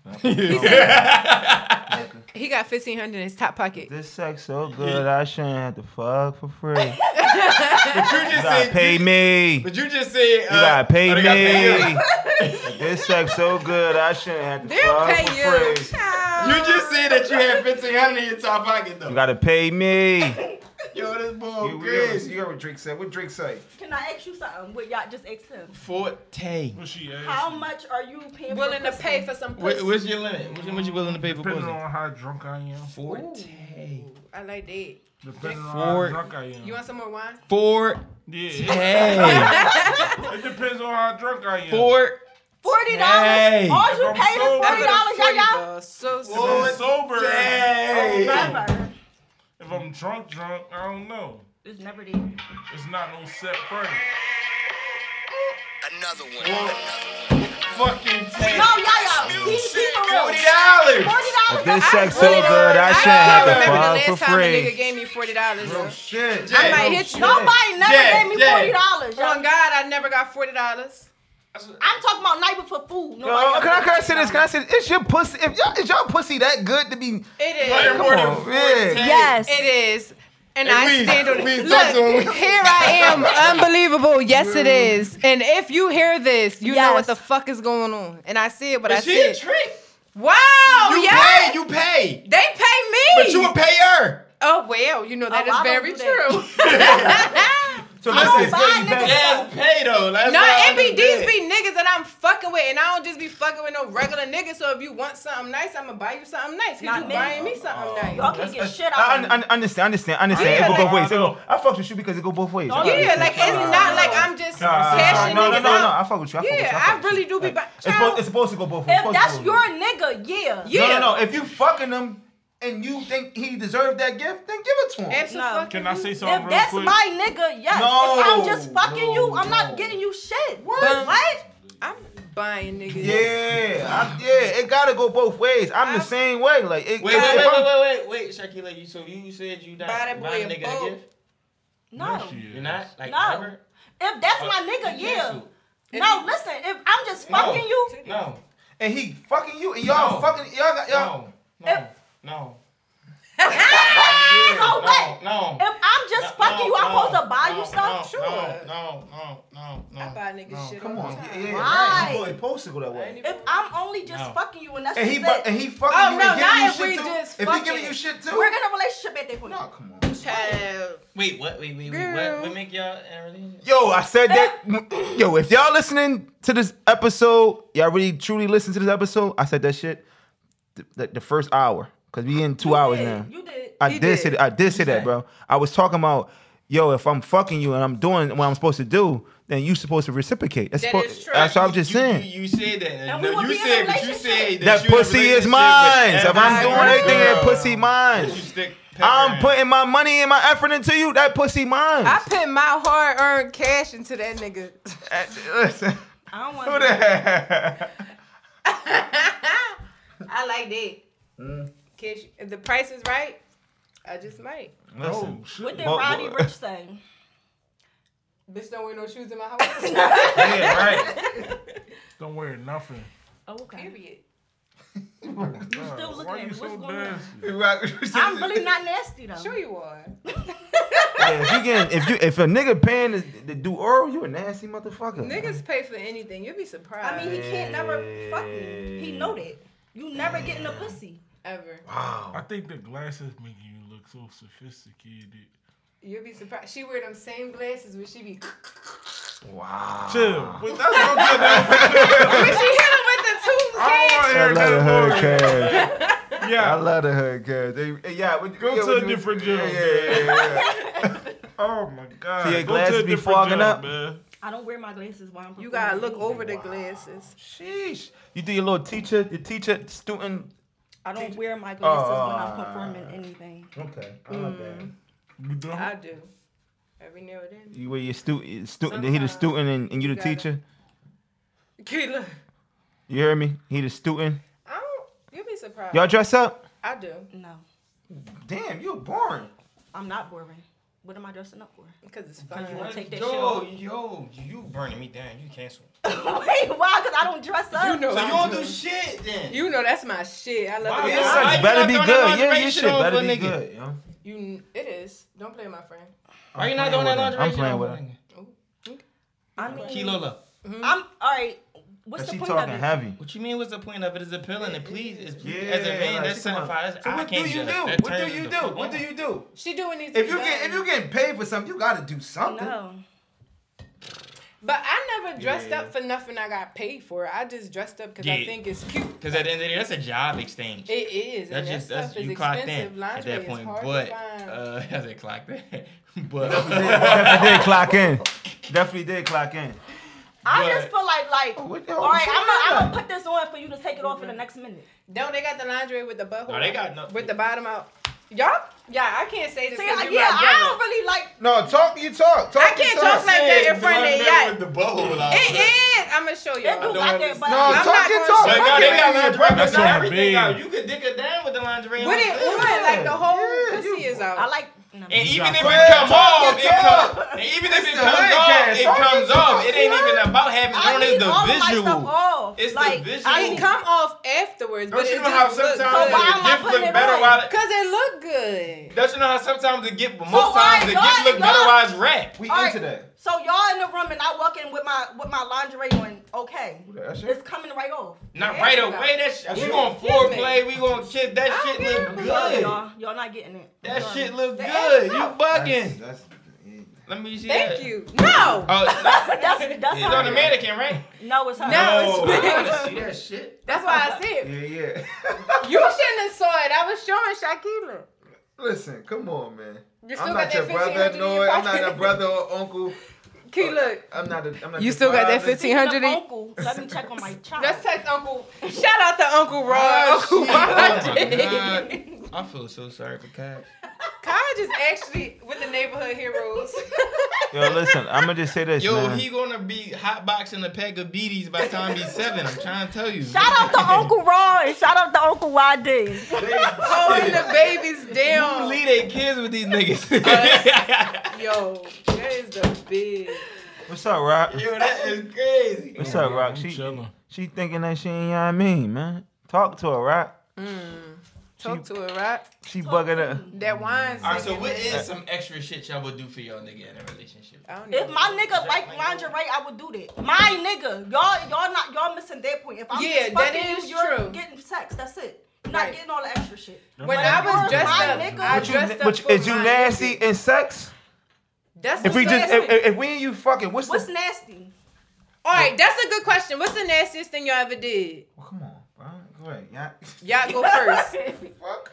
S4: He got fifteen hundred in his top pocket.
S5: This sex so good, I shouldn't have to fuck for free. You
S8: But you just
S5: gotta
S8: said.
S5: pay me. You
S8: But you just said. Uh,
S5: gotta pay
S8: oh, they
S5: me.
S8: you.
S5: This sex so good, I shouldn't have to
S4: They'll
S5: fuck
S4: pay
S5: for
S4: you.
S5: free.
S8: You just said that you had fifteen hundred in your top pocket though.
S5: You gotta pay me.
S8: Yo, this boy
S5: You- you
S8: crazy.
S5: heard what Drake said. What Drake say?
S2: Can I ask you something? What y'all just asked him?
S8: Forte.
S3: What she asked?
S2: How much are you paying?
S4: Willing
S2: for
S4: to
S2: pussy?
S4: pay for some
S8: What,
S4: pussy.
S8: what's your limit? What you, what you willing to pay for
S3: Depending
S8: pussy?
S3: on how drunk I am.
S8: Forte.
S4: I like that.
S3: Depending on
S8: Four.
S3: how drunk I am.
S4: You want some more wine?
S8: Forte.
S3: yeah, it,
S8: Hey.
S3: it depends on how drunk I am.
S8: Forte.
S2: Forty dollars.
S8: Hey.
S2: All you
S3: If I'm
S2: paid is
S3: sober-
S2: forty dollars, y'all. y'all.
S4: dollars. So
S3: If I'm
S4: so.
S3: sober,
S8: Hey.
S3: I don't know.
S2: Never.
S3: If I'm drunk, drunk, I don't know.
S2: It's never there.
S3: It's not no set price.
S9: Another one.
S8: Fucking
S2: No,
S8: ten.
S2: y'all, y'all. He, he for real.
S8: Forty dollars.
S2: Forty dollars.
S5: This sex so
S4: really
S5: good,
S4: don't
S5: I
S4: remember-
S5: shouldn't
S4: I
S5: have
S4: don't remember
S5: to
S4: the
S5: fuck
S4: last
S5: for
S4: time a nigga
S5: free.
S4: gave me forty dollars.
S5: Bro, shit.
S4: I might
S8: Jay,
S4: hit you.
S2: Nobody never
S8: Yeah,
S2: gave me
S8: yeah.
S2: forty dollars,
S4: On
S2: y'all.
S4: God, I never got forty dollars.
S2: I'm talking about night before food.
S5: Yo,
S2: Nobody
S5: can I,
S2: else.
S5: can I say this? Can I say this? It's your pussy. If y'all, is y'all pussy that good to be?
S4: It
S8: Right,
S4: is.
S5: Come on, yeah.
S2: Yes.
S4: It is. And
S8: Hey,
S4: I
S8: Weez,
S4: stand on
S8: Weez,
S4: it.
S8: talk to him.
S4: Look, here I am, unbelievable. Yes, it is. And if you hear this, you
S2: Yes.
S4: know what the fuck is going on. And I see it, but I
S8: But
S4: see
S8: she a
S4: it.
S8: trick.
S4: Wow,
S8: You
S4: yeah,
S8: pay. You pay.
S4: they pay me.
S8: But you would pay her.
S4: oh well, you know that
S2: Oh,
S4: is
S2: I don't
S4: very
S2: do that.
S4: true.
S5: So
S8: I
S5: this is
S8: don't
S5: good.
S2: buy
S5: You
S2: niggas.
S5: back.
S8: Yes, pay though. That's
S4: no,
S8: what I
S4: it be these
S8: understand.
S4: be niggas that I'm fucking with, and I don't just be fucking with no regular niggas. So if you want something nice, I'ma buy you something nice. Cause
S2: Not
S4: you
S2: me.
S4: buying me something
S8: Oh.
S4: nice.
S2: Y'all can get shit
S5: I
S2: out
S5: un-
S2: of me.
S5: un- understand, understand, understand.
S4: Yeah,
S5: it go both
S3: like-
S5: ways. It go, I fuck with you because it go both ways.
S2: Yeah,
S4: Yeah, like it's not like I'm just cashing
S5: no, no,
S4: niggas
S5: no, no.
S4: out.
S5: I fuck with you. I fuck with you.
S4: Yeah,
S5: fuck
S4: I
S5: with
S4: really
S5: you.
S4: do be.
S5: Like,
S4: Buy-
S5: it's, supposed- it's supposed to go both
S2: If
S5: ways. Supposed to
S2: that's
S5: go both
S2: your
S5: ways.
S2: nigga, yeah.
S4: yeah.
S5: No, no, no. If you fucking him and you think he deserved that gift, then give it to him.
S4: Absolutely.
S3: Can I say something
S2: If
S3: real
S2: that's
S3: quick?
S2: my nigga, yes.
S5: No,
S2: if I'm just fucking
S5: no,
S2: you, I'm
S5: no.
S2: not getting you shit. What?
S4: But-
S2: what?
S4: I'm buying niggas.
S5: Yeah, I, yeah, it gotta go both ways. I'm the same way. Like, it,
S8: Wait,
S5: if
S8: wait, wait,
S5: I'm-
S8: wait, wait, wait, wait, Shaquille. You so you said you not
S4: Buy that boy
S8: buying
S4: a
S8: nigga
S4: boat.
S8: a gift?
S2: No.
S3: Yes, she is.
S8: You're not like
S2: No.
S8: never. Uh,
S2: If that's my
S8: You
S2: nigga, yeah.
S8: cancel.
S2: No, listen. If I'm just
S8: No.
S2: fucking you,
S8: No,
S5: and he fucking you, and y'all
S8: No.
S5: fucking y'all got y'all.
S8: no,
S2: If-
S8: no, no.
S2: ah, so
S8: No,
S2: what?
S8: no.
S2: If I'm just
S8: No,
S2: fucking you, I'm
S8: no,
S2: supposed to buy
S8: no,
S2: you stuff.
S8: no,
S4: Sure.
S8: No, no, no, no.
S4: I
S8: no.
S4: buy niggas shit.
S5: Oh, Come
S4: all
S5: on,
S4: the
S5: yeah,
S4: time.
S5: yeah,
S2: Why?
S5: right. It's supposed to go that way.
S2: If I'm only just
S8: No.
S2: fucking you, and that's
S5: And he
S2: just
S5: bu-
S2: it.
S5: and he fucking
S4: Oh,
S5: you
S4: no,
S5: and giving
S4: not
S5: you
S4: if
S5: shit
S4: we
S5: too.
S4: just
S5: if he
S4: fucking.
S5: giving you shit too,
S2: We're in a relationship at that point.
S5: no, come on.
S4: Child.
S8: Wait, what? Wait, wait, wait. What?
S4: Girl.
S8: What make y'all in a relationship?
S5: Yo, I said that. Yo, if y'all listening to this episode, y'all really truly listen to this episode. I said that shit the, the, the first hour because we in two
S2: You
S5: hours
S2: did.
S5: now.
S2: You did.
S5: I
S4: He
S5: did, say
S4: did.
S5: that. I did say that, bro. I was talking about, yo, if I'm fucking you and I'm doing what I'm supposed to do, then you supposed to reciprocate. That's,
S4: That
S5: suppo-
S4: is true.
S5: that's what I'm just
S8: You-
S5: saying.
S8: You, you said that.
S2: And we
S8: no,
S2: would be
S8: you
S2: in a
S8: said, but you
S2: relationship.
S8: said that,
S5: that
S8: you in a
S5: pussy is
S8: relationship with
S5: mine. If I'm
S8: everybody.
S5: doing
S4: girl.
S5: anything, that pussy mine.
S8: You stick pepper
S5: I'm
S8: in.
S5: putting my money and my effort into you. That pussy mine.
S4: I put my hard earned cash into that nigga.
S5: Listen,
S2: I don't
S5: who
S2: want
S5: the
S2: to.
S5: hell?
S4: I like that.
S5: Mm.
S4: Cash. If the price is right, I just might.
S5: Listen.
S3: Oh, shit.
S2: What did
S5: But-
S2: Roddy
S5: but-
S2: Rich say?
S4: Bitch, don't wear no shoes in my house.
S5: Yeah, right.
S3: Don't wear nothing.
S2: Oh, okay.
S4: Period.
S2: You still looking
S3: Why
S2: at
S3: you
S2: me? What's
S3: so
S2: going on?
S3: nasty?
S2: I'm really not nasty though.
S4: Sure you are.
S5: Yeah, if you getting, if you if a nigga paying to, to do oral, you a nasty motherfucker.
S4: Niggas pay for anything. You'll be surprised.
S2: I mean, he can't never fuck me. He know that. You never getting a pussy.
S4: ever.
S3: I think the glasses make you look so sophisticated.
S4: You'll be surprised. She wear them same glasses when she be.
S5: Wow.
S3: Chill. Wait, that's what I'm saying.
S4: when she hit him with the two
S3: I
S4: kids.
S3: want to
S5: I
S3: hear
S5: love the
S3: that more.
S5: hood cuz. I
S3: Yeah.
S5: love the hood cuz. They- eh, Yeah, what-
S3: Go
S5: yeah,
S3: to
S5: what-
S3: a different
S5: yeah,
S3: gym.
S5: Yeah, yeah, yeah.
S3: Oh my god.
S5: So your
S3: Go to
S5: glasses
S3: a
S5: be
S3: different
S5: fogging
S3: job,
S5: up?
S3: Man.
S2: I don't wear my glasses while I'm.
S4: You gotta
S2: performing.
S4: look over the glasses.
S5: Sheesh. You do your little teacher, your teacher, student.
S2: I don't wear my glasses when I'm
S5: Ah.
S2: performing anything.
S5: Mm. Okay. I like that.
S3: You don't?
S1: Uh-huh.
S4: I do. Every now and then.
S5: You where you student, student, he the
S4: Sometimes
S5: student and, and you the
S4: you gotta-
S5: teacher.
S4: Keela.
S5: You hear me? He the student.
S4: I don't. You'll be surprised.
S5: Y'all dress up?
S4: I do.
S2: No,
S5: Damn, you boring.
S2: I'm not boring. What am I dressing up for?
S4: Because it's
S2: Cause
S4: fun.
S2: you wanna Uh, take that shit
S1: Yo,
S2: off?
S1: yo, you burning me down. You cancel.
S2: Wait, why? Cause I don't dress up.
S4: You know,
S1: So you
S4: I
S1: don't
S4: do.
S1: do shit then.
S4: you know that's my shit. I
S1: Why-
S4: love it.
S1: why-
S4: It's like-
S1: why-
S5: Sex
S1: you
S5: better
S1: not
S5: be
S1: throwing
S5: good.
S1: that
S5: Yeah,
S1: lingerie
S5: your
S1: shit
S5: shit
S1: on
S5: better
S1: for
S5: be
S1: nigga?
S5: good. Yo.
S4: You, it is. Don't play my friend.
S1: Why you not doing that lingerie
S5: I'm
S1: shit
S5: playing
S1: on
S5: with
S1: for
S5: her.
S1: nigga?
S2: I mean,
S1: Kilo love.
S2: I'm all right. What's
S5: But
S2: the
S5: she
S2: point of
S5: talking
S2: it?
S5: heavy.
S1: What you mean? What's the point of it? It's appealing. It please, it's please.
S5: Yeah,
S1: as a man,
S5: like,
S1: that's
S5: come on.
S1: certified. That's,
S5: So
S1: I
S5: what do
S1: can't
S5: you
S1: judge.
S5: do?
S1: That
S5: What do
S1: turns
S5: you
S1: the
S5: do?
S1: fuck on.
S5: What do you do?
S4: She do what needs to
S5: If
S4: be
S5: you
S4: done.
S5: get if you getting paid for something, you gotta do something.
S2: No.
S4: But I never dressed
S5: Yeah.
S4: up for nothing I got paid for. I just dressed up because I
S1: Yeah.
S4: think it's cute.
S1: Because at the end of the day, that's a job exchange.
S4: It is.
S1: that's
S4: and
S1: just
S4: that
S1: that's
S4: stuff is
S1: you clocked
S4: expensive.
S1: in at
S4: Lingerie
S1: that
S4: is
S1: point.
S4: hard to
S1: But
S4: find.
S1: uh, as it clocked in, but
S5: Definitely did clock in. Definitely did clock in.
S2: I
S1: But- Oh,
S2: just feel like like.
S5: what the hell
S2: all right,
S5: is
S2: I'm gonna
S5: that?
S2: I'm gonna put this on for you to take it off in the next minute.
S4: Don't they got the lingerie with the butthole?
S1: No, they got nothing.
S4: With the bottom out. Y'all, yeah, I can't say this.
S2: See,
S4: 'cause
S2: I,
S4: you're
S2: yeah,
S4: my
S2: I
S4: brother.
S2: don't really like.
S5: No, talk you talk. talk
S4: I can't
S5: you
S4: talk like that in front of
S1: Lingerie
S4: y'all.
S1: with the butthole out.
S4: It is. I'm gonna show you.
S2: They do
S4: all
S2: got that, but
S5: No,
S4: I'm
S5: talk
S4: not
S5: your
S4: gonna
S5: talk.
S1: But
S4: say-
S5: Fuck
S1: no,
S5: it,
S1: they
S5: man.
S1: got lingerie
S3: That's
S1: with
S3: on
S1: everything
S3: me.
S1: out. You could dick it down with the lingerie.
S4: With it on, like the whole
S5: Yeah,
S4: pussy
S5: you-
S4: is out.
S2: I like. No.
S1: And
S3: You
S1: even
S3: got
S1: if it
S3: fucked up.
S1: comes off, it
S5: Fuck
S1: comes.
S5: up.
S1: And even if it
S5: It's
S1: comes
S5: the
S1: off,
S5: podcast.
S1: it
S5: Fuck
S1: comes
S5: it
S1: off.
S5: up.
S1: It ain't even about having
S2: I
S1: on. It's
S2: need all of my
S1: the
S2: stuff
S1: visual.
S2: off.
S1: It's the
S2: like,
S1: visual.
S2: I
S4: it
S2: need-
S4: come off afterwards, but
S1: Don't
S4: it
S1: you know
S4: just
S1: how
S4: look
S1: sometimes
S2: So why am I
S1: the gift
S2: putting
S1: look
S2: it
S1: better
S2: on?
S1: while it,
S4: Cause it look good.
S1: Don't you know how sometimes the gift, but
S2: So
S1: most
S2: why
S1: times the
S2: y'all-
S1: gift look better
S2: y'all-
S1: while it's wrapped.
S5: We
S2: All right.
S5: into that.
S2: So y'all in the room and I walk in with my with my lingerie on. Okay,
S5: That shit?
S2: it's coming right off.
S1: Not
S4: Yeah,
S1: right
S4: you
S1: away. That shit, we
S4: Yeah.
S1: gonna
S4: Kiss me.
S1: foreplay. We gonna kiss. That
S4: I
S1: shit
S4: don't
S1: look
S4: care.
S1: good.
S2: Y'all, y'all not getting it.
S1: That
S2: Y'all-
S1: shit look
S4: The
S1: good.
S4: ass
S1: You
S4: up.
S1: bugging.
S5: That's,
S1: Let me see.
S4: Thank
S1: that.
S4: you. No.
S1: Oh, it's
S2: that's that's
S1: it's on the
S2: her.
S1: mannequin, right?
S2: No, it's her.
S4: No, it's-
S1: Oh, I wanna see that shit.
S4: That's why I said
S5: yeah, yeah.
S4: you shouldn't have saw it. I was showing Shakira.
S5: Listen, come on, man.
S4: You still
S5: I'm
S4: got
S5: not your
S4: that
S5: brother,
S4: 1500 in
S5: no.
S4: your
S5: I'm not a
S4: pocket.
S5: brother or uncle.
S4: Keela,
S5: I'm not. A, I'm not.
S4: You
S5: your
S4: still got that
S5: father.
S2: Speaking of
S4: 1500 in-
S2: uncle, let me check on my child.
S4: let's text Uncle. Shout out to Uncle Rod.
S1: Oh,
S4: Uncle
S1: shit. Oh, my
S4: Rod.
S1: God. I feel so sorry for Kai.
S4: Kaj is actually with the neighborhood heroes.
S5: Yo, listen. I'm gonna just say this,
S1: Yo,
S5: man.
S1: he gonna be hotboxing a pack of beaties by the time he's seven. I'm trying to tell you.
S2: Shout out to Uncle Raw and shout out to Uncle YD.
S4: holding the babies
S1: You
S4: down.
S1: lead their kids with these niggas.
S4: Yo, that is the big.
S5: What's up, Rock?
S1: Yo, that is crazy.
S5: What's up, Rock?
S3: I'm
S5: She
S3: chilling.
S5: she thinking that she ain't. You know what I mean, man. Talk to her, Rock.
S4: Mm. Talk to it, right?
S5: She bugging her.
S4: That wine.
S1: All right, so
S4: singing,
S1: what
S4: man.
S1: is some extra shit y'all would do for y'all nigga in a relationship?
S4: I don't
S2: If
S4: know.
S2: my nigga like lingerie, I would do that. My nigga, y'all, y'all not, y'all missing that point. If I'm
S4: Yeah,
S2: just
S4: that
S2: fucking
S4: is
S2: you, you're
S4: true.
S2: getting sex. That's it. You're not
S4: Right.
S2: getting all the extra shit.
S4: when I
S2: you're
S4: was dressed
S2: my
S4: up,
S2: nigga.
S4: I
S2: But you-
S4: dressed up.
S5: But
S4: for
S5: is you
S4: my
S5: nasty
S4: nigga.
S5: in sex?
S4: That's
S5: If we
S4: what's
S5: just
S4: nasty.
S5: if, if, if we and you fucking, what's,
S2: What's
S5: the?
S2: nasty?
S4: All right, that's a good question. What's the nastiest thing y'all ever did?
S5: Well, come on, bro. Go ahead. Yeah.
S4: Y'all go first.
S5: Fuck.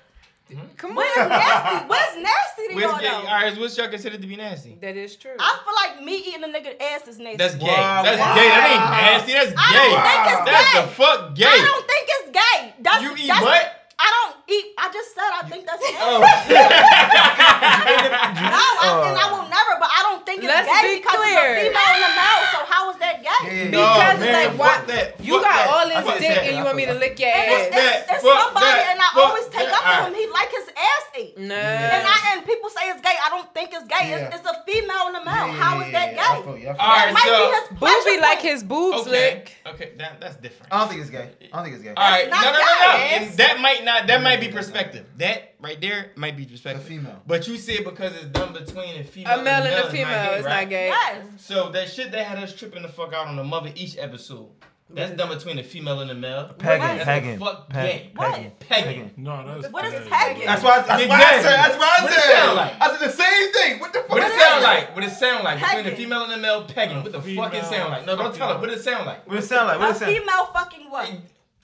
S4: Come
S2: What is
S4: on.
S2: nasty? What is nasty to
S1: What's
S2: y'all
S1: gay? All
S2: though?
S1: right, what's y'all considered to be nasty?
S4: That is true.
S2: I feel like me eating a nigga ass is nasty.
S1: That's gay.
S5: Wow,
S1: That's
S5: wow.
S1: gay. That ain't nasty. That's gay.
S2: I don't think it's
S1: That's
S2: gay.
S1: the fuck gay.
S2: I don't think it's gay. That's,
S1: You eat
S2: that's,
S1: butt?
S2: I don't eat. I just said I think that's nasty.
S4: Oh,
S5: You-
S2: No, I
S5: Oh.
S2: think I will never, but I don't think it's
S4: Let's
S2: gay
S4: be
S2: because
S4: clear.
S2: it's a female in the mouth. So how is that gay?
S5: Yeah.
S1: No,
S4: Because
S1: man,
S4: like,
S1: fuck
S4: why-
S1: that.
S4: you
S1: Fuck that.
S4: got
S1: I fuck
S4: all this dick
S1: that.
S4: and you want me to lick your
S2: And it's,
S4: ass.
S2: it's,
S1: that,
S2: it's
S1: fuck
S2: somebody,
S1: that,
S2: and I
S1: fuck
S2: always
S1: that.
S2: take up to him.
S1: Alright.
S2: He like his ass ate.
S4: No.
S2: And I and people say it's gay. I don't think it's gay. It's, it's a female in the mouth. How is that
S5: I
S2: gay?
S5: feel you,
S1: All
S5: I feel you.
S2: That
S1: right,
S2: might
S1: so-
S2: be his pleasure
S4: Booby like
S2: point.
S4: his boobs
S1: Okay.
S4: lick.
S1: Okay, that, that's different.
S5: I don't think it's gay. I don't think it's gay.
S1: All right, no,
S2: not
S1: no, no, no.
S2: gay.
S1: And that might not. That might be perspective. That right there might be perspective.
S5: The female.
S1: But you said because it's done between a female,
S4: A male and
S1: male
S4: a
S1: is
S4: female is
S1: right?
S4: not gay.
S2: Yes.
S1: So that shit that had us tripping the fuck out on the mother each episode. That's done between the female and the male.
S5: Pegging,
S2: What?
S5: pegging,
S1: Fuck
S5: pegging,
S1: gay.
S2: What?
S5: pegging.
S1: Pegging.
S3: No, that's
S2: What is
S3: nasty.
S2: pegging?
S5: That's why. That's why I said. That's why I
S1: What it
S5: said.
S1: sound like?
S5: I said the same thing. What the fuck?
S1: What it
S5: is
S1: sound
S5: that?
S1: like? What it sound like? Between
S2: Pegging.
S1: the female and the male pegging. What the fuck it
S3: Female.
S1: sound like? No, don't tell her. What it sound like?
S5: What it sound like? What
S2: A
S5: it sound?
S2: female fucking what?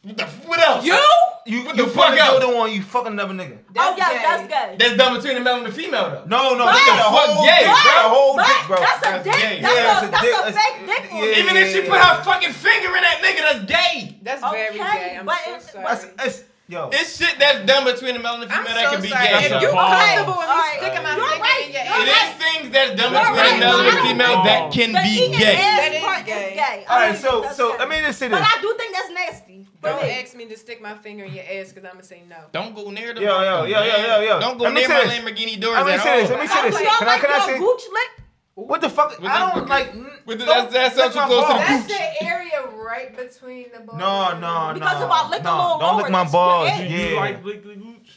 S1: What the what else?
S4: You?
S5: You
S1: What
S5: you
S1: the fuck
S5: fucking
S1: else?
S5: dildo on you fucking another nigga.
S2: oh yeah, that's gay.
S1: That's done between the male and the female though.
S5: No, no,
S2: But-
S5: nigga, the
S1: But-
S5: whole dick,
S1: but-
S5: bro, the whole
S2: but
S5: dick, bro.
S2: that's a
S1: That's
S2: dick.
S1: gay.
S2: That's,
S5: Yeah,
S2: a,
S5: that's a
S2: that's a
S5: dick.
S2: fake dick
S5: Yeah,
S2: one.
S5: yeah,
S1: Even if she put her fucking finger in that nigga, that's gay.
S4: That's very
S2: Okay,
S4: gay. I'm
S2: but
S4: so
S2: it's-
S4: sorry.
S5: That's, it's, Yo,
S1: It's shit that's done between the male and the
S4: I'm
S1: female that
S4: so
S1: can be
S4: sorry.
S1: gay.
S4: If you
S3: Balls.
S4: comfortable with me
S2: Alright.
S4: sticking my
S2: You're
S4: finger
S2: right.
S4: in your
S2: You're
S1: It
S4: ass,
S1: is things that's done between
S2: You're
S1: the
S2: right.
S1: male and the
S2: Balls.
S1: female that can
S2: The
S1: be
S2: eating
S1: gay.
S4: That
S2: ass
S4: is
S2: part is
S4: gay.
S2: gay.
S5: all
S2: I
S5: right.
S2: think
S5: So,
S2: that's
S5: so
S2: gay.
S5: let me just say
S2: But
S5: this.
S2: I do think that's nasty.
S4: don't
S2: But
S4: ask me to stick my finger in your ass because I'm gonna say no.
S1: Don't go near the
S5: Yo, yo, yo, yo, yo, yo.
S1: Don't go
S5: Let me
S1: near my
S5: say this.
S1: Lamborghini doors
S5: Let me
S1: at
S5: say this.
S1: all.
S5: Let me say this.
S2: y'all
S5: Can I?
S2: like
S5: Can I
S2: your
S5: say?
S2: gooch lick?
S5: What the fuck?
S1: With
S5: I
S1: the
S5: don't
S1: fucking-
S5: like.
S1: with the-
S5: don't
S1: that's- that's
S5: lick
S1: how
S5: my
S1: you close to the
S5: balls.
S4: That's the area right between the balls.
S5: No, no,
S2: Because
S5: no.
S2: if I lick a
S5: no,
S2: little
S5: don't
S2: lower,
S5: lick my
S2: that's
S5: balls.
S2: your
S3: Do
S2: ass.
S5: Yeah.
S3: you like lick the gooch?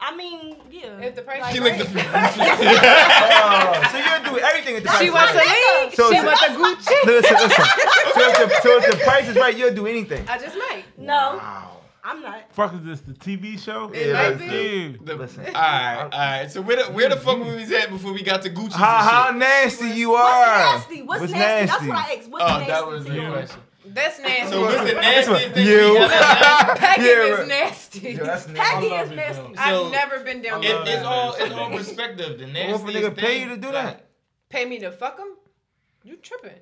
S2: I mean, yeah.
S4: If the person
S1: She
S4: right,
S1: licked the
S5: Oh, so you'll do everything at the price.
S4: she wants a
S5: right.
S4: league.
S5: So
S4: she
S5: it's-
S4: wants a Gucci.
S5: Listen, listen. So if, the, so if the price is right, you'll do anything.
S4: I just might.
S2: No,
S5: Wow.
S2: I'm not.
S3: Fuck is this the TV show?
S5: Yeah,
S4: might
S5: that's
S4: be.
S5: the-
S3: Yeah.
S1: The,
S5: Listen.
S1: all right, all right. So where the where the fuck we was at before we got to Gucci?
S5: How, how nasty you
S2: What's
S5: are.
S2: nasty? What's, nasty? That's what I asked. What's
S1: Oh,
S2: nasty?
S1: that was
S2: to
S1: the
S2: you?
S1: question.
S4: That's nasty.
S1: So what's the nastiest thing
S5: You.
S1: we ever
S4: Pecking
S5: Yeah,
S4: is
S5: right.
S4: nasty.
S5: Yo, that's nasty.
S2: Peggy
S3: love
S2: is
S3: it,
S2: nasty.
S3: though.
S1: So-
S4: I've never been down.
S1: It,
S4: with
S1: it's all it's all perspective. The
S5: What if a
S1: nastiest
S5: nigga pay
S1: thing-
S5: you to do
S1: like,
S5: that?
S4: Pay me to fuck him? You tripping?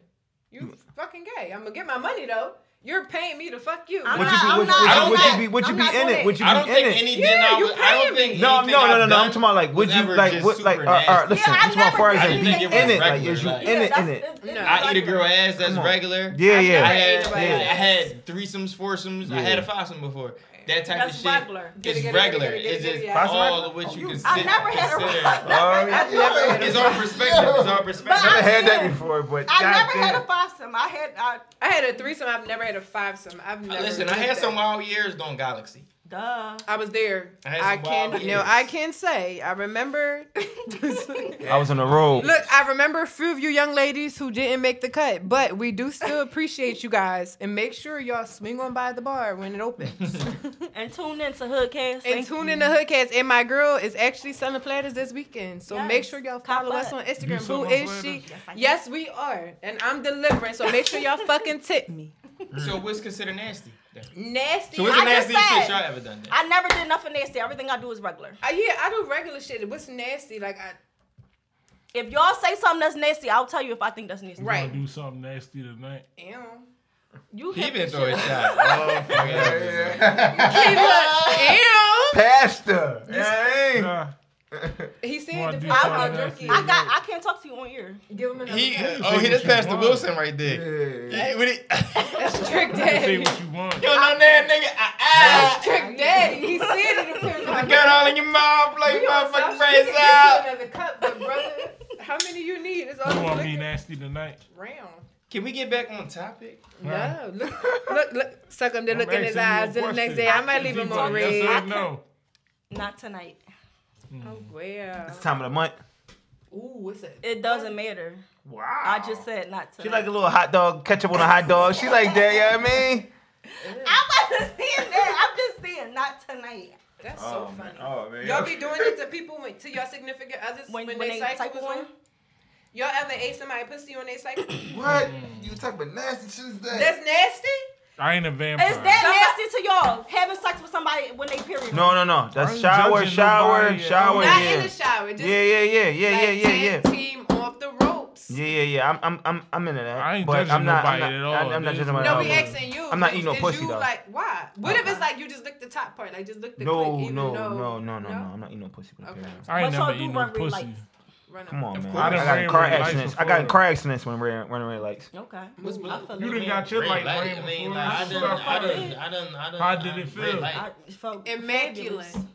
S4: You fucking gay? I'm gonna get my money though. You're paying me to fuck you.
S2: I'm
S5: Would you
S2: not-
S5: be,
S2: I'm
S5: would,
S2: not-
S5: would,
S1: I'm
S5: you- would
S1: not-
S5: you be, would you
S2: I'm
S5: be
S2: not
S5: in
S2: doing
S5: it? Would you be
S1: I don't
S5: in
S1: think
S5: it?
S1: anything.
S4: Yeah,
S1: I,
S4: you
S1: was, I
S4: paying
S1: don't think
S4: me.
S1: anything
S5: No, no, no,
S1: I've
S5: no, no. I'm
S1: done
S5: talking about like, would
S1: was
S5: you
S1: ever
S5: like,
S1: just
S5: what, like, uh,
S1: super
S5: all right, all right,
S1: nasty.
S5: listen.
S2: Yeah,
S5: As far
S2: I
S5: as
S2: never
S5: in
S2: did
S5: it,
S2: that.
S5: in it, like, is you
S1: Yeah,
S5: in it,
S2: that's-
S5: in it?
S2: it's- it's
S4: No.
S1: I eat a
S2: regular.
S1: girl ass. That's
S5: Come on.
S1: regular.
S5: Yeah,
S1: I
S4: I'm not-
S5: yeah.
S1: had I
S4: Yeah.
S1: had threesomes, foursomes. I had a foursome before. That type
S2: That's
S1: of shit.
S2: regular.
S4: Get it,
S1: It's
S4: get it,
S1: regular.
S4: get it, get it,
S1: It's
S4: get it,
S1: just
S4: yeah.
S5: Foursome
S1: all
S5: regular?
S1: of which
S5: Oh,
S1: you
S5: you-
S1: consider.
S2: I never had a
S1: consider.
S2: regular.
S5: Oh, yeah.
S4: I've never had
S1: It's
S4: a
S1: our perspective. It's our perspective.
S5: I had that
S2: Yeah.
S5: before, but
S2: I
S5: God
S2: never had
S5: damn.
S2: a foursome. I had I
S4: I had a threesome. I've never had a fivesome. I've never.
S1: Uh, Listen, I
S4: did
S1: had
S4: that.
S1: some wild years on Galaxy.
S2: duh.
S4: I was there.
S1: I had
S4: I,
S1: some
S4: can
S1: wild
S4: no.
S1: years.
S4: I can say I remember. Look,
S5: I was on the road.
S4: I remember a few of you young ladies who didn't make the cut, but we do still appreciate you guys, and make sure y'all swing on by the bar when it opens.
S2: And tune in to Hoodcast.
S4: and tune in to Hoodcast. And my girl is actually selling platters this weekend, so make
S2: Yes.
S4: sure y'all
S2: Pop
S4: follow us
S2: up.
S4: on Instagram. Who
S3: selling
S4: is
S3: platters?
S4: she?
S2: Yes, I am.
S4: Yes, we are, and I'm delivering. So make sure y'all fucking tip me.
S1: So what's considered nasty? then?
S4: Nasty.
S1: So what's
S2: I
S1: the
S4: I-
S2: just
S1: nastiest shit
S2: said-
S1: y'all ever done? Then?
S2: I never did nothing nasty. Everything I do is regular.
S4: I- yeah, I do regular shit. What's nasty? Like I
S2: If y'all say something that's nasty, I'll tell you if I think that's nasty.
S4: right.
S3: Do something nasty tonight.
S4: Ew.
S2: You
S1: He
S2: hit
S1: been
S2: the
S1: throwing
S2: shit.
S1: shots.
S5: Oh,
S4: He look, ew.
S5: Pastor. Hey.
S3: Nah,
S4: Oh, He said
S3: Wanna
S4: the
S3: do
S4: pop
S3: something
S4: out
S3: nasty?
S4: drinking.
S2: I got. I can't talk to you on air.
S4: Give him another.
S1: He,
S4: pass.
S1: oh, he just passed the Wilson right there.
S5: Yeah.
S1: He- when he-
S4: That's trick
S3: say
S4: daddy.
S3: what you want.
S1: you know that nigga? Ah, ah.
S4: That's trick daddy. He said it in the
S1: Got all in your mouth, like
S4: We
S1: motherfucking
S4: on South
S1: friends
S4: Street,
S1: out.
S4: get you Another cup, but brother, how many you need? It's all
S3: You want
S4: this
S3: me
S4: liquor.
S3: nasty tonight?
S4: round.
S1: Can we get back on topic?
S4: No, look, look, look, suck him. Then look in his
S3: asking you a
S4: eyes. Then the next
S3: question.
S4: day, I might leave him
S3: You
S4: on
S3: want yes
S4: red.
S3: or no?
S2: Not tonight.
S4: Oh well.
S5: It's time of the month.
S4: Ooh, it's a.
S2: It doesn't matter.
S5: Wow.
S2: I just said not
S5: She
S2: tonight.
S5: like a little hot dog, ketchup on a hot dog. She like that, you know what I mean?
S2: I'm understand that. I'm just saying not tonight.
S4: That's so funny.
S5: Oh, man.
S4: Y'all be doing it to people when, to your significant others when,
S2: When-
S4: they
S2: when
S4: their
S2: they
S4: cycle
S2: cycle
S4: was on.
S2: on?
S4: Y'all ever ate somebody pussy on their cycle?
S5: What? You talking about nasty shit today?
S4: That's nasty.
S3: I ain't a vampire.
S2: Is that nasty to y'all? Having sex with somebody when they period?
S5: No, no, no. That's
S3: ain't
S5: shower,
S3: judging
S5: shower,
S3: nobody, yeah.
S5: shower.
S4: Not
S5: yeah.
S4: in the shower. Just
S5: yeah, yeah, yeah, yeah,
S4: like,
S5: yeah, yeah,
S4: tag
S5: yeah.
S4: Team off the ropes.
S5: Yeah, yeah, yeah. I'm, I'm, I'm, I'm into that.
S3: I ain't
S5: but
S3: judging
S5: I'm not,
S3: nobody
S5: I'm
S3: at
S5: not,
S3: all,
S5: I'm, I'm not
S3: bitch.
S5: judging my
S4: No, we
S3: Oh.
S4: asking you.
S5: I'm not
S4: is-
S5: eating no
S4: is
S5: pussy,
S4: you
S5: though. Uh-uh.
S4: Like why? What if it's like you just licked the top part? Like just licked the.
S5: No,
S4: clit, even
S5: no, no,
S4: though-
S5: no, no, no,
S4: no?
S5: I'm not eating no pussy for the
S4: Okay.
S5: period.
S3: I ain't
S2: What y'all
S3: never
S2: do
S3: eat no
S2: run red
S3: pussy.
S2: lights?
S4: Run up.
S5: Come on, man.
S1: course.
S5: I, done
S1: I
S5: got
S3: ran
S5: in car
S3: red lights
S5: accidents. I got in
S3: before.
S5: car accidents when ran- running red lights.
S2: Okay.
S1: What's black?
S2: I feel
S3: You
S2: it.
S3: done got your
S1: Red
S3: light
S1: light,
S3: ran
S1: I mean,
S3: before
S1: like, I
S3: you
S1: done,
S3: start
S1: I done,
S3: fucking.
S1: I done, I done.
S3: How did it
S1: red
S3: feel?
S1: light.
S2: I felt
S4: Immaculate.
S2: fabulous.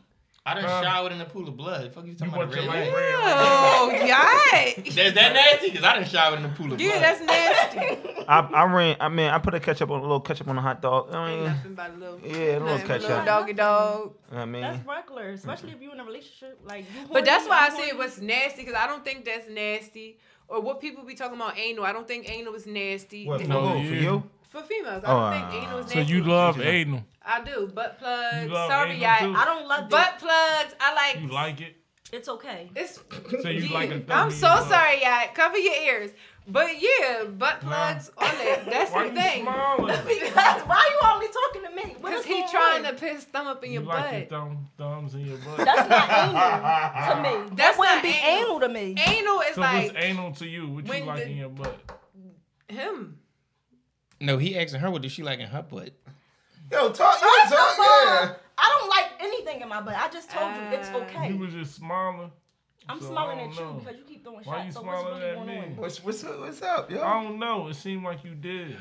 S1: I done
S3: Huh?
S1: showered in a pool of blood. Fuck you
S3: You
S1: talking
S3: want
S1: about
S3: your
S1: red
S3: light
S1: light?
S3: red?
S4: Oh yeah.
S1: Is that nasty? Cause I done showered in a pool of
S4: Yeah,
S1: blood.
S4: that's nasty.
S5: I, I ran. I mean, I put a ketchup on a little ketchup on a hot dog. I
S4: Ain't
S5: mean,
S4: nothing but a little.
S5: yeah, a little
S4: nothing but
S5: ketchup.
S4: doggy dog.
S5: I mean,
S2: That's regular, especially if you're in a relationship. Like, you
S4: But
S2: horny,
S4: that's why
S2: I'm
S4: I say it
S2: horny.
S4: was nasty because I don't think that's nasty. Or what people be talking about anal. I don't think anal is nasty.
S5: what for,
S3: No,
S5: who? for
S3: you-
S5: you?
S4: For females, I don't
S5: Oh,
S4: think anal is
S3: So
S4: nasty.
S3: you love anal?
S4: I do. Butt plugs.
S3: You love
S4: Sorry,
S3: anal
S4: y'all.
S3: too?
S2: I don't love that.
S4: Butt plugs. I like.
S3: You like it?
S2: It's okay.
S4: It's.
S3: So you like a
S4: I'm
S3: thuggy,
S4: so
S3: you love-
S4: sorry, y'all. Cover your ears. But yeah, butt plugs. All that. That's
S3: Why
S4: the
S3: you
S4: thing.
S3: smiling?
S2: Because why you only talking to me? What
S4: Cause
S2: is
S4: he
S2: going
S4: trying
S2: on?
S4: to put his thumb up in
S3: You
S4: your
S3: like your
S4: butt.
S3: thumb, thumbs in your butt.
S2: That's not anal to me. That
S4: That's
S2: wouldn't
S4: not
S2: be
S4: anal.
S2: anal to me.
S4: Anal is
S3: so
S4: like
S3: what's anal to you? What
S4: when
S3: you like
S4: the-
S3: in your butt?
S4: him.
S1: No, he asking her what does she like in her butt.
S9: Yo, talk. You
S2: First
S9: talk.
S2: of all,
S9: Yeah.
S2: I don't like anything in my butt. I just told you it's
S4: Ah.
S2: okay.
S3: You was just smiling.
S2: I'm
S3: so I
S2: smiling
S3: don't
S2: at
S3: know.
S2: you because you keep throwing
S3: Why you
S2: shots. So what's
S3: smiling
S2: really
S3: at
S2: going
S3: me?
S2: on?
S9: What's what's up? What's up, yo?
S3: I don't know. It seemed like you did.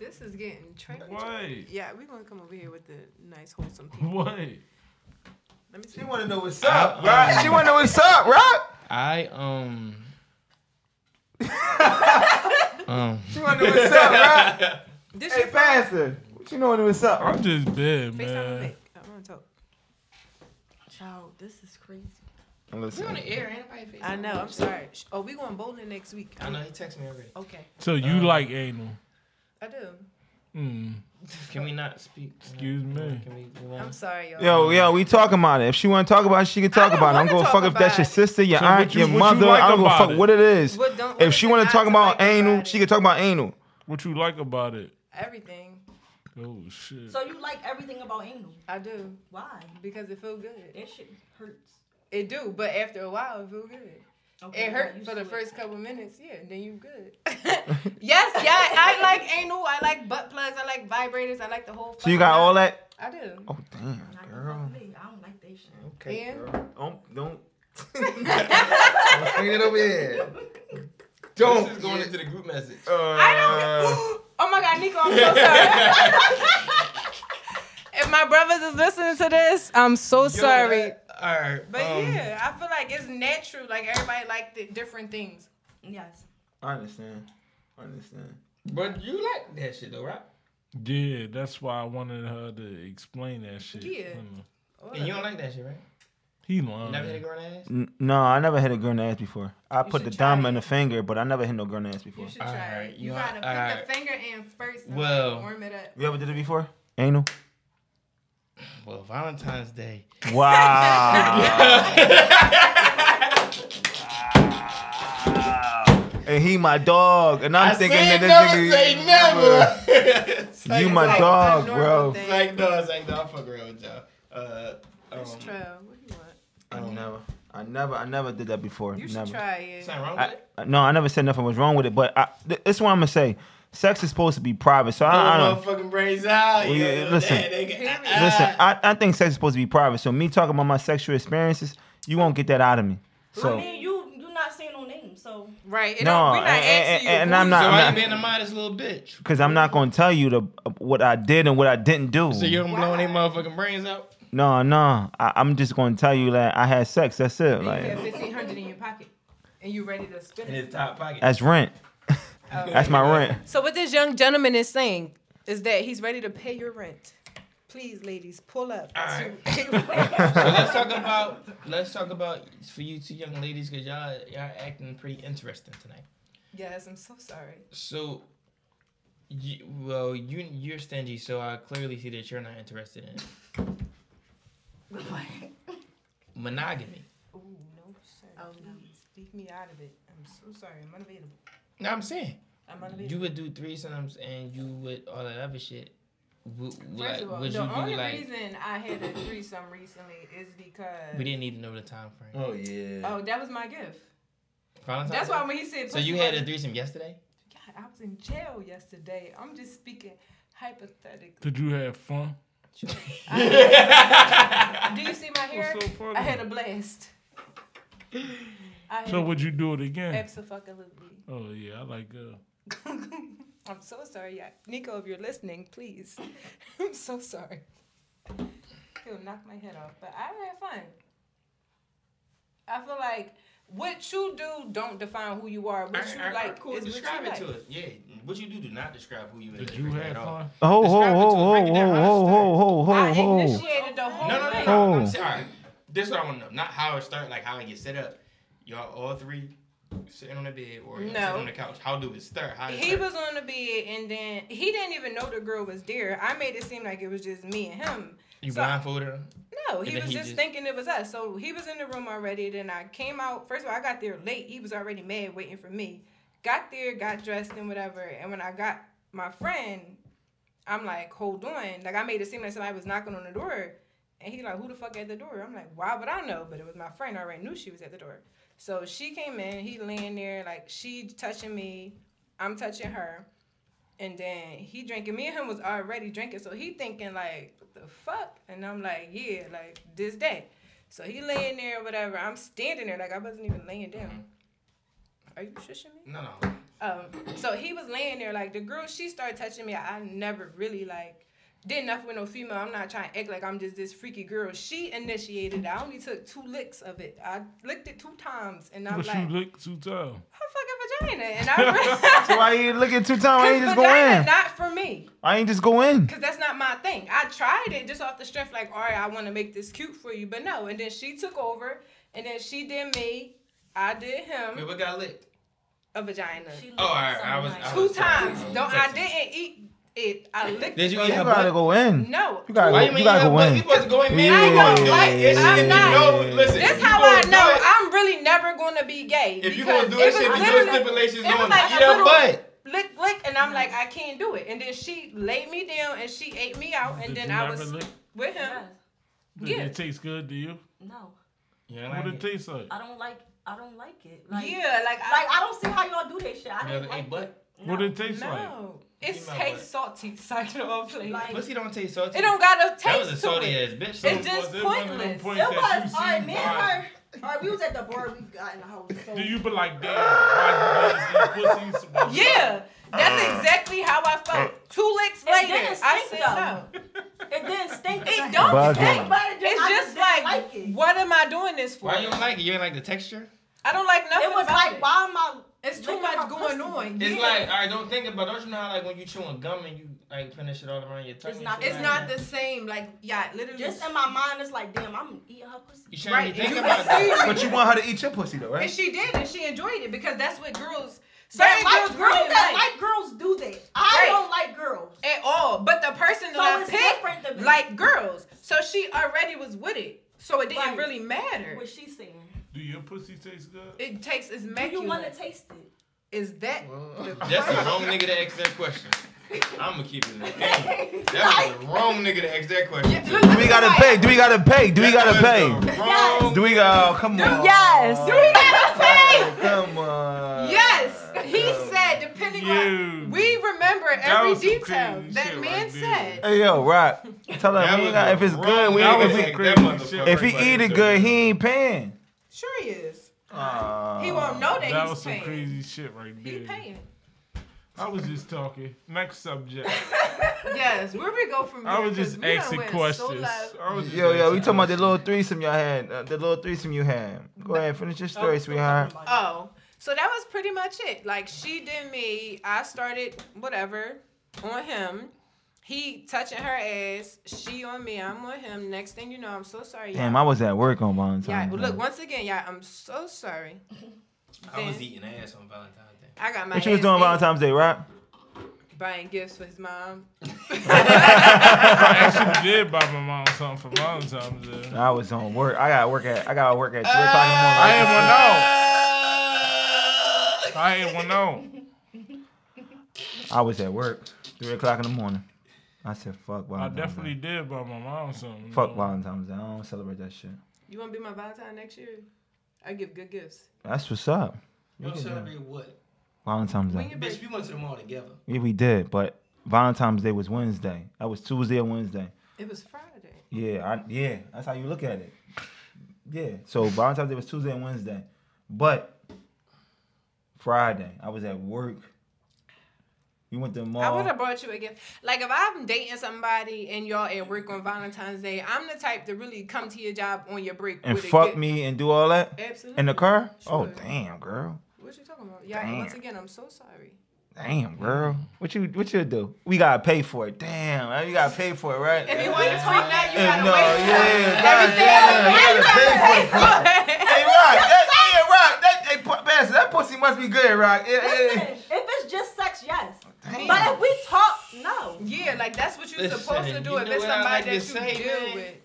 S4: This is getting tricky.
S3: What?
S4: Yeah, we're gonna come over here with the nice wholesome people.
S3: What?
S4: Let me see.
S9: She want to know what's
S5: Uh-huh.
S9: up,
S1: um,
S9: right? She want to know what's up, right?
S1: I um Um.
S9: She want to know what's up, right?
S4: This
S9: Hey,
S4: your phone?
S9: pastor, what you know what what's up?
S3: I'm just dead,
S4: FaceTime
S3: man.
S4: Vic. I want to talk.
S2: Child, this is crazy.
S1: we on
S9: Listen,
S1: the air, ain't nobody face.
S4: I know. I'm sorry. Sh- Oh, we going bowling next week.
S1: I know he texted me already.
S4: Okay,
S3: So you like anal?
S4: I do.
S3: Mm,
S1: Can we not speak?
S3: excuse me.
S1: Can we move on?
S4: I'm sorry, y'all.
S5: Yo, yo, we talking about it. If she want to talk about it, she can talk
S4: don't
S5: about it. I'm
S4: wanna
S5: gonna
S4: talk
S5: fuck if that's
S4: about
S5: your
S4: it.
S5: sister, your
S3: So
S5: aunt,
S3: what you-
S5: your
S3: what you
S5: mother.
S3: like
S5: I don't give a
S3: about
S5: fuck
S3: it?
S5: what it is.
S4: What don't- what
S5: if
S4: is
S5: she
S4: it
S5: want to
S4: not
S5: talk
S4: to
S5: about
S4: like
S5: anal,
S4: about
S5: she
S4: it?
S5: can talk about anal.
S3: What you like about it?
S4: Everything
S3: Oh shit.
S2: So you like everything about anal?
S4: I do
S2: Why?
S4: because it feel good.
S2: That shit hurts.
S4: It do, but after a while, it feel good.
S2: Okay,
S4: It
S2: I'm
S4: hurt
S2: used
S4: for
S2: to
S4: the
S2: it.
S4: first couple minutes, yeah. Then you good. yes, yeah. I like anal. I like butt plugs. I like vibrators. I like the whole.
S5: So
S4: fucking
S5: you got all
S4: nine.
S5: that?
S4: I do.
S5: Oh damn,
S2: Not gonna fuck
S5: girl.
S2: with me. I don't like that shit.
S9: okay,
S4: And-
S9: girl. don't don't. don't bring it over here. Don't.
S1: This is going into the group message.
S9: Uh,
S4: I don't. Oh my God, Nico, I'm so sorry. if my brothers is listening to this, I'm so sorry.
S1: all right.
S4: but yeah, I feel like it's natural. Like everybody like the different things.
S2: Yes.
S9: I understand. I understand.
S1: But you like that shit though, right?
S3: Yeah, that's why I wanted her to explain that shit.
S4: Yeah.
S3: Mm.
S1: And you don't like that shit, right?
S3: He
S1: You
S3: lying.
S1: never hit a girl in the ass?
S5: N- No, I never hit a girl in the ass before. I put the
S4: should try
S5: thumb
S4: it.
S5: and the finger, but I never hit no girl in the ass before.
S4: You should
S1: All
S4: try
S1: right,
S4: it.
S1: you
S4: You
S1: want-
S4: gotta put
S1: all
S4: the
S1: right.
S4: finger in first. and
S1: Well.
S4: warm it up.
S5: You ever did it before? Anal.
S1: Well, Valentine's Day.
S5: Wow. and he my dog, and I'm thinking that this nigga.
S1: It's like-
S5: You my
S1: it's
S5: dog,
S4: a normal
S5: bro.
S4: thing.
S1: Like, like, no, it's like, no, I fuck around with y'all. Uh, um,
S4: Just try. it. What do you want?
S5: I never, I never, I never did that before.
S4: You should
S5: never.
S4: try it.
S1: something wrong with
S5: I,
S1: it?
S5: I- no, I never said nothing was wrong with it, but I, th- this is what I'm gonna say. Sex is supposed to be private, so I, I don't.
S1: motherfucking brains out.
S5: Well,
S1: yo,
S5: yeah, listen.
S1: that nigga, ah,
S5: Listen,
S1: ah.
S5: I, I think sex is supposed to be private. So me talking about my sexual experiences, you won't get that out of me.
S2: I
S5: So
S2: mean, you you not saying no name, so
S4: Right. It
S5: No,
S4: don't- we're not
S5: and- and-
S4: asking you.
S5: and
S4: who
S5: I'm
S4: you-
S5: not-
S1: so
S5: I'm
S1: why you being a modest little bitch?
S5: because I'm not gonna tell you the what I did and what I didn't do.
S1: So you don't blowing
S4: Why?
S1: their motherfucking brains out?
S5: No, no, I, I'm just gonna tell you that I had sex. That's it.
S4: You have
S5: Like
S4: fifteen hundred in your pocket, and you ready to spend
S1: In
S4: it.
S1: his top pocket.
S5: that's rent.
S4: Oh.
S5: That's my rent.
S4: So what this young gentleman is saying is that he's ready to pay your rent. Please, ladies, pull up.
S1: So let's talk about let's talk about for you two young ladies because y'all y'all acting pretty interesting tonight.
S4: yes, I'm so sorry.
S1: So, you, well, you you're stingy, so I clearly see that you're not interested in monogamy.
S4: Oh no, sir.
S2: Oh, no.
S4: Please leave me out of it. I'm so sorry. I'm unavailable.
S1: No, I'm saying
S4: I'm unavailable.
S1: you would do threesomes and you would all that other shit. Would,
S4: First of all,
S1: would
S4: the
S1: you
S4: only
S1: do like?
S4: reason I had a threesome recently is because
S1: We didn't need to know the time frame.
S9: Oh yeah.
S4: oh, that was my gift.
S1: Valentine's
S4: That's
S1: Day?
S4: why when he said
S1: So you
S4: pussy
S1: had a
S4: was-
S1: threesome yesterday?
S4: God, I was in jail yesterday. I'm just speaking hypothetically.
S3: Did you have fun?
S4: Do you see my hair?
S3: What's so funny?
S4: I had a blast. I had
S3: So would you do it again?
S4: Absolutely.
S3: Oh yeah, I like uh
S4: I'm so sorry, yeah. Nico. If you're listening, please. I'm so sorry. He'll knock my head off, but I had fun. I feel like what you do don't define who you are. What
S1: Alright,
S4: you
S1: alright,
S4: like
S1: alright, cool.
S4: is what
S1: Describe
S4: you
S1: it
S4: like.
S1: to us. Yeah, what you do do not describe who you is.
S3: Did you have fun?
S5: Oh, whoa,
S1: Describe it
S5: whoa,
S1: to us.
S5: whoa,
S1: Break it down.
S5: whoa,
S1: How it
S5: whoa, whoa, whoa,
S4: I
S5: whoa.
S4: initiated the whole
S1: No, no, no,
S4: thing.
S1: no.
S5: Oh.
S1: I'm saying, all right. This is what I want to know. Not how it started, like how it gets set up. Y'all all three sitting on the bed or y'all
S4: No.
S1: sitting on the couch. How do it start? How it
S4: He
S1: start?
S4: was on the bed, and then he didn't even know the girl was there. I made it seem like it was just me and him.
S1: you
S4: so-
S1: blindfolded her.
S4: No,
S1: And
S4: he
S1: then
S4: was
S1: he
S4: just
S1: just-
S4: thinking it was us. So he was in the room already. Then I came out. First of all, I got there late. He was already mad waiting for me. Got there, got dressed and whatever. And when I got my friend, I'm like, hold on. Like I made it seem like somebody was knocking on the door. And he like, who the fuck at the door? I'm like, why would I know? But it was my friend. I already knew she was at the door. So she came in. He laying there like she touching me. I'm touching her. And then he drinking. Me and him was already drinking, so he thinking like, what the fuck? And I'm like, yeah, like this day. So he laying there, whatever. I'm standing there, like I wasn't even laying down. Are you shushing me?
S8: No, no.
S4: Um, so he was laying there like the girl. She started touching me. I never really like did nothing with no female. I'm not trying to act like I'm just this freaky girl. She initiated. it. I only took two licks of it. I licked it two times, and I'm
S3: But
S4: like,
S3: you look too tall.
S4: her fucking vagina, and I.
S5: So why you looking two times? Why you
S4: Cause
S5: just go
S4: vagina
S5: in?
S4: not for me.
S5: Why you just go in?
S4: Cause that's not my thing. I tried it just off the strength, like, all right, I want to make this cute for you, but no. And then she took over, and then she did me. I did
S8: Wait,
S4: him
S8: what got licked?
S4: a vagina
S2: She looked
S8: Oh, all right. I was.
S2: something
S8: I
S4: two
S8: was
S4: times.
S8: texting.
S4: Don't I didn't eat it. I licked.
S8: Did
S4: it.
S8: you
S5: You
S8: eat her
S5: gotta
S8: butt?
S5: go in.
S4: No.
S5: You gotta
S8: Why you
S5: go.
S8: mean
S5: You gotta go
S8: butt? You
S5: in.
S8: supposed to go in man.
S4: I ain't gonna
S8: You
S4: like
S8: like
S4: it.
S8: this shit
S4: I'm
S8: and
S4: not.
S8: you know- listen,
S4: This
S8: if
S4: how
S8: you
S4: I
S8: gonna do
S4: know
S8: it-
S4: I'm really never gonna be gay.
S8: If you
S4: because
S8: gonna do that
S4: it was
S8: shit, then
S4: literally-
S8: do stipulations
S4: it was
S8: on
S4: like
S8: it.
S4: a
S8: Eat her
S4: little
S8: butt.
S4: Lick, lick, and I'm like, I can't do it. And then she laid me down and she ate me out, and
S3: Did
S4: then
S3: you
S4: I
S3: ever
S4: was
S3: lick?
S4: with him.
S2: Yes.
S3: Did
S4: Yeah.
S3: it taste good to you?
S2: No,
S8: Yeah,
S3: What did it taste like?
S4: Uh,
S2: I don't like. I don't like it. Like,
S4: yeah, like,
S2: Like I don't see how y'all do this shit. I don't like
S8: butt.
S2: it.
S3: What
S2: No.
S3: did it taste like?
S4: no, it
S8: Eat my
S4: tastes salty. Side of all place.
S2: Like-
S8: Pussy don't taste salty.
S4: it don't got a
S8: That was
S4: taste
S8: a
S4: to
S8: salty
S4: it.
S8: ass bitch. So
S4: It's just
S3: There's one of them
S4: pointless.
S3: points
S2: It
S3: that you
S2: was
S3: see
S2: all right. Me and
S3: why-
S2: her. All right, we was at the bar. We got in the house. So
S3: Do you be like, damn, why you let these pussies smoke?
S4: Yeah,
S8: Uh.
S4: that's exactly how I felt. Two licks
S2: It
S4: later,
S2: didn't
S4: I
S2: stink,
S4: said
S2: though.
S4: no.
S2: it didn't stink.
S4: It
S2: like-
S4: don't
S5: Bugging.
S4: stink.
S2: But it just,
S4: It's
S2: I
S4: just
S2: didn't
S4: like,
S2: like it.
S4: what am I doing this for?
S8: Why you don't like it? You ain't like the texture?
S4: I don't like nothing.
S2: It was
S4: about
S2: like,
S4: it.
S2: why am I?
S4: It's too
S2: licking
S4: much
S2: my
S4: going
S2: pussy?
S4: on.
S8: It's
S4: Yeah.
S8: like, all right, don't think about. Don't you know how like when you chewing gum and you like finish it all around your tongue?
S2: It's
S8: and
S2: not-
S8: shit
S4: it's
S8: like
S4: not
S8: that?
S4: the same. Like yeah, literally.
S2: Just in my mind, it's like, damn, I'm eating her pussy.
S8: You shouldn't
S4: Right,
S8: be thinking
S4: you
S8: about
S4: can see
S8: that.
S5: But you want her to eat your pussy though,
S4: and
S5: right?
S4: she did, and she enjoyed it because that's what girls.
S2: But
S4: Certain
S2: like
S4: girls
S2: girls
S4: really
S2: that
S4: like
S2: like girls do that. I
S4: Right.
S2: don't like girls.
S4: at all. But the person
S2: So
S4: that
S2: it's
S4: I
S2: different to
S4: picked
S2: me.
S4: like girls, so she already was with it, so it didn't
S2: Right.
S4: really matter.
S2: What she's saying.
S3: Do your pussy taste good?
S4: It takes is
S2: Do you want to
S4: immaculate.
S2: taste it?
S4: Is that the
S8: That's the
S4: first-
S8: wrong nigga to ask that question. I'm gonna keep it. a thing. That was the wrong nigga to ask that question.
S4: Yeah,
S8: to.
S4: look,
S5: Do we gotta pay? Do we gotta pay? Do we gotta
S8: That was
S5: pay?
S8: the wrong-
S5: Do we gotta? oh, Come on. Oh,
S2: Yes.
S4: Do we gotta pay?
S5: Come on.
S4: Yes, he said. Depending
S3: Oh, You.
S4: on we remember
S3: That
S4: every
S3: was some
S4: detail
S3: crazy
S4: that
S3: shit
S4: man
S3: right
S4: said.
S5: Hey yo, Rock. Tell her
S8: That
S5: we
S8: was
S5: ain't got, if
S8: the
S5: it's
S8: wrong
S5: good, we
S8: nigga
S5: ain't,
S3: was
S8: to
S5: if
S8: ask
S3: a
S5: he
S8: that motherfucker
S5: if
S8: question.
S5: he eat it good, he ain't paying. Uh,
S4: Sure he is.
S5: Aw.
S4: He won't know that,
S3: Oh, That
S4: he's
S3: was some
S4: paying.
S3: crazy shit right
S4: He
S3: there.
S4: paying.
S3: I was just talking. Next subject.
S4: Yes, where we go from there?
S3: I was
S4: 'cause
S3: just
S4: we done
S3: asking
S4: went so
S3: questions.
S4: left.
S3: I was just
S5: Yo, yo, we
S3: asking
S5: talking about the
S3: questions.
S5: little threesome y'all had. Uh, the little threesome you had. Go ahead, finish your story, sweetheart.
S4: Oh, so that was pretty much it. Like she did me. I started whatever on him. He touching her ass. She on me. I'm on him. Next thing you know, I'm so sorry. y'all.
S5: Damn, I was at work on Valentine's.
S4: Yeah,
S5: Day.
S4: look once again, yeah, I'm so sorry.
S8: I was
S4: Then
S8: eating ass on Valentine's Day.
S4: I got my.
S5: what you was
S4: ass
S5: doing
S4: beat,
S5: Valentine's Day, right?
S4: Buying gifts for his mom.
S3: I actually did buy my mom something for Valentine's Day.
S5: I was on work. I got work at. I got to work at three o'clock in the morning.
S3: Uh, I ain't one out. I ain't one
S4: Uh,
S3: out.
S5: I was at work. Three o'clock in the morning. I said, "Fuck
S3: I
S5: Valentine's."
S3: definitely
S5: Day.
S3: did buy my mom something.
S5: Fuck Valentine's Day. I don't celebrate that shit.
S4: You want to be my Valentine next year? I give good gifts.
S5: That's what's up.
S8: You don't celebrate what?
S5: Valentine's
S4: When
S5: Day.
S4: your
S8: Bitch,
S4: birthday?
S8: we went to the mall together.
S5: Yeah, we did, but Valentine's Day was Wednesday. That was Tuesday or Wednesday.
S4: It was Friday.
S5: Yeah, I, yeah, that's how you look at it. Yeah. So Valentine's Day was Tuesday and Wednesday, but Friday I was at work. We went to the mall.
S4: I would have brought you a gift. Like if I'm dating somebody and y'all at work on Valentine's Day, I'm the type to really come to your job on your break
S5: and
S4: with a
S5: fuck
S4: gift.
S5: me and do all that
S4: Absolutely.
S5: in the car. Oh
S4: Sure.
S5: damn, girl.
S4: What you talking about? Yeah.
S5: Damn.
S4: Once again, I'm so sorry.
S5: Damn, girl. What you what you do? We gotta pay for it. Damn, you gotta pay for it, right?
S4: If you want to tweet that, you
S5: Eh,
S4: gotta
S5: no,
S4: wait.
S5: yeah,
S4: Everything
S5: goddamn, you gotta pay for it.
S4: Hey,
S5: Hey, Rock, that, hey, Rock, that, hey, pu- Bass, that pussy must be good, Rock. Yeah, yeah,
S2: Listen,
S5: yeah.
S2: if it's just sex, yes.
S5: Damn.
S2: But if we talk, no.
S4: Yeah, like that's what you're
S8: Listen,
S4: supposed to do
S8: you
S4: if
S8: know
S4: it's
S8: what I
S4: somebody
S8: like
S4: that
S8: to
S4: you
S8: say,
S4: deal
S8: man?
S4: with.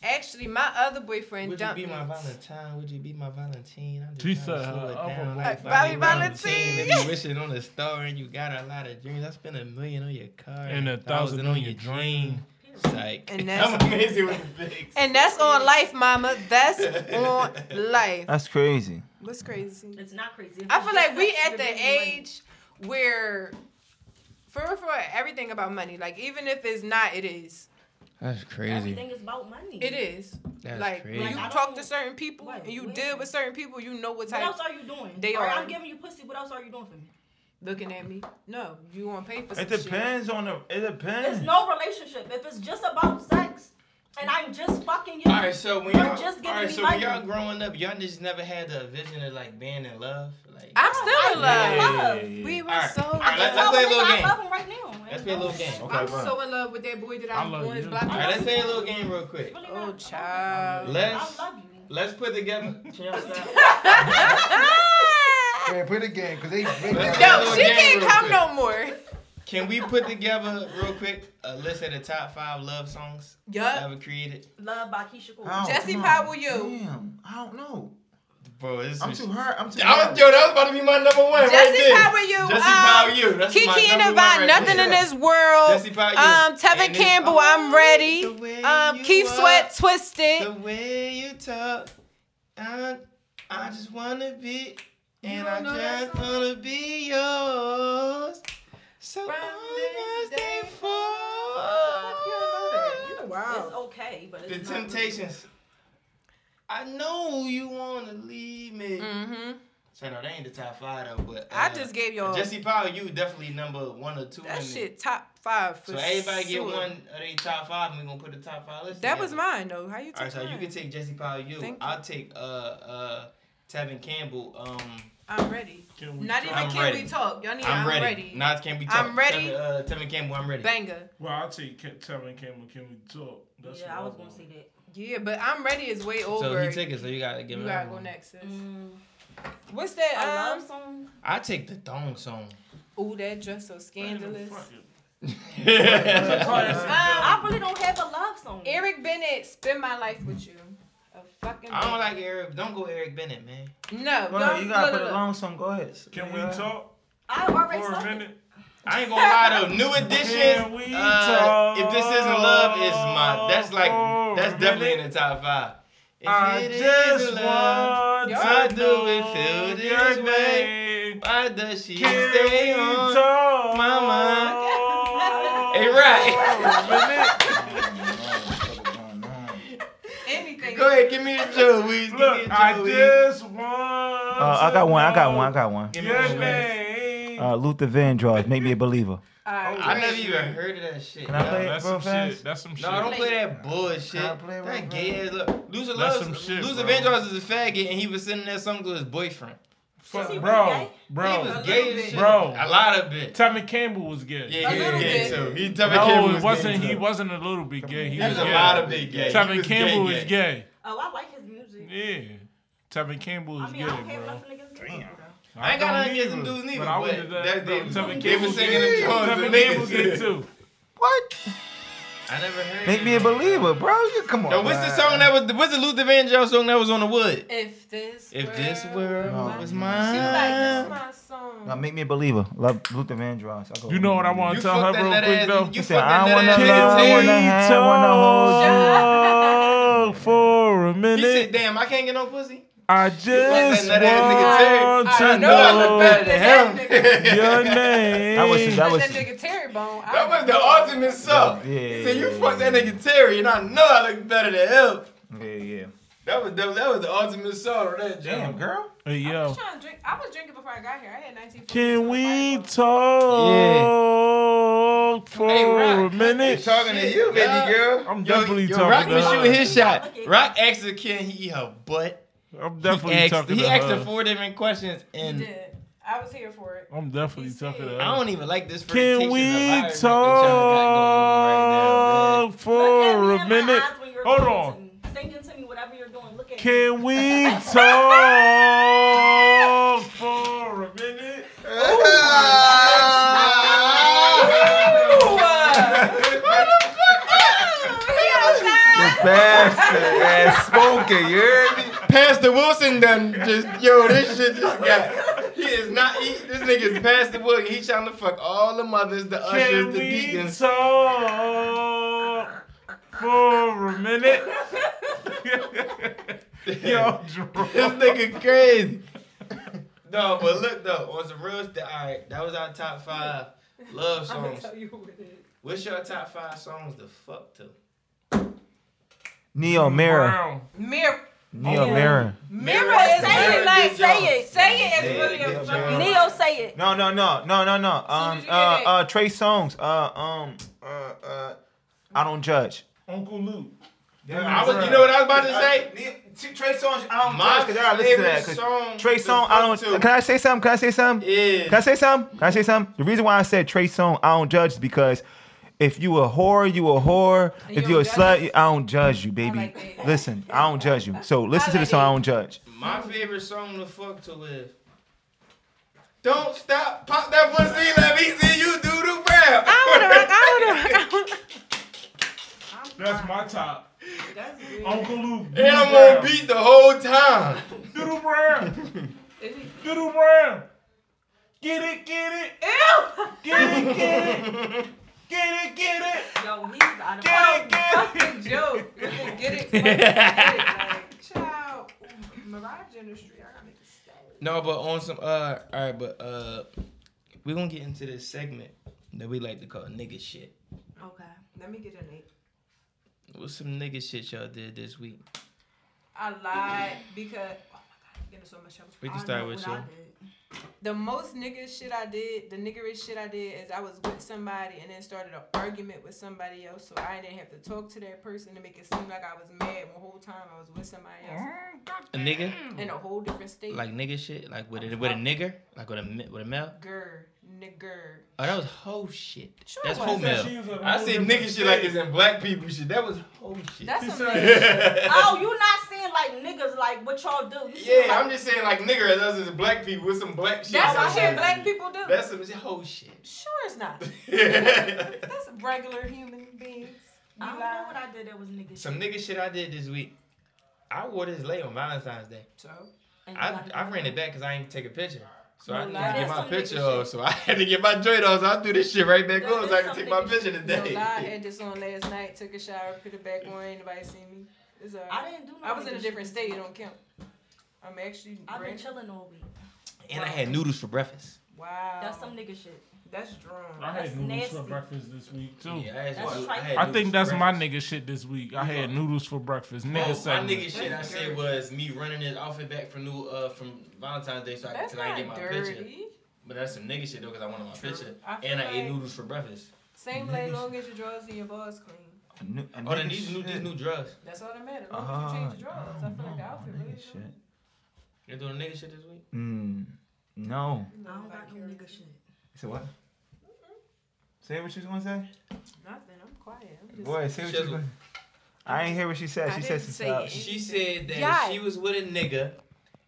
S4: Actually, my other boyfriend
S8: Would you
S4: dumped
S8: be
S4: me.
S8: my Valentine? Would you be my Valentine? I'm just
S3: She
S8: trying to
S3: said
S8: slow
S3: her
S8: it
S3: other
S8: down.
S3: wife.
S8: Like,
S4: Bobby
S8: Bobby
S4: Valentine.
S8: Valentine. If you wishing on a star and you got a lot of dreams, I spent a million on your car
S3: And a thousand on your dream.
S8: Psych.
S4: And
S8: I'm
S4: that's-
S8: amazing with the things.
S4: And that's on life, mama. That's on life.
S5: That's crazy.
S4: What's crazy?
S2: It's not crazy. If
S4: I
S2: it's
S4: feel
S2: just
S4: like we
S2: sex,
S4: at
S2: you're
S4: the
S2: giving me money.
S4: age where for real, for real, everything about money. Like even if it's not, it is.
S8: That's
S2: Everything is about money.
S4: It is.
S8: That's
S4: like
S8: crazy.
S4: when
S2: Like,
S4: you
S2: I
S4: talk
S2: don't-
S4: to certain people
S2: Right,
S4: and you
S2: where-
S4: deal with certain people, you know what
S2: What
S4: type.
S2: else are you doing?
S4: They
S2: All right,
S4: are.
S2: I'm giving you pussy. What else are you doing for me?
S4: looking at me. No, you want to pay for some
S5: It
S4: shit.
S5: depends on the. It
S2: It's
S4: Mm.
S5: depends.
S2: no relationship. If it's just about sex, and I'm just fucking you.
S1: All right, so when
S2: You're
S1: y'all,
S2: just
S1: all
S2: giving
S1: right,
S2: me
S1: so when
S2: money.
S1: y'all growing up, y'all just never had the vision of like being in love. Like,
S4: I'm still in love.
S2: love.
S4: We were
S1: All right.
S4: so.
S1: All
S4: in
S1: right, let's-
S4: love.
S1: let's play a little
S2: I
S1: game.
S2: love him right now.
S1: Let's play a little game.
S5: Okay,
S4: I'm
S5: fine.
S4: so in love with that boy that
S3: I
S4: I,
S3: love
S4: was
S3: you.
S1: All right,
S4: blocking.
S1: let's play a little game real quick.
S4: Oh, child.
S1: Let's
S2: I love you.
S1: let's put together. Can y'all stop?
S9: Man, play the game, cause they. they
S1: Let's play a
S4: No,
S1: little
S4: she
S1: game
S4: can't
S1: real
S4: come
S1: quick.
S4: no more.
S1: Can we put together real quick a list of the top five love songs
S4: Yup.
S5: Uh,
S1: ever created?
S2: Love by Keisha Cole.
S5: Oh,
S4: Jesse
S5: come on.
S4: Powell, you.
S5: Damn, I don't know.
S1: Bro, this
S5: I'm
S1: is.
S5: too hard. I'm too.
S1: I
S5: hard.
S1: was, yo, that was about to be my number one right
S4: Jesse
S1: there.
S4: Powell, you.
S1: Jesse
S4: um,
S1: Powell, you. That's my
S4: Kiki and
S1: number one right
S4: Yvonne, nothing
S1: there.
S4: in this world.
S1: Jesse Powell, you.
S4: Um, Tevin
S1: And it's
S4: Campbell,
S1: all
S4: I'm ready.
S1: the way
S4: Um,
S1: you
S4: Keith
S1: are.
S4: Sweat, Twisted.
S1: The way you talk, I, I just wanna be, and I just wanna be yours. So
S4: From
S1: I
S4: this
S1: must stay
S4: day
S1: for.
S2: It's okay, but
S1: The
S2: it's not
S1: Temptations. I know you wanna leave me.
S4: Mm-hmm.
S1: So no, that ain't the top five though. But
S4: I
S1: uh,
S4: just gave y'all
S1: Jesse Powell, you definitely number one or two.
S4: that
S1: in It.
S4: shit top five for
S1: So everybody
S4: sure.
S1: get one of their top five, and we gonna put the top five list.
S4: That was
S1: together.
S4: mine though. How you
S1: All
S4: took
S1: right, so you
S4: mine?
S1: can take Jesse Powell. You,
S4: Thank you.
S1: I'll take uh uh Tevin Campbell. Um,
S4: I'm ready.
S3: Can we
S4: Not even
S1: I'm
S4: can
S1: ready.
S4: we talk. Y'all need
S1: I'm, ready. Nas can't be
S4: I'm
S1: talking.
S4: ready.
S1: Tevin, uh, Tevin Campbell, I'm ready.
S4: Banger.
S3: Well, I'll take Ke- Tevin Campbell. Can we talk?
S2: me.
S3: That's
S2: Yeah, I was
S3: what
S2: gonna
S3: want.
S2: say that.
S4: Yeah, but I'm ready is way
S1: So
S4: over.
S1: he took it. So you gotta give
S4: you
S1: him.
S4: gotta
S1: another
S4: go
S1: one.
S4: next. sis.
S2: Mm,
S4: What's
S2: a
S4: that?
S2: love song.
S1: I take the thong song.
S4: Um, ooh, that dress so
S3: Man, no,
S4: scandalous.
S3: fuck it.
S1: Oh, I
S4: Um,
S2: Uh, I really don't have a love song.
S4: Eric Bennett, spend my life with you. A fucking.
S1: don't like Eric. Don't go Eric Bennett, man.
S4: No,
S5: Go
S4: no,
S5: ahead, you gotta
S4: look,
S5: put
S4: look,
S5: a
S4: look.
S5: long song. Go ahead.
S3: Can we
S5: Yeah.
S3: talk
S2: I already
S3: for a
S2: saw it.
S3: minute?
S1: I ain't gonna lie though. New
S3: Can
S1: edition.
S3: we
S1: Uh,
S3: talk
S1: if this isn't love, is my. That's like.
S3: for a
S1: That's definitely in
S3: minute?
S1: the top five. If
S3: I
S1: it
S3: just
S1: isn't love,
S3: want
S1: why
S3: to
S1: do
S3: know
S1: we feel
S3: your
S1: this way?
S3: name.
S1: Why does she
S3: Can
S1: stay
S3: we
S1: on?
S3: talk
S1: my mind?
S3: for
S1: Hey,
S3: a
S1: right.
S4: Anything.
S1: Go ahead, give me the Joey's.
S3: minute?
S1: Give me
S3: Look,
S1: the
S3: I
S1: Joey's.
S3: just want.
S5: Uh, I got one. I got one. I got one.
S1: Give me the
S3: Your
S1: Joey's.
S3: name.
S5: Uh, Luther Vandross, make me a believer.
S4: Alright,
S1: I never
S4: great.
S1: even heard of that shit.
S5: Can I
S1: yo.
S5: play it
S3: That's
S5: real
S3: some
S5: fast?
S3: shit. That's some shit.
S1: No, don't play that bullshit.
S9: Can I play
S1: That
S9: right
S1: gay ass look. Loser
S3: That's
S1: loves
S3: some shit,
S1: Loser
S3: bro.
S1: Vandross is a faggot, and he was sending that song to his boyfriend.
S3: Fuck,
S2: Is he
S3: bro,
S2: really
S1: he
S3: bro.
S1: was gay
S4: little
S1: as shit.
S3: bit. Bro.
S1: a lot of bit.
S3: Tommy Campbell was gay.
S1: Yeah, he
S4: A
S1: was
S4: little
S1: gay
S4: bit.
S1: too. He Tevin Campbell
S3: No,
S1: was
S3: it wasn't.
S1: Gay
S3: He
S1: too.
S3: wasn't a little bit gay. He
S1: He
S3: was,
S1: was a
S3: gay.
S1: lot of bit gay. He
S3: Tevin
S1: was gay,
S3: Campbell was
S1: gay.
S3: gay.
S2: Oh, I like his music.
S3: Yeah. Tevin Campbell
S2: I
S3: is
S2: mean, I
S3: gay,
S2: don't have
S3: bro.
S2: nothing against him.
S1: I ain't got nothing against them
S3: either,
S1: dudes neither,
S3: But I was
S1: but that-
S3: bro,
S1: they-
S3: Tevin
S1: they
S3: Campbell
S1: was singing them
S3: gay.
S1: songs
S3: Tevin
S1: and
S3: Campbell
S1: niggas.
S3: gay too.
S5: What?
S1: I never heard.
S5: Make me a
S1: that.
S5: believer, bro. You come on.
S1: Yo, what's the
S5: man.
S1: song that was? What's the Luther Vandross song that was on the wood?
S4: If this.
S1: If this
S5: Oh,
S1: world was
S4: She was like, this
S5: she
S4: is
S1: mine.
S4: my
S5: No,
S4: song.
S5: Uh, make me a believer. Love Luther Vandross. I go
S3: You know what I want
S1: You
S3: to tell
S1: fucked
S3: her
S1: that
S3: real
S1: nut
S3: quick
S1: ass.
S3: though?
S1: You
S5: She said,
S1: fucked
S5: I
S1: that
S5: wanna
S1: nut
S5: love, I wanna
S1: ass.
S5: have, wanna
S3: talk for a
S1: He said,
S3: minute.
S1: "Damn, I can't get no pussy."
S3: I
S1: fucked
S3: just
S1: that nut ass
S3: want
S1: nigga
S3: to
S4: I
S1: know I
S4: know
S1: look
S4: better
S3: know
S1: bad.
S4: than
S1: Him.
S4: that nigga.
S3: your name.
S5: That was that
S4: That
S5: was
S4: that nigga Terry Bone. I
S1: That was the ultimate suck.
S5: Yeah, yeah,
S1: He said, you
S5: yeah,
S1: fucked that
S5: yeah.
S1: nigga Terry, and I know I look better than him.
S5: yeah yeah.
S1: That was that, that was the ultimate song. That jam.
S5: girl.
S3: Hey
S4: I was
S3: yo,
S4: trying to drink. I was drinking before I got here. I had 19.
S3: can we talk for
S1: Hey, Rock,
S3: a minute?
S1: talking to you, baby
S9: Yeah.
S1: girl.
S3: I'm
S1: Yo,
S3: definitely
S1: yo,
S3: talking
S1: Rock
S3: to
S1: was
S3: her.
S1: shooting his shot.
S2: Okay.
S1: Rock asked her, can he eat her butt?
S3: I'm
S1: He
S3: definitely
S1: asked,
S3: talking
S1: he
S3: to
S1: asked
S3: her.
S1: her four different questions,
S4: I
S1: and
S4: did. I was here for it.
S3: I'm definitely
S4: He
S3: talking to
S4: said-
S1: I
S3: her.
S1: don't even like this
S3: Can
S1: flirtation.
S3: we
S1: alive that y'all got going on right now, man.
S3: talk for
S2: Look
S3: a
S2: at me in my
S3: minute?
S2: eyes when you're
S3: Hold on.
S2: talking to me. Singing to me, whatever you're doing. Look at me.
S3: Can we talk for a minute?
S5: Bastard ass spoken. You heard me?
S1: Pastor Wilson done just yo, this shit just got. He is not. He, this nigga's Pastor Wilson. He trying to fuck all the mothers, the ushers,
S3: Can
S1: the
S3: we
S1: deacons.
S3: talk for a minute? Yo,
S1: this
S3: drunk.
S1: nigga crazy. No, but look though, on some real st- all right, that was our top five love
S4: I'm gonna
S1: songs.
S4: tell you who it is.
S1: What's your top five songs to fuck to?
S5: Neo Mirror.
S3: Brown.
S4: Mirror.
S5: Neo
S2: Yeah.
S5: Mirror.
S4: Mirror.
S2: Say
S4: Say
S2: it,
S4: it like.
S2: say it.
S4: Say it is really a
S5: yeah,
S4: fucking.
S2: Neo, say it.
S5: No, no, no, no, no, no. Um,
S4: did you
S5: uh,
S4: get it?
S5: uh, Trey Songs. Uh, um, uh, uh, I don't judge.
S3: Uncle Luke.
S1: I was, you know what I was about to say?
S5: say? Trey Songs. I don't
S1: My
S5: judge because I listen to
S1: favorite
S5: that. 'cause
S1: song.
S5: Trey
S1: to
S5: Song, I
S1: fuck
S5: don't.
S1: to
S5: Can I say something? Can I say something?
S1: Is
S5: Can I say something? Can I say something? The reason why I said Trey Song, I don't judge is because if you a whore, you a whore.
S4: you
S5: if you a
S4: don't
S5: slut,
S4: judge?
S5: you- I don't judge you, baby.
S4: like that.
S5: listen, I don't judge you. So listen to the
S4: like
S5: song,
S4: that.
S5: I don't judge.
S1: My favorite song to fuck to live. Don't stop, pop that pussy, let me see you do the rap.
S4: I wanna rock. I wanna rock. I wanna-
S3: That's my top.
S4: That's good.
S3: Uncle Luke.
S1: And I'm on beat the whole time.
S3: Doodle Brown.
S4: Is it-
S3: Doodle Brown. Get it, get it.
S4: Ew.
S3: Get it, get it. Get it, get it.
S2: Yo, he's out of
S3: Get it, get it.
S4: Fucking joke. Get it. Get it. fucking Get it. Like, child. Mirage industry. I gotta make a statement.
S1: No, but on some uh all right, but uh we're gonna get into this segment that we like to call nigga shit.
S2: Okay.
S4: Let me get an eight.
S1: What's some nigga shit y'all did this week?
S4: I lied because. oh my God, I'm getting so much trouble.
S1: We can
S4: I
S1: start
S4: know
S1: with
S4: what
S1: you.
S4: I did. The most nigga shit I did, the niggerish shit I did is I was with somebody and then started an argument with somebody else, so I didn't have to talk to that person to make it seem like I was mad when the whole time I was with somebody else
S1: A nigga?
S3: Mm.
S4: in a whole different
S2: Mm.
S4: state.
S1: Like nigga shit? Like with a with a nigger? Like with a mi- with a male?
S4: Girl, nigger.
S1: Oh, that was whole shit.
S4: Sure
S1: That's
S4: it
S1: whole
S4: was.
S1: male.
S3: She was a
S1: I
S3: whole
S1: said
S3: different
S1: nigga shit like it's in black people shit. That was whole shit.
S4: That's
S3: She
S4: some
S3: said-
S4: nigga shit.
S2: Oh, you not saying like niggas like what y'all do. You saying,
S1: Yeah, I'm
S2: like,
S1: just saying like nigger as us as black people with some black shit.
S4: That's
S1: That's
S4: what shit black people do.
S1: That's some whole shit.
S4: sure it's not. That's regular human beings.
S2: I
S4: We
S2: don't know
S4: lie.
S2: what I did that was nigga shit.
S1: some nigga shit I did this week. I wore this lay on Valentine's Day.
S4: So
S2: And you
S1: I,
S2: got it.
S1: I ran it back because I ain't take a picture. So I
S4: No
S1: didn't
S4: lie.
S1: get
S2: Mm. That's
S1: my
S2: some
S1: picture
S2: nigga
S1: off. So I had to get my joint off. So I threw this shit right back
S2: That
S1: on
S2: is
S1: so I can
S2: some
S1: take my
S2: nigga
S1: picture
S4: no lie,
S1: today.
S4: I had this on last night. Took a shower, put it back on. Ain't nobody see me? It's alright.
S2: I didn't do no
S4: I was in a
S2: nigga
S4: different
S2: shit.
S4: state. It don't count. I'm actually.
S2: I've been
S4: branch-
S2: chilling all week.
S1: and I had noodles for breakfast.
S4: Wow.
S2: That's some nigga shit.
S4: That's drawn.
S3: I
S2: That's
S3: had noodles for
S2: nasty.
S3: breakfast this week too.
S1: Yeah, I, had
S2: That's
S1: noodles-
S2: trifling.
S1: had
S3: I
S1: noodles
S3: think
S1: for
S3: that's my
S1: breakfast.
S3: nigga shit this week. I had noodles for breakfast. Nigga
S1: Oh, my
S3: segment.
S1: nigga shit I said was me running this outfit back from new uh from Valentine's Day so I
S4: That's
S1: could I
S4: not
S1: get my picture.
S4: dirty.
S1: But that's some nigga shit though because I wanted my picture.
S4: I feel
S1: And I ate
S4: like-
S1: noodles for breakfast.
S4: Same lay long as your drawers and your balls clean.
S1: Oh, then these new these new drugs.
S4: That's all that matters. As long as you change
S1: Uh-huh.
S4: your drawers. I feel like the outfit really.
S5: Uh-huh. Nigga shit.
S1: They doing nigga shit this week.
S5: Mm, no.
S2: I don't got no nigga shit.
S5: Say what? Say what you was gonna say.
S4: Nothing. I'm quiet. I'm just.
S5: Boy, say what you was
S1: Shizzle.
S5: gonna. I ain't hear what she said.
S4: I
S5: She said
S4: didn't
S5: some
S4: say
S5: stuff.
S4: it.
S1: She said that
S4: Yeah.
S1: she was with a nigga,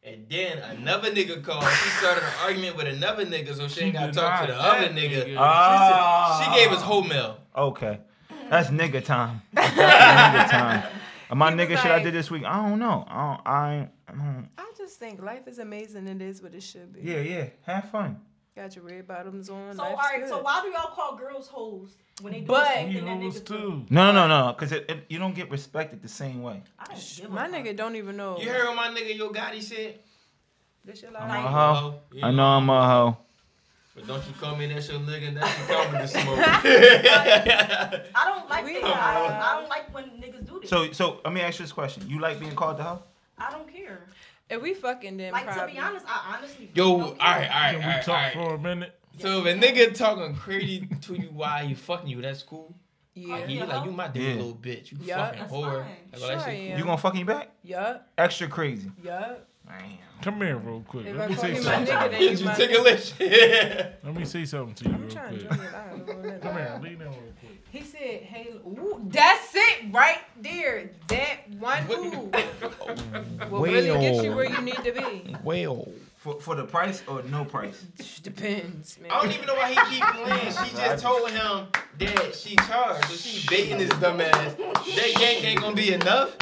S1: and then another nigga called. She started an argument with another nigga, so she,
S3: She
S1: ain't got to
S3: did
S1: talk to
S3: not.
S1: the other
S3: That
S1: nigga.
S3: nigga.
S1: She,
S5: Ah.
S1: said- she gave us whole mail.
S5: Okay, that's nigga time. That's nigga time. And My
S4: He was
S5: nigga shit I
S4: like-
S5: did this week. I don't know. I don't. I, ain't- I don't.
S4: I just think life is amazing. It is what it should be.
S5: Yeah, yeah. Have fun.
S4: Got your red bottoms on.
S2: So all right, so why do y'all call girls hoes when they do
S4: But-
S2: something
S3: He
S2: that
S3: hoes
S2: niggas do?
S3: too.
S5: No, no, no, no. Cause it, it, you don't get respected the same way.
S2: I don't give a
S4: my
S2: fuck.
S4: nigga don't even know.
S1: You heard what my nigga Yo Gotti said?
S4: This your
S5: I'm a
S4: life.
S5: hoe.
S1: Oh, yeah.
S5: I know I'm a hoe.
S1: But don't you call me that your nigga. That's your company smoke.
S2: I don't like
S4: We
S2: that. I don't,
S4: are-
S2: I don't like when niggas do this.
S5: So, so let me ask you this question. You like being called the hoe?
S2: I don't care.
S4: If we fucking then
S2: Like to
S4: probably.
S2: be honest, I honestly.
S1: Yo, all right,
S2: don't
S1: all
S2: care.
S1: right,
S3: Can
S1: all
S3: we
S1: right,
S3: talk
S1: all right.
S3: for a minute?
S1: So if a nigga talking crazy to you while you fucking you, that's cool.
S4: yeah,
S1: Like, he be like, you my dirty
S5: Yeah.
S1: little bitch. You
S4: Yeah,
S1: fucking
S2: that's
S1: whore.
S2: fine.
S1: Like, all that
S4: Sure
S1: shit
S4: I
S1: cool.
S4: am.
S5: You gonna fucking back?
S4: yup,
S5: Extra crazy.
S4: yup.
S5: Damn.
S3: Come here real quick.
S4: If
S3: Let
S4: I
S3: me
S4: call
S3: say
S4: you my
S3: something.
S4: nigga, then
S1: Did
S4: you
S1: you
S4: my
S1: take a
S4: nigga.
S1: lick?
S3: Let me say something to you
S4: I'm trying to
S3: real
S4: drink
S3: quick.
S4: it. I don't know
S3: Come
S4: that.
S3: here, lean in real quick.
S4: He said, "Hey, ooh, that's it right there. That one ooh will really get you where you need to be."
S1: Well.
S5: For for the price or no price?
S4: Depends, man.
S1: I don't even know why he keep playing. She just told him that she charged. So she baiting his dumb ass. That yank ain't gonna be enough.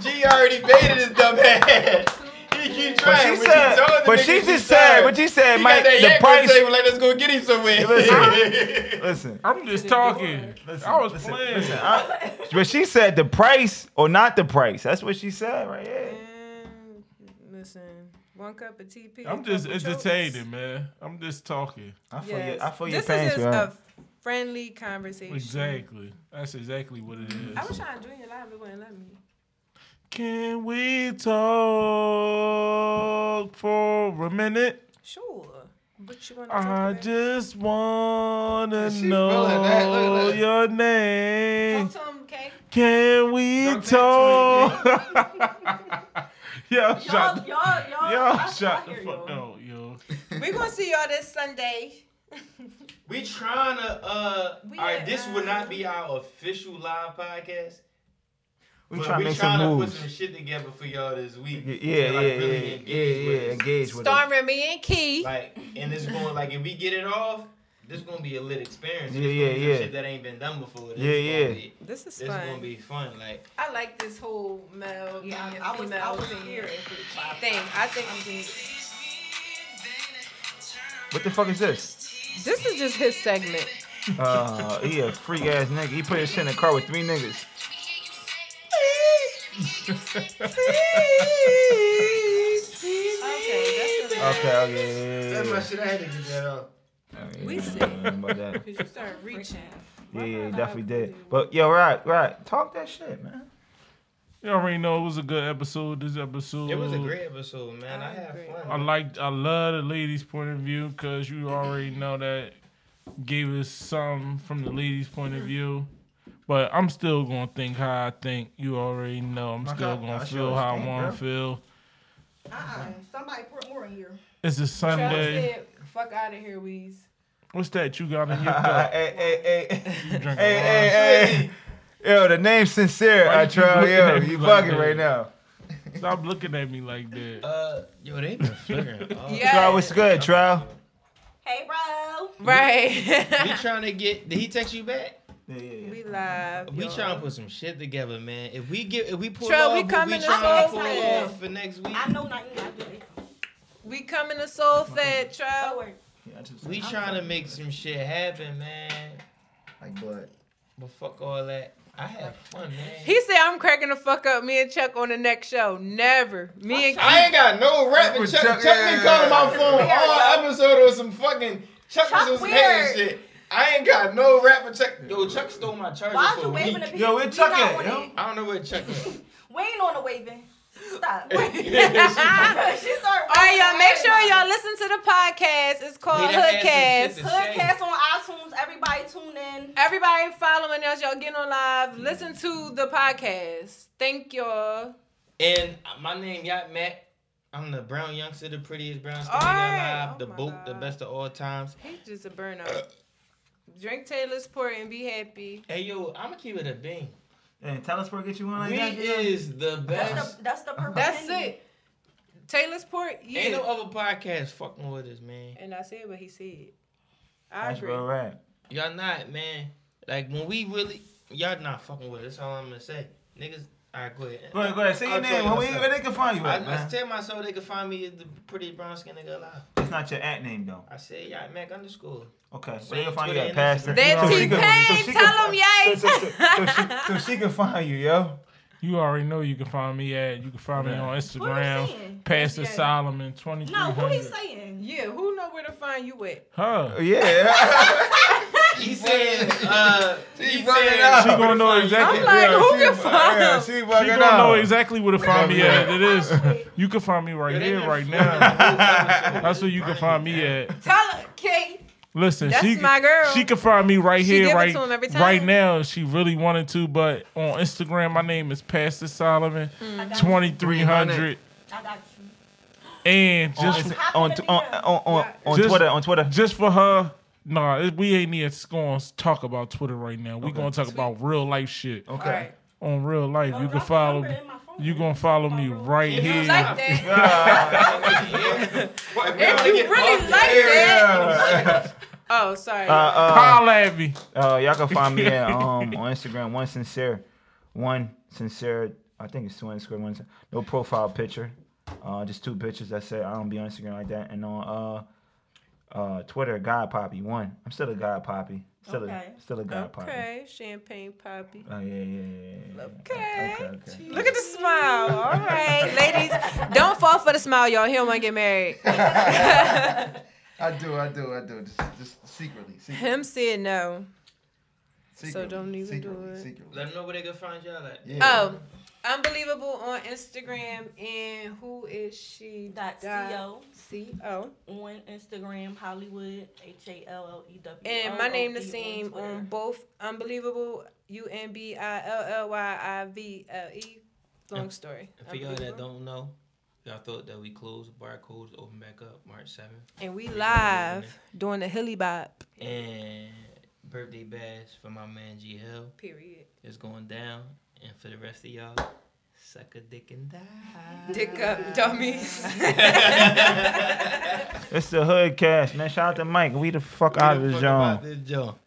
S1: G already baited his dumb ass. He keep
S5: But
S1: trying.
S5: she
S1: When
S5: said.
S1: told the
S5: But
S1: nigga
S5: she
S1: she
S5: just said.
S1: charged,
S5: But she said,
S1: he got
S5: Mike.
S1: that
S5: The
S1: yank on
S5: price.
S1: table like, let's go get him somewhere.
S5: Listen. Listen.
S3: I'm just talking.
S5: Listen,
S3: I was
S5: listen,
S3: playing.
S5: listen, I- but she said the price or not the price. That's what she said right here.
S4: Man, Listen, one cup of TP.
S3: I'm just
S4: couple chokes.
S3: entertaining, man. I'm just talking.
S5: I feel
S4: Yes.
S5: your, I feel your
S4: this
S5: pain,
S4: is just
S5: y'all.
S4: a friendly conversation.
S3: Exactly. That's exactly what it is.
S4: I was trying to join your live, it wouldn't let me.
S3: Can we talk for a minute?
S4: Sure. What you want to talk
S3: I
S4: about?
S3: just wanna
S9: She
S3: know
S9: feeling that. Look at that.
S3: your name.
S4: Talk to him, Kay.
S3: Can we
S9: Drop that
S3: talk? yo,
S2: Y'all,
S3: shut,
S2: y'all, y'all.
S3: yo,
S2: I-
S3: shut
S2: I
S3: the
S2: hear
S3: fuck
S2: y'all.
S3: up, yo.
S4: We're going to see y'all this Sunday.
S1: We trying to uh
S4: We
S1: all right,
S4: at,
S1: this would
S4: uh,
S1: not be our official live podcast.
S5: We
S1: but
S5: trying to
S1: we
S5: make
S1: trying
S5: some
S1: to
S5: moves.
S1: put some shit together for y'all this week.
S5: Yeah, yeah,
S1: to,
S5: yeah,
S1: like,
S5: yeah,
S1: really
S5: yeah,
S1: engage with us.
S5: yeah, Engage with us.
S4: Starring me and Key.
S1: Like, and it's going like if we get it off, this gonna be a lit experience.
S5: Yeah,
S1: This
S5: yeah,
S1: gonna be
S5: yeah.
S1: Shit that ain't been done before. This
S5: Yeah,
S1: is gonna
S5: yeah.
S1: Be,
S4: This is
S1: this is
S4: fun.
S1: gonna be fun. Like,
S4: I like this whole male
S2: Yeah,
S4: being
S2: I was, I
S4: female
S2: was
S4: thing.
S2: here.
S4: thing. I think I'm just,
S5: What the fuck is this?
S4: this is just his segment.
S5: Uh, he a freak ass nigga. He put his shit in the car with three niggas.
S4: Okay, that's enough.
S5: Okay, okay, yeah,
S9: That's
S5: yeah,
S9: my
S5: yeah.
S9: shit. I had to get that off.
S5: Okay,
S4: We
S5: yeah,
S4: see.
S5: I don't know about that.
S4: Cause you start reaching.
S5: Yeah, yeah, he definitely did. But yo, right, right. Talk that shit, man.
S3: You already know it was a good episode. This episode.
S1: it was a great episode, man.
S4: I
S1: I, had
S4: agree.
S1: fun.
S3: I like I love the ladies' point of view because you already know that gave us some from the ladies' point of view. But I'm still gonna think how I think. You already know. I'm
S5: My
S3: still
S5: God,
S3: gonna
S5: I sure
S3: feel how I
S5: think,
S3: wanna
S5: bro.
S3: feel.
S2: Uh-uh. Somebody pour more in here.
S3: It's a Sunday.
S4: said, "Fuck out of here, Weez."
S3: What's that you got in your cup?
S5: hey, hey, hey,
S3: You
S5: hey,
S3: drinking wine?
S5: hey, hey. Yo, the name's sincere.
S3: Why you
S5: I
S3: keep
S5: try.
S3: looking
S5: Yo,
S3: at me
S5: you
S3: like
S5: bugging
S3: that?
S5: right now.
S3: Stop looking at me like that.
S1: uh, yo, they been figuring out.
S4: Yeah.
S5: Trial, what's good, trial?
S2: Hey, bro.
S1: We
S4: Right.
S1: trying to get. Did he text you back?
S5: Yeah, yeah,
S4: we live.
S1: We
S4: y'all.
S1: trying to put some shit together, man. If we get, if we pull
S4: Trell, we
S1: off, what
S4: coming
S1: we
S4: to
S1: trying to pull
S2: Soulfest.
S1: off for next week.
S2: I know not you. I do it.
S4: We coming to Soul Fed,
S2: Don't
S4: Trow.
S2: worry.
S1: We trying to make some shit happen, man.
S9: Like, but
S1: But fuck all that. I had fun, man.
S4: He said, "I'm cracking the fuck up." Me and Chuck on the next show. Never. Me and
S1: I ain't got no rap.
S9: With
S1: Chuck,
S9: Chuck-
S1: Chuck, been calling my phone
S4: Weird,
S1: all
S4: yo.
S1: episode of some fucking Chuck,
S2: Chuck
S1: was some
S2: weird.
S1: hating shit. I ain't got no rap for Chuck. Yo, Chuck stole my charger
S2: Why
S1: for
S2: you
S1: a
S2: waving
S1: week.
S2: at people?
S5: Yo, where
S2: We
S5: Chuck
S2: not
S5: at,
S2: on
S5: yo?
S2: it.
S1: I don't know where Chuck is.
S2: We ain't on the waving. Stop. she started
S1: Wait,
S4: All right,
S2: right,
S4: Oh, y'all. Make sure y'all listen to the podcast. It's called
S1: that had some
S4: Hoodcast.
S1: shit to say.
S2: Hoodcast on iTunes. Everybody tune in.
S4: Everybody following us. Y'all getting on live. Listen to the podcast. Thank y'all.
S1: And my name Yacht Matt. I'm the brown youngster, the prettiest brown skin
S4: Alright.
S1: alive,
S4: Oh
S1: the
S4: my
S1: boat,
S4: God.
S1: the best of all times.
S4: He's just a burnout. Drink Taylor's port and be happy.
S1: Hey yo, I'ma keep it a bean.
S5: Hey, tell us where to get you one like
S1: we
S5: that. yo.
S1: is the
S2: That's
S1: best.
S2: the that's the purpose.
S4: That's it. Taylor's port. Yeah.
S1: Ain't no other podcast fucking with us, man.
S4: And I said what he said. I
S5: That's
S4: agree.
S5: real rap.
S1: Y'all not, man. Like when we really, y'all not fucking with us. That's all I'm gonna say, niggas. All right, go ahead.
S5: Go ahead, go ahead. Say your
S1: I'll tell
S5: name.
S1: you
S5: Where,
S1: myself.
S5: where they can find you
S1: I,
S5: at,
S1: I
S5: man.
S1: tell myself they can find me as the prettiest brown skin nigga alive.
S5: It's not your at name though.
S1: I said, y'all Mac underscore.
S5: Okay, so
S1: Same
S5: they can find you
S1: Twitter
S5: at
S1: and
S5: Pastor.
S1: Instagram.
S4: That
S5: So
S4: T-Pain,
S5: she can- so she can
S4: tell
S5: find-
S4: him, yay.
S5: So, so, so, so, she, so she can find you, yo.
S3: You already know you can find me at. You can find me
S5: Yeah.
S3: on
S2: What are you
S3: Instagram.
S2: saying?
S3: Pastor
S4: Yeah.
S3: Solomon twenty three
S2: No, who he
S3: hundred.
S2: saying?
S4: Yeah, who know where to find you at?
S5: Oh,
S3: Huh?
S5: Yeah.
S1: He said, uh, he
S9: She running
S1: said,
S9: up.
S3: She gonna know exactly.
S4: I'm like, who
S5: she-
S4: can find
S5: yeah,
S4: him?
S5: She, she
S3: She gonna know exactly where to find me at. It is. You can find me right
S1: Yo, they
S3: here,
S1: been
S3: right
S1: flipping the
S3: now.
S1: whole episode.
S3: That's where you can find me at.
S4: Tell her, Kate.
S3: Listen,
S4: That's
S3: she
S4: my girl.
S3: she can find me right
S4: She give
S3: here,
S4: it
S3: right,
S4: to 'em every time.
S3: right now. If she really wanted to, but on Instagram, my name is Pastor Solomon
S4: Mm.
S2: I got you.
S3: twenty three hundred,
S2: I got you.
S3: and just
S5: On,
S2: Just-
S5: on, on, on, on, on
S3: Just-
S5: Twitter, on Twitter.
S3: just for her. Nah, it- we ain't even going to talk about Twitter right now. We gonna talk about real life shit
S5: Okay.
S4: All right.
S3: on real life.
S2: Oh,
S3: You can
S2: drop the
S3: follow
S2: number
S3: me.
S2: in my phone.
S3: You gonna follow me right
S1: Yeah.
S3: here.
S4: Like that.
S5: Ah,
S4: If you really like that.
S5: yeah.
S4: Oh, sorry.
S5: Uh, uh,
S3: Holla at me.
S5: Uh, y'all can find me at um on Instagram one sincere, one sincere. I think it's two underscore one. sin- No profile picture, uh, just two pictures. That's it. I don't be on Instagram like that. And on uh, uh, Twitter, God Poppy one. I'm still a God Poppy. Still
S2: Okay.
S5: a still a God Poppy.
S4: Okay, champagne poppy.
S5: Oh yeah, yeah, yeah, yeah.
S4: Okay.
S5: Okay, okay.
S4: Look at the smile. All right, ladies, don't fall for the smile, y'all. He don't want to get married.
S9: I do, I do, I do. Just, just secretly, secretly.
S4: Him said no.
S9: secretly,
S4: don't even do
S9: secretly,
S4: it.
S9: Secretly.
S1: Let them know where they can find y'all at.
S9: Yeah.
S4: Oh, unbelievable on Instagram and who is she?
S2: Dot co
S4: C O.
S2: on Instagram, Hollywood H A L L E W.
S4: And my name the same um, on both unbelievable U N B I L L Y I V L E. Long story.
S1: And for y'all that
S4: Unbelievable.
S1: don't know, y'all thought that we closed, barcodes open back up March 7th.
S4: And we live doing the hilly bop.
S1: And birthday bash for my man G Hill
S4: Period.
S1: is going down. And for the rest of y'all, suck a dick and die.
S4: Dick up, dummies.
S5: It's the hood cash, man. Shout out to Mike. We the fuck out
S1: Give
S5: of
S1: a
S5: this
S1: fuck
S5: joint.
S1: about this joint.